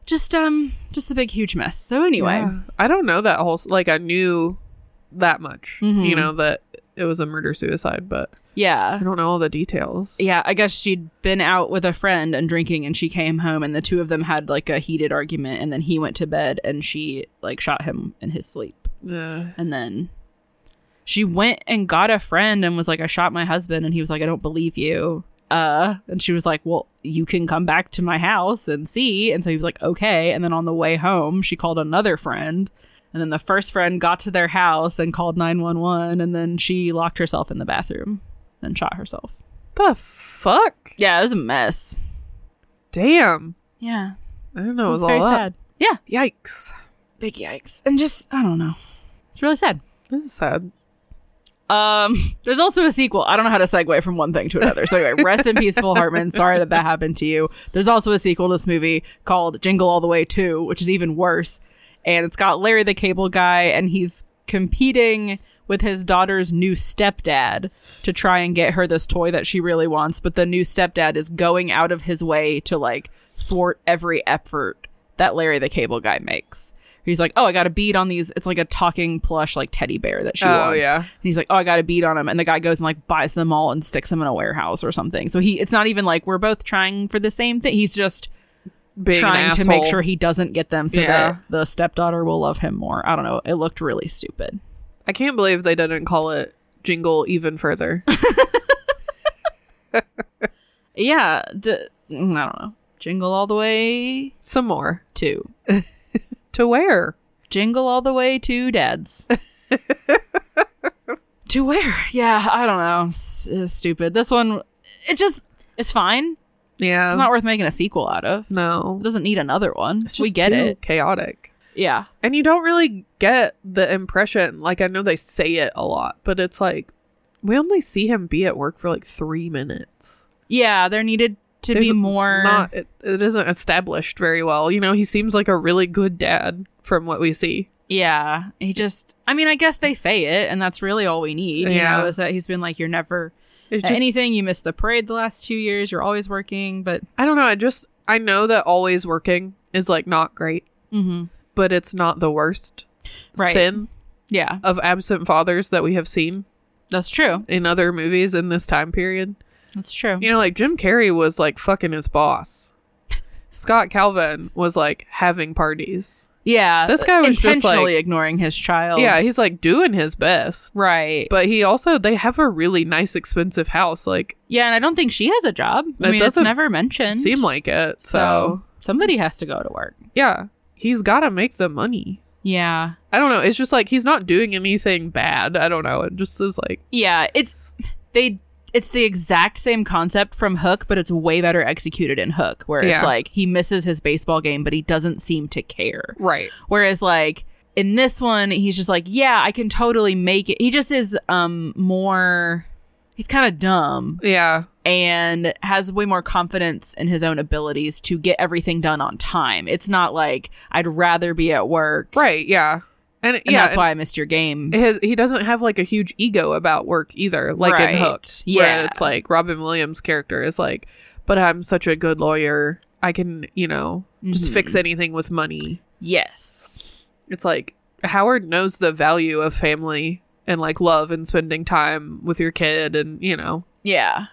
[SPEAKER 1] Just um just a big huge mess. So anyway.
[SPEAKER 2] Yeah. I don't know that whole s- like I knew that much. You
[SPEAKER 1] Mm-hmm.
[SPEAKER 2] know that it was a murder suicide, but
[SPEAKER 1] Yeah.
[SPEAKER 2] I don't know all the details.
[SPEAKER 1] Yeah, I guess she'd been out with a friend and drinking, and she came home, and the two of them had like a heated argument, and then he went to bed, and she like shot him in his sleep.
[SPEAKER 2] Yeah.
[SPEAKER 1] And then she went and got a friend and was like, I shot my husband. And he was like, I don't believe you. Uh, and she was like, Well, you can come back to my house and see. And so he was like, Okay. And then on the way home, she called another friend. And then the first friend got to their house and called 911. And then she locked herself in the bathroom and shot herself.
[SPEAKER 2] The fuck?
[SPEAKER 1] Yeah, it was a mess.
[SPEAKER 2] Damn.
[SPEAKER 1] Yeah.
[SPEAKER 2] I didn't know it was, all that.
[SPEAKER 1] Yeah.
[SPEAKER 2] Yikes.
[SPEAKER 1] Big yikes. And just, I don't know. It's really sad.
[SPEAKER 2] This is sad.
[SPEAKER 1] Um, there's also a sequel. I don't know how to segue from one thing to another. So anyway, rest in peace, Phil Hartman. Sorry that that happened to you. There's also a sequel to this movie called Jingle All the Way 2, which is even worse. And it's got Larry the Cable Guy, and he's competing with his daughter's new stepdad to try and get her this toy that she really wants. But the new stepdad is going out of his way to like thwart every effort that Larry the Cable Guy makes. He's like, oh, I got a bead on these. It's like a talking plush, like teddy bear that she
[SPEAKER 2] Oh,
[SPEAKER 1] wants.
[SPEAKER 2] yeah.
[SPEAKER 1] And he's like, oh, I got a bead on him. And the guy goes and like buys them all and sticks them in a warehouse or something. So he, it's not even like we're both trying for the same thing. He's just
[SPEAKER 2] Being an
[SPEAKER 1] trying to make
[SPEAKER 2] asshole.
[SPEAKER 1] sure he doesn't get them so
[SPEAKER 2] Yeah.
[SPEAKER 1] that the stepdaughter will love him more. I don't know. It looked really stupid.
[SPEAKER 2] I can't believe they didn't call it jingle even further.
[SPEAKER 1] Yeah. The, I don't know. Jingle all the way
[SPEAKER 2] Some more.
[SPEAKER 1] to.
[SPEAKER 2] To where?
[SPEAKER 1] Jingle all the way to dad's. to where? Yeah. I don't know. S- uh, stupid. This one, it just, it's fine.
[SPEAKER 2] Yeah.
[SPEAKER 1] It's not worth making a sequel out of.
[SPEAKER 2] no.
[SPEAKER 1] It doesn't need another one.
[SPEAKER 2] It's
[SPEAKER 1] we
[SPEAKER 2] just
[SPEAKER 1] get
[SPEAKER 2] too
[SPEAKER 1] it.
[SPEAKER 2] Chaotic.
[SPEAKER 1] Yeah.
[SPEAKER 2] And you don't really get the impression. Like I know they say it a lot, but it's like we only see him be at work for like three minutes.
[SPEAKER 1] Yeah, there needed to
[SPEAKER 2] There's
[SPEAKER 1] be more
[SPEAKER 2] Not it, it isn't established very well. You know, he seems like a really good dad from what we see.
[SPEAKER 1] Yeah. He just I mean, I guess they say it and that's really all we need, you
[SPEAKER 2] Yeah.
[SPEAKER 1] know, is that he's been like you're never
[SPEAKER 2] It's
[SPEAKER 1] at
[SPEAKER 2] just
[SPEAKER 1] anything, you missed the parade the last 2 years, you're always working, but
[SPEAKER 2] I don't know. I just I know that always working is like not great,
[SPEAKER 1] mhm.
[SPEAKER 2] but it's not the worst
[SPEAKER 1] Right.
[SPEAKER 2] sin
[SPEAKER 1] Yeah,
[SPEAKER 2] of absent fathers that we have seen
[SPEAKER 1] that's true.
[SPEAKER 2] in other movies in this time period.
[SPEAKER 1] That's true.
[SPEAKER 2] You know, like Jim Carrey was like fucking his boss. Scott Calvin was like having parties.
[SPEAKER 1] Yeah.
[SPEAKER 2] This guy was just, like-
[SPEAKER 1] intentionally ignoring his child.
[SPEAKER 2] Yeah, he's like doing his best.
[SPEAKER 1] right.
[SPEAKER 2] But he also they have a really nice expensive house. Like
[SPEAKER 1] yeah, and I don't think she has a job. I
[SPEAKER 2] It
[SPEAKER 1] mean, it's
[SPEAKER 2] doesn't
[SPEAKER 1] never mentioned.
[SPEAKER 2] seem like it. So,
[SPEAKER 1] somebody has to go to work.
[SPEAKER 2] yeah. He's gotta make the money.
[SPEAKER 1] Yeah.
[SPEAKER 2] I don't know. It's just like he's not doing anything bad. I don't know. It just is like
[SPEAKER 1] Yeah, it's they it's the exact same concept from Hook, but it's way better executed in Hook, where it's
[SPEAKER 2] Yeah.
[SPEAKER 1] like he misses his baseball game, but he doesn't seem to care.
[SPEAKER 2] Right.
[SPEAKER 1] Whereas like in this one, he's just like, yeah, I can totally make it. He just is um more he's kind of dumb
[SPEAKER 2] Yeah.
[SPEAKER 1] and has way more confidence in his own abilities to get everything done on time. It's not like I'd rather be at work.
[SPEAKER 2] Right, yeah. And,
[SPEAKER 1] And
[SPEAKER 2] yeah,
[SPEAKER 1] that's why I missed your game.
[SPEAKER 2] his, he doesn't have like a huge ego about work either, like
[SPEAKER 1] Right.
[SPEAKER 2] in Hooked.
[SPEAKER 1] Yeah.
[SPEAKER 2] Where it's like Robin Williams' character is like, but I'm such a good lawyer. I can, you know, just
[SPEAKER 1] Mm-hmm.
[SPEAKER 2] fix anything with money.
[SPEAKER 1] yes.
[SPEAKER 2] It's like Howard knows the value of family and like love and spending time with your kid and, you know,
[SPEAKER 1] Yeah.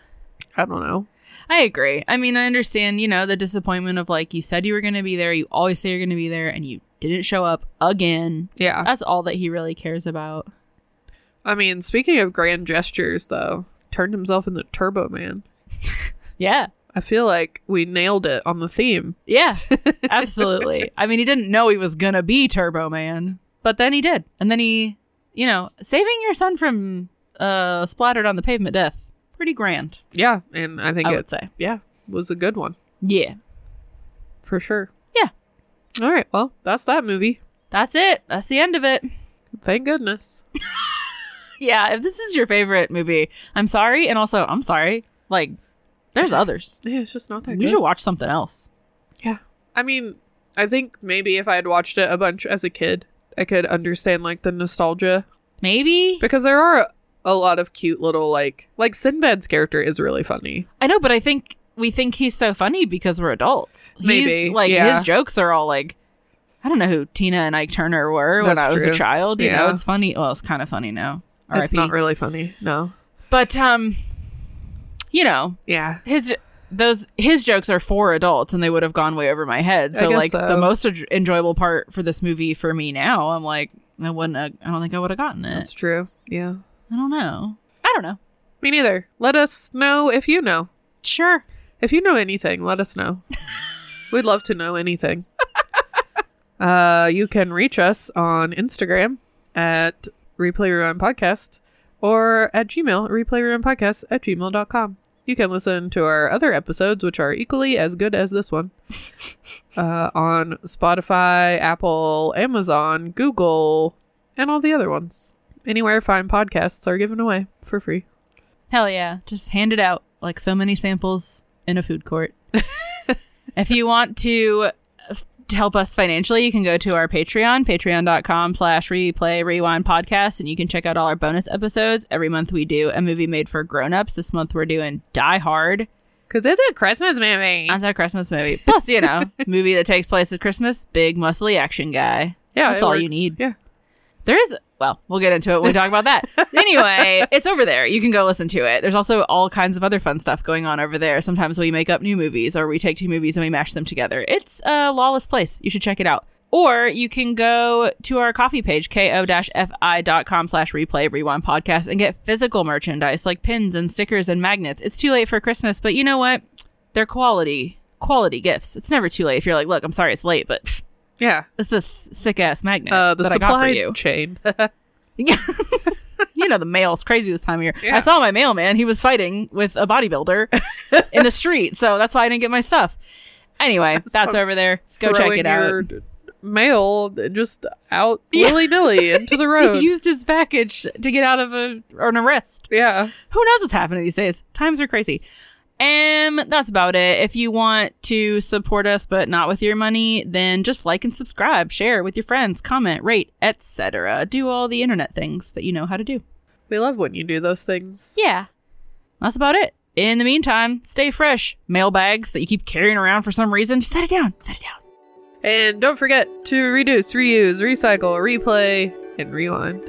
[SPEAKER 2] I don't know.
[SPEAKER 1] I agree. I mean, I understand, you know, the disappointment of like you said you were going to be there, you always say you're going to be there and you didn't show up again.
[SPEAKER 2] Yeah.
[SPEAKER 1] That's all that he really cares about.
[SPEAKER 2] I mean, speaking of grand gestures though, turned himself into Turbo Man.
[SPEAKER 1] Yeah.
[SPEAKER 2] I feel like we nailed it on the theme.
[SPEAKER 1] Yeah. Absolutely. I mean, he didn't know he was going to be Turbo Man, but then he did. And then he, you know, saving your son from uh splattered on the pavement death. Pretty grand,
[SPEAKER 2] Yeah, and I think
[SPEAKER 1] I
[SPEAKER 2] it
[SPEAKER 1] would say.
[SPEAKER 2] yeah, was a good one
[SPEAKER 1] Yeah.
[SPEAKER 2] for sure.
[SPEAKER 1] Yeah.
[SPEAKER 2] All right, well, that's that movie.
[SPEAKER 1] That's it. That's the end of it.
[SPEAKER 2] Thank goodness.
[SPEAKER 1] Yeah, if this is your favorite movie, I'm sorry and also I'm sorry. Like there's others.
[SPEAKER 2] Yeah, it's just not that
[SPEAKER 1] You
[SPEAKER 2] good.
[SPEAKER 1] should watch something else.
[SPEAKER 2] Yeah. I mean, I think maybe if I had watched it a bunch as a kid, I could understand like the nostalgia
[SPEAKER 1] Maybe.
[SPEAKER 2] because there are a lot of cute little like like Sinbad's character is really funny.
[SPEAKER 1] I know, but I think we think he's so funny because we're adults.
[SPEAKER 2] Maybe,
[SPEAKER 1] He's, like
[SPEAKER 2] yeah.
[SPEAKER 1] his jokes are all like I don't know who Tina and Ike Turner were when
[SPEAKER 2] That's
[SPEAKER 1] I was
[SPEAKER 2] true.
[SPEAKER 1] a child. You know,
[SPEAKER 2] Yeah.
[SPEAKER 1] it's funny. Well, it's kind of funny now.
[SPEAKER 2] It's
[SPEAKER 1] R.I.P..
[SPEAKER 2] not really funny. No.
[SPEAKER 1] But um, you know,
[SPEAKER 2] Yeah.
[SPEAKER 1] his those his jokes are for adults, and they would have gone way over my head.
[SPEAKER 2] I
[SPEAKER 1] So
[SPEAKER 2] guess
[SPEAKER 1] like
[SPEAKER 2] so.
[SPEAKER 1] the most en- enjoyable part for this movie for me now, I'm like, I wouldn't. Have, I don't think I would have gotten it.
[SPEAKER 2] That's true. Yeah.
[SPEAKER 1] I don't know. I don't know.
[SPEAKER 2] Me neither. Let us know if you know.
[SPEAKER 1] Sure.
[SPEAKER 2] If you know anything, let us know. We'd love to know anything. uh, you can reach us on Instagram at Replay Rewind Podcast or at Gmail, Replay Rewind Podcast at gmail.com. You can listen to our other episodes, which are equally as good as this one, uh, on Spotify, Apple, Amazon, Google, and all the other ones. Anywhere fine podcasts are given away for free.
[SPEAKER 1] Hell yeah. Just hand it out like so many samples in a food court. if you want to uh, to help us financially, you can go to our Patreon, patreon.com slash replay rewind podcast, and you can check out all our bonus episodes. Every month we do a movie made for grown-ups. This month we're doing Die Hard.
[SPEAKER 2] Because it's a Christmas movie.
[SPEAKER 1] That's our Christmas movie. Plus, you know, movie that takes place at Christmas, big muscly action guy.
[SPEAKER 2] Yeah,
[SPEAKER 1] That's
[SPEAKER 2] it
[SPEAKER 1] all you
[SPEAKER 2] works.
[SPEAKER 1] need.
[SPEAKER 2] Yeah.
[SPEAKER 1] There is, well, we'll get into it when we talk about that. anyway, it's over there. You can go listen to it. There's also all kinds of other fun stuff going on over there. Sometimes we make up new movies or we take two movies and we mash them together. It's a lawless place. You should check it out. Or you can go to our coffee page, ko-fi.com slash replay rewind podcast and get physical merchandise like pins and stickers and magnets. It's too late for Christmas, but you know what? They're quality, quality gifts. It's never too late if you're like, look, I'm sorry it's late, but pff,
[SPEAKER 2] Yeah.
[SPEAKER 1] it's this sick ass magnet
[SPEAKER 2] Uh, the
[SPEAKER 1] that I got for
[SPEAKER 2] supply
[SPEAKER 1] you.
[SPEAKER 2] chain.
[SPEAKER 1] Yeah. you know the mail's crazy this time of year.
[SPEAKER 2] Yeah.
[SPEAKER 1] I saw my mailman; he was fighting with a bodybuilder in the street, so that's why I didn't get my stuff. Anyway, that's
[SPEAKER 2] So
[SPEAKER 1] over there. Go check
[SPEAKER 2] throwing
[SPEAKER 1] it
[SPEAKER 2] your d- Mail just out willy nilly into the
[SPEAKER 1] out.
[SPEAKER 2] road.
[SPEAKER 1] He used his package to get out of a or an arrest.
[SPEAKER 2] yeah.
[SPEAKER 1] Who knows what's happening these days? Times are crazy. Um, that's about it. If you want to support us, but not with your money, then just like and subscribe, share with your friends, comment, rate, etc. Do all the internet things that you know how to do.
[SPEAKER 2] We love when you do those things.
[SPEAKER 1] Yeah. That's about it. In the meantime, stay fresh. Mailbags that you keep carrying around for some reason, just set it down. Set it down.
[SPEAKER 2] And don't forget to reduce, reuse, recycle, replay, and rewind.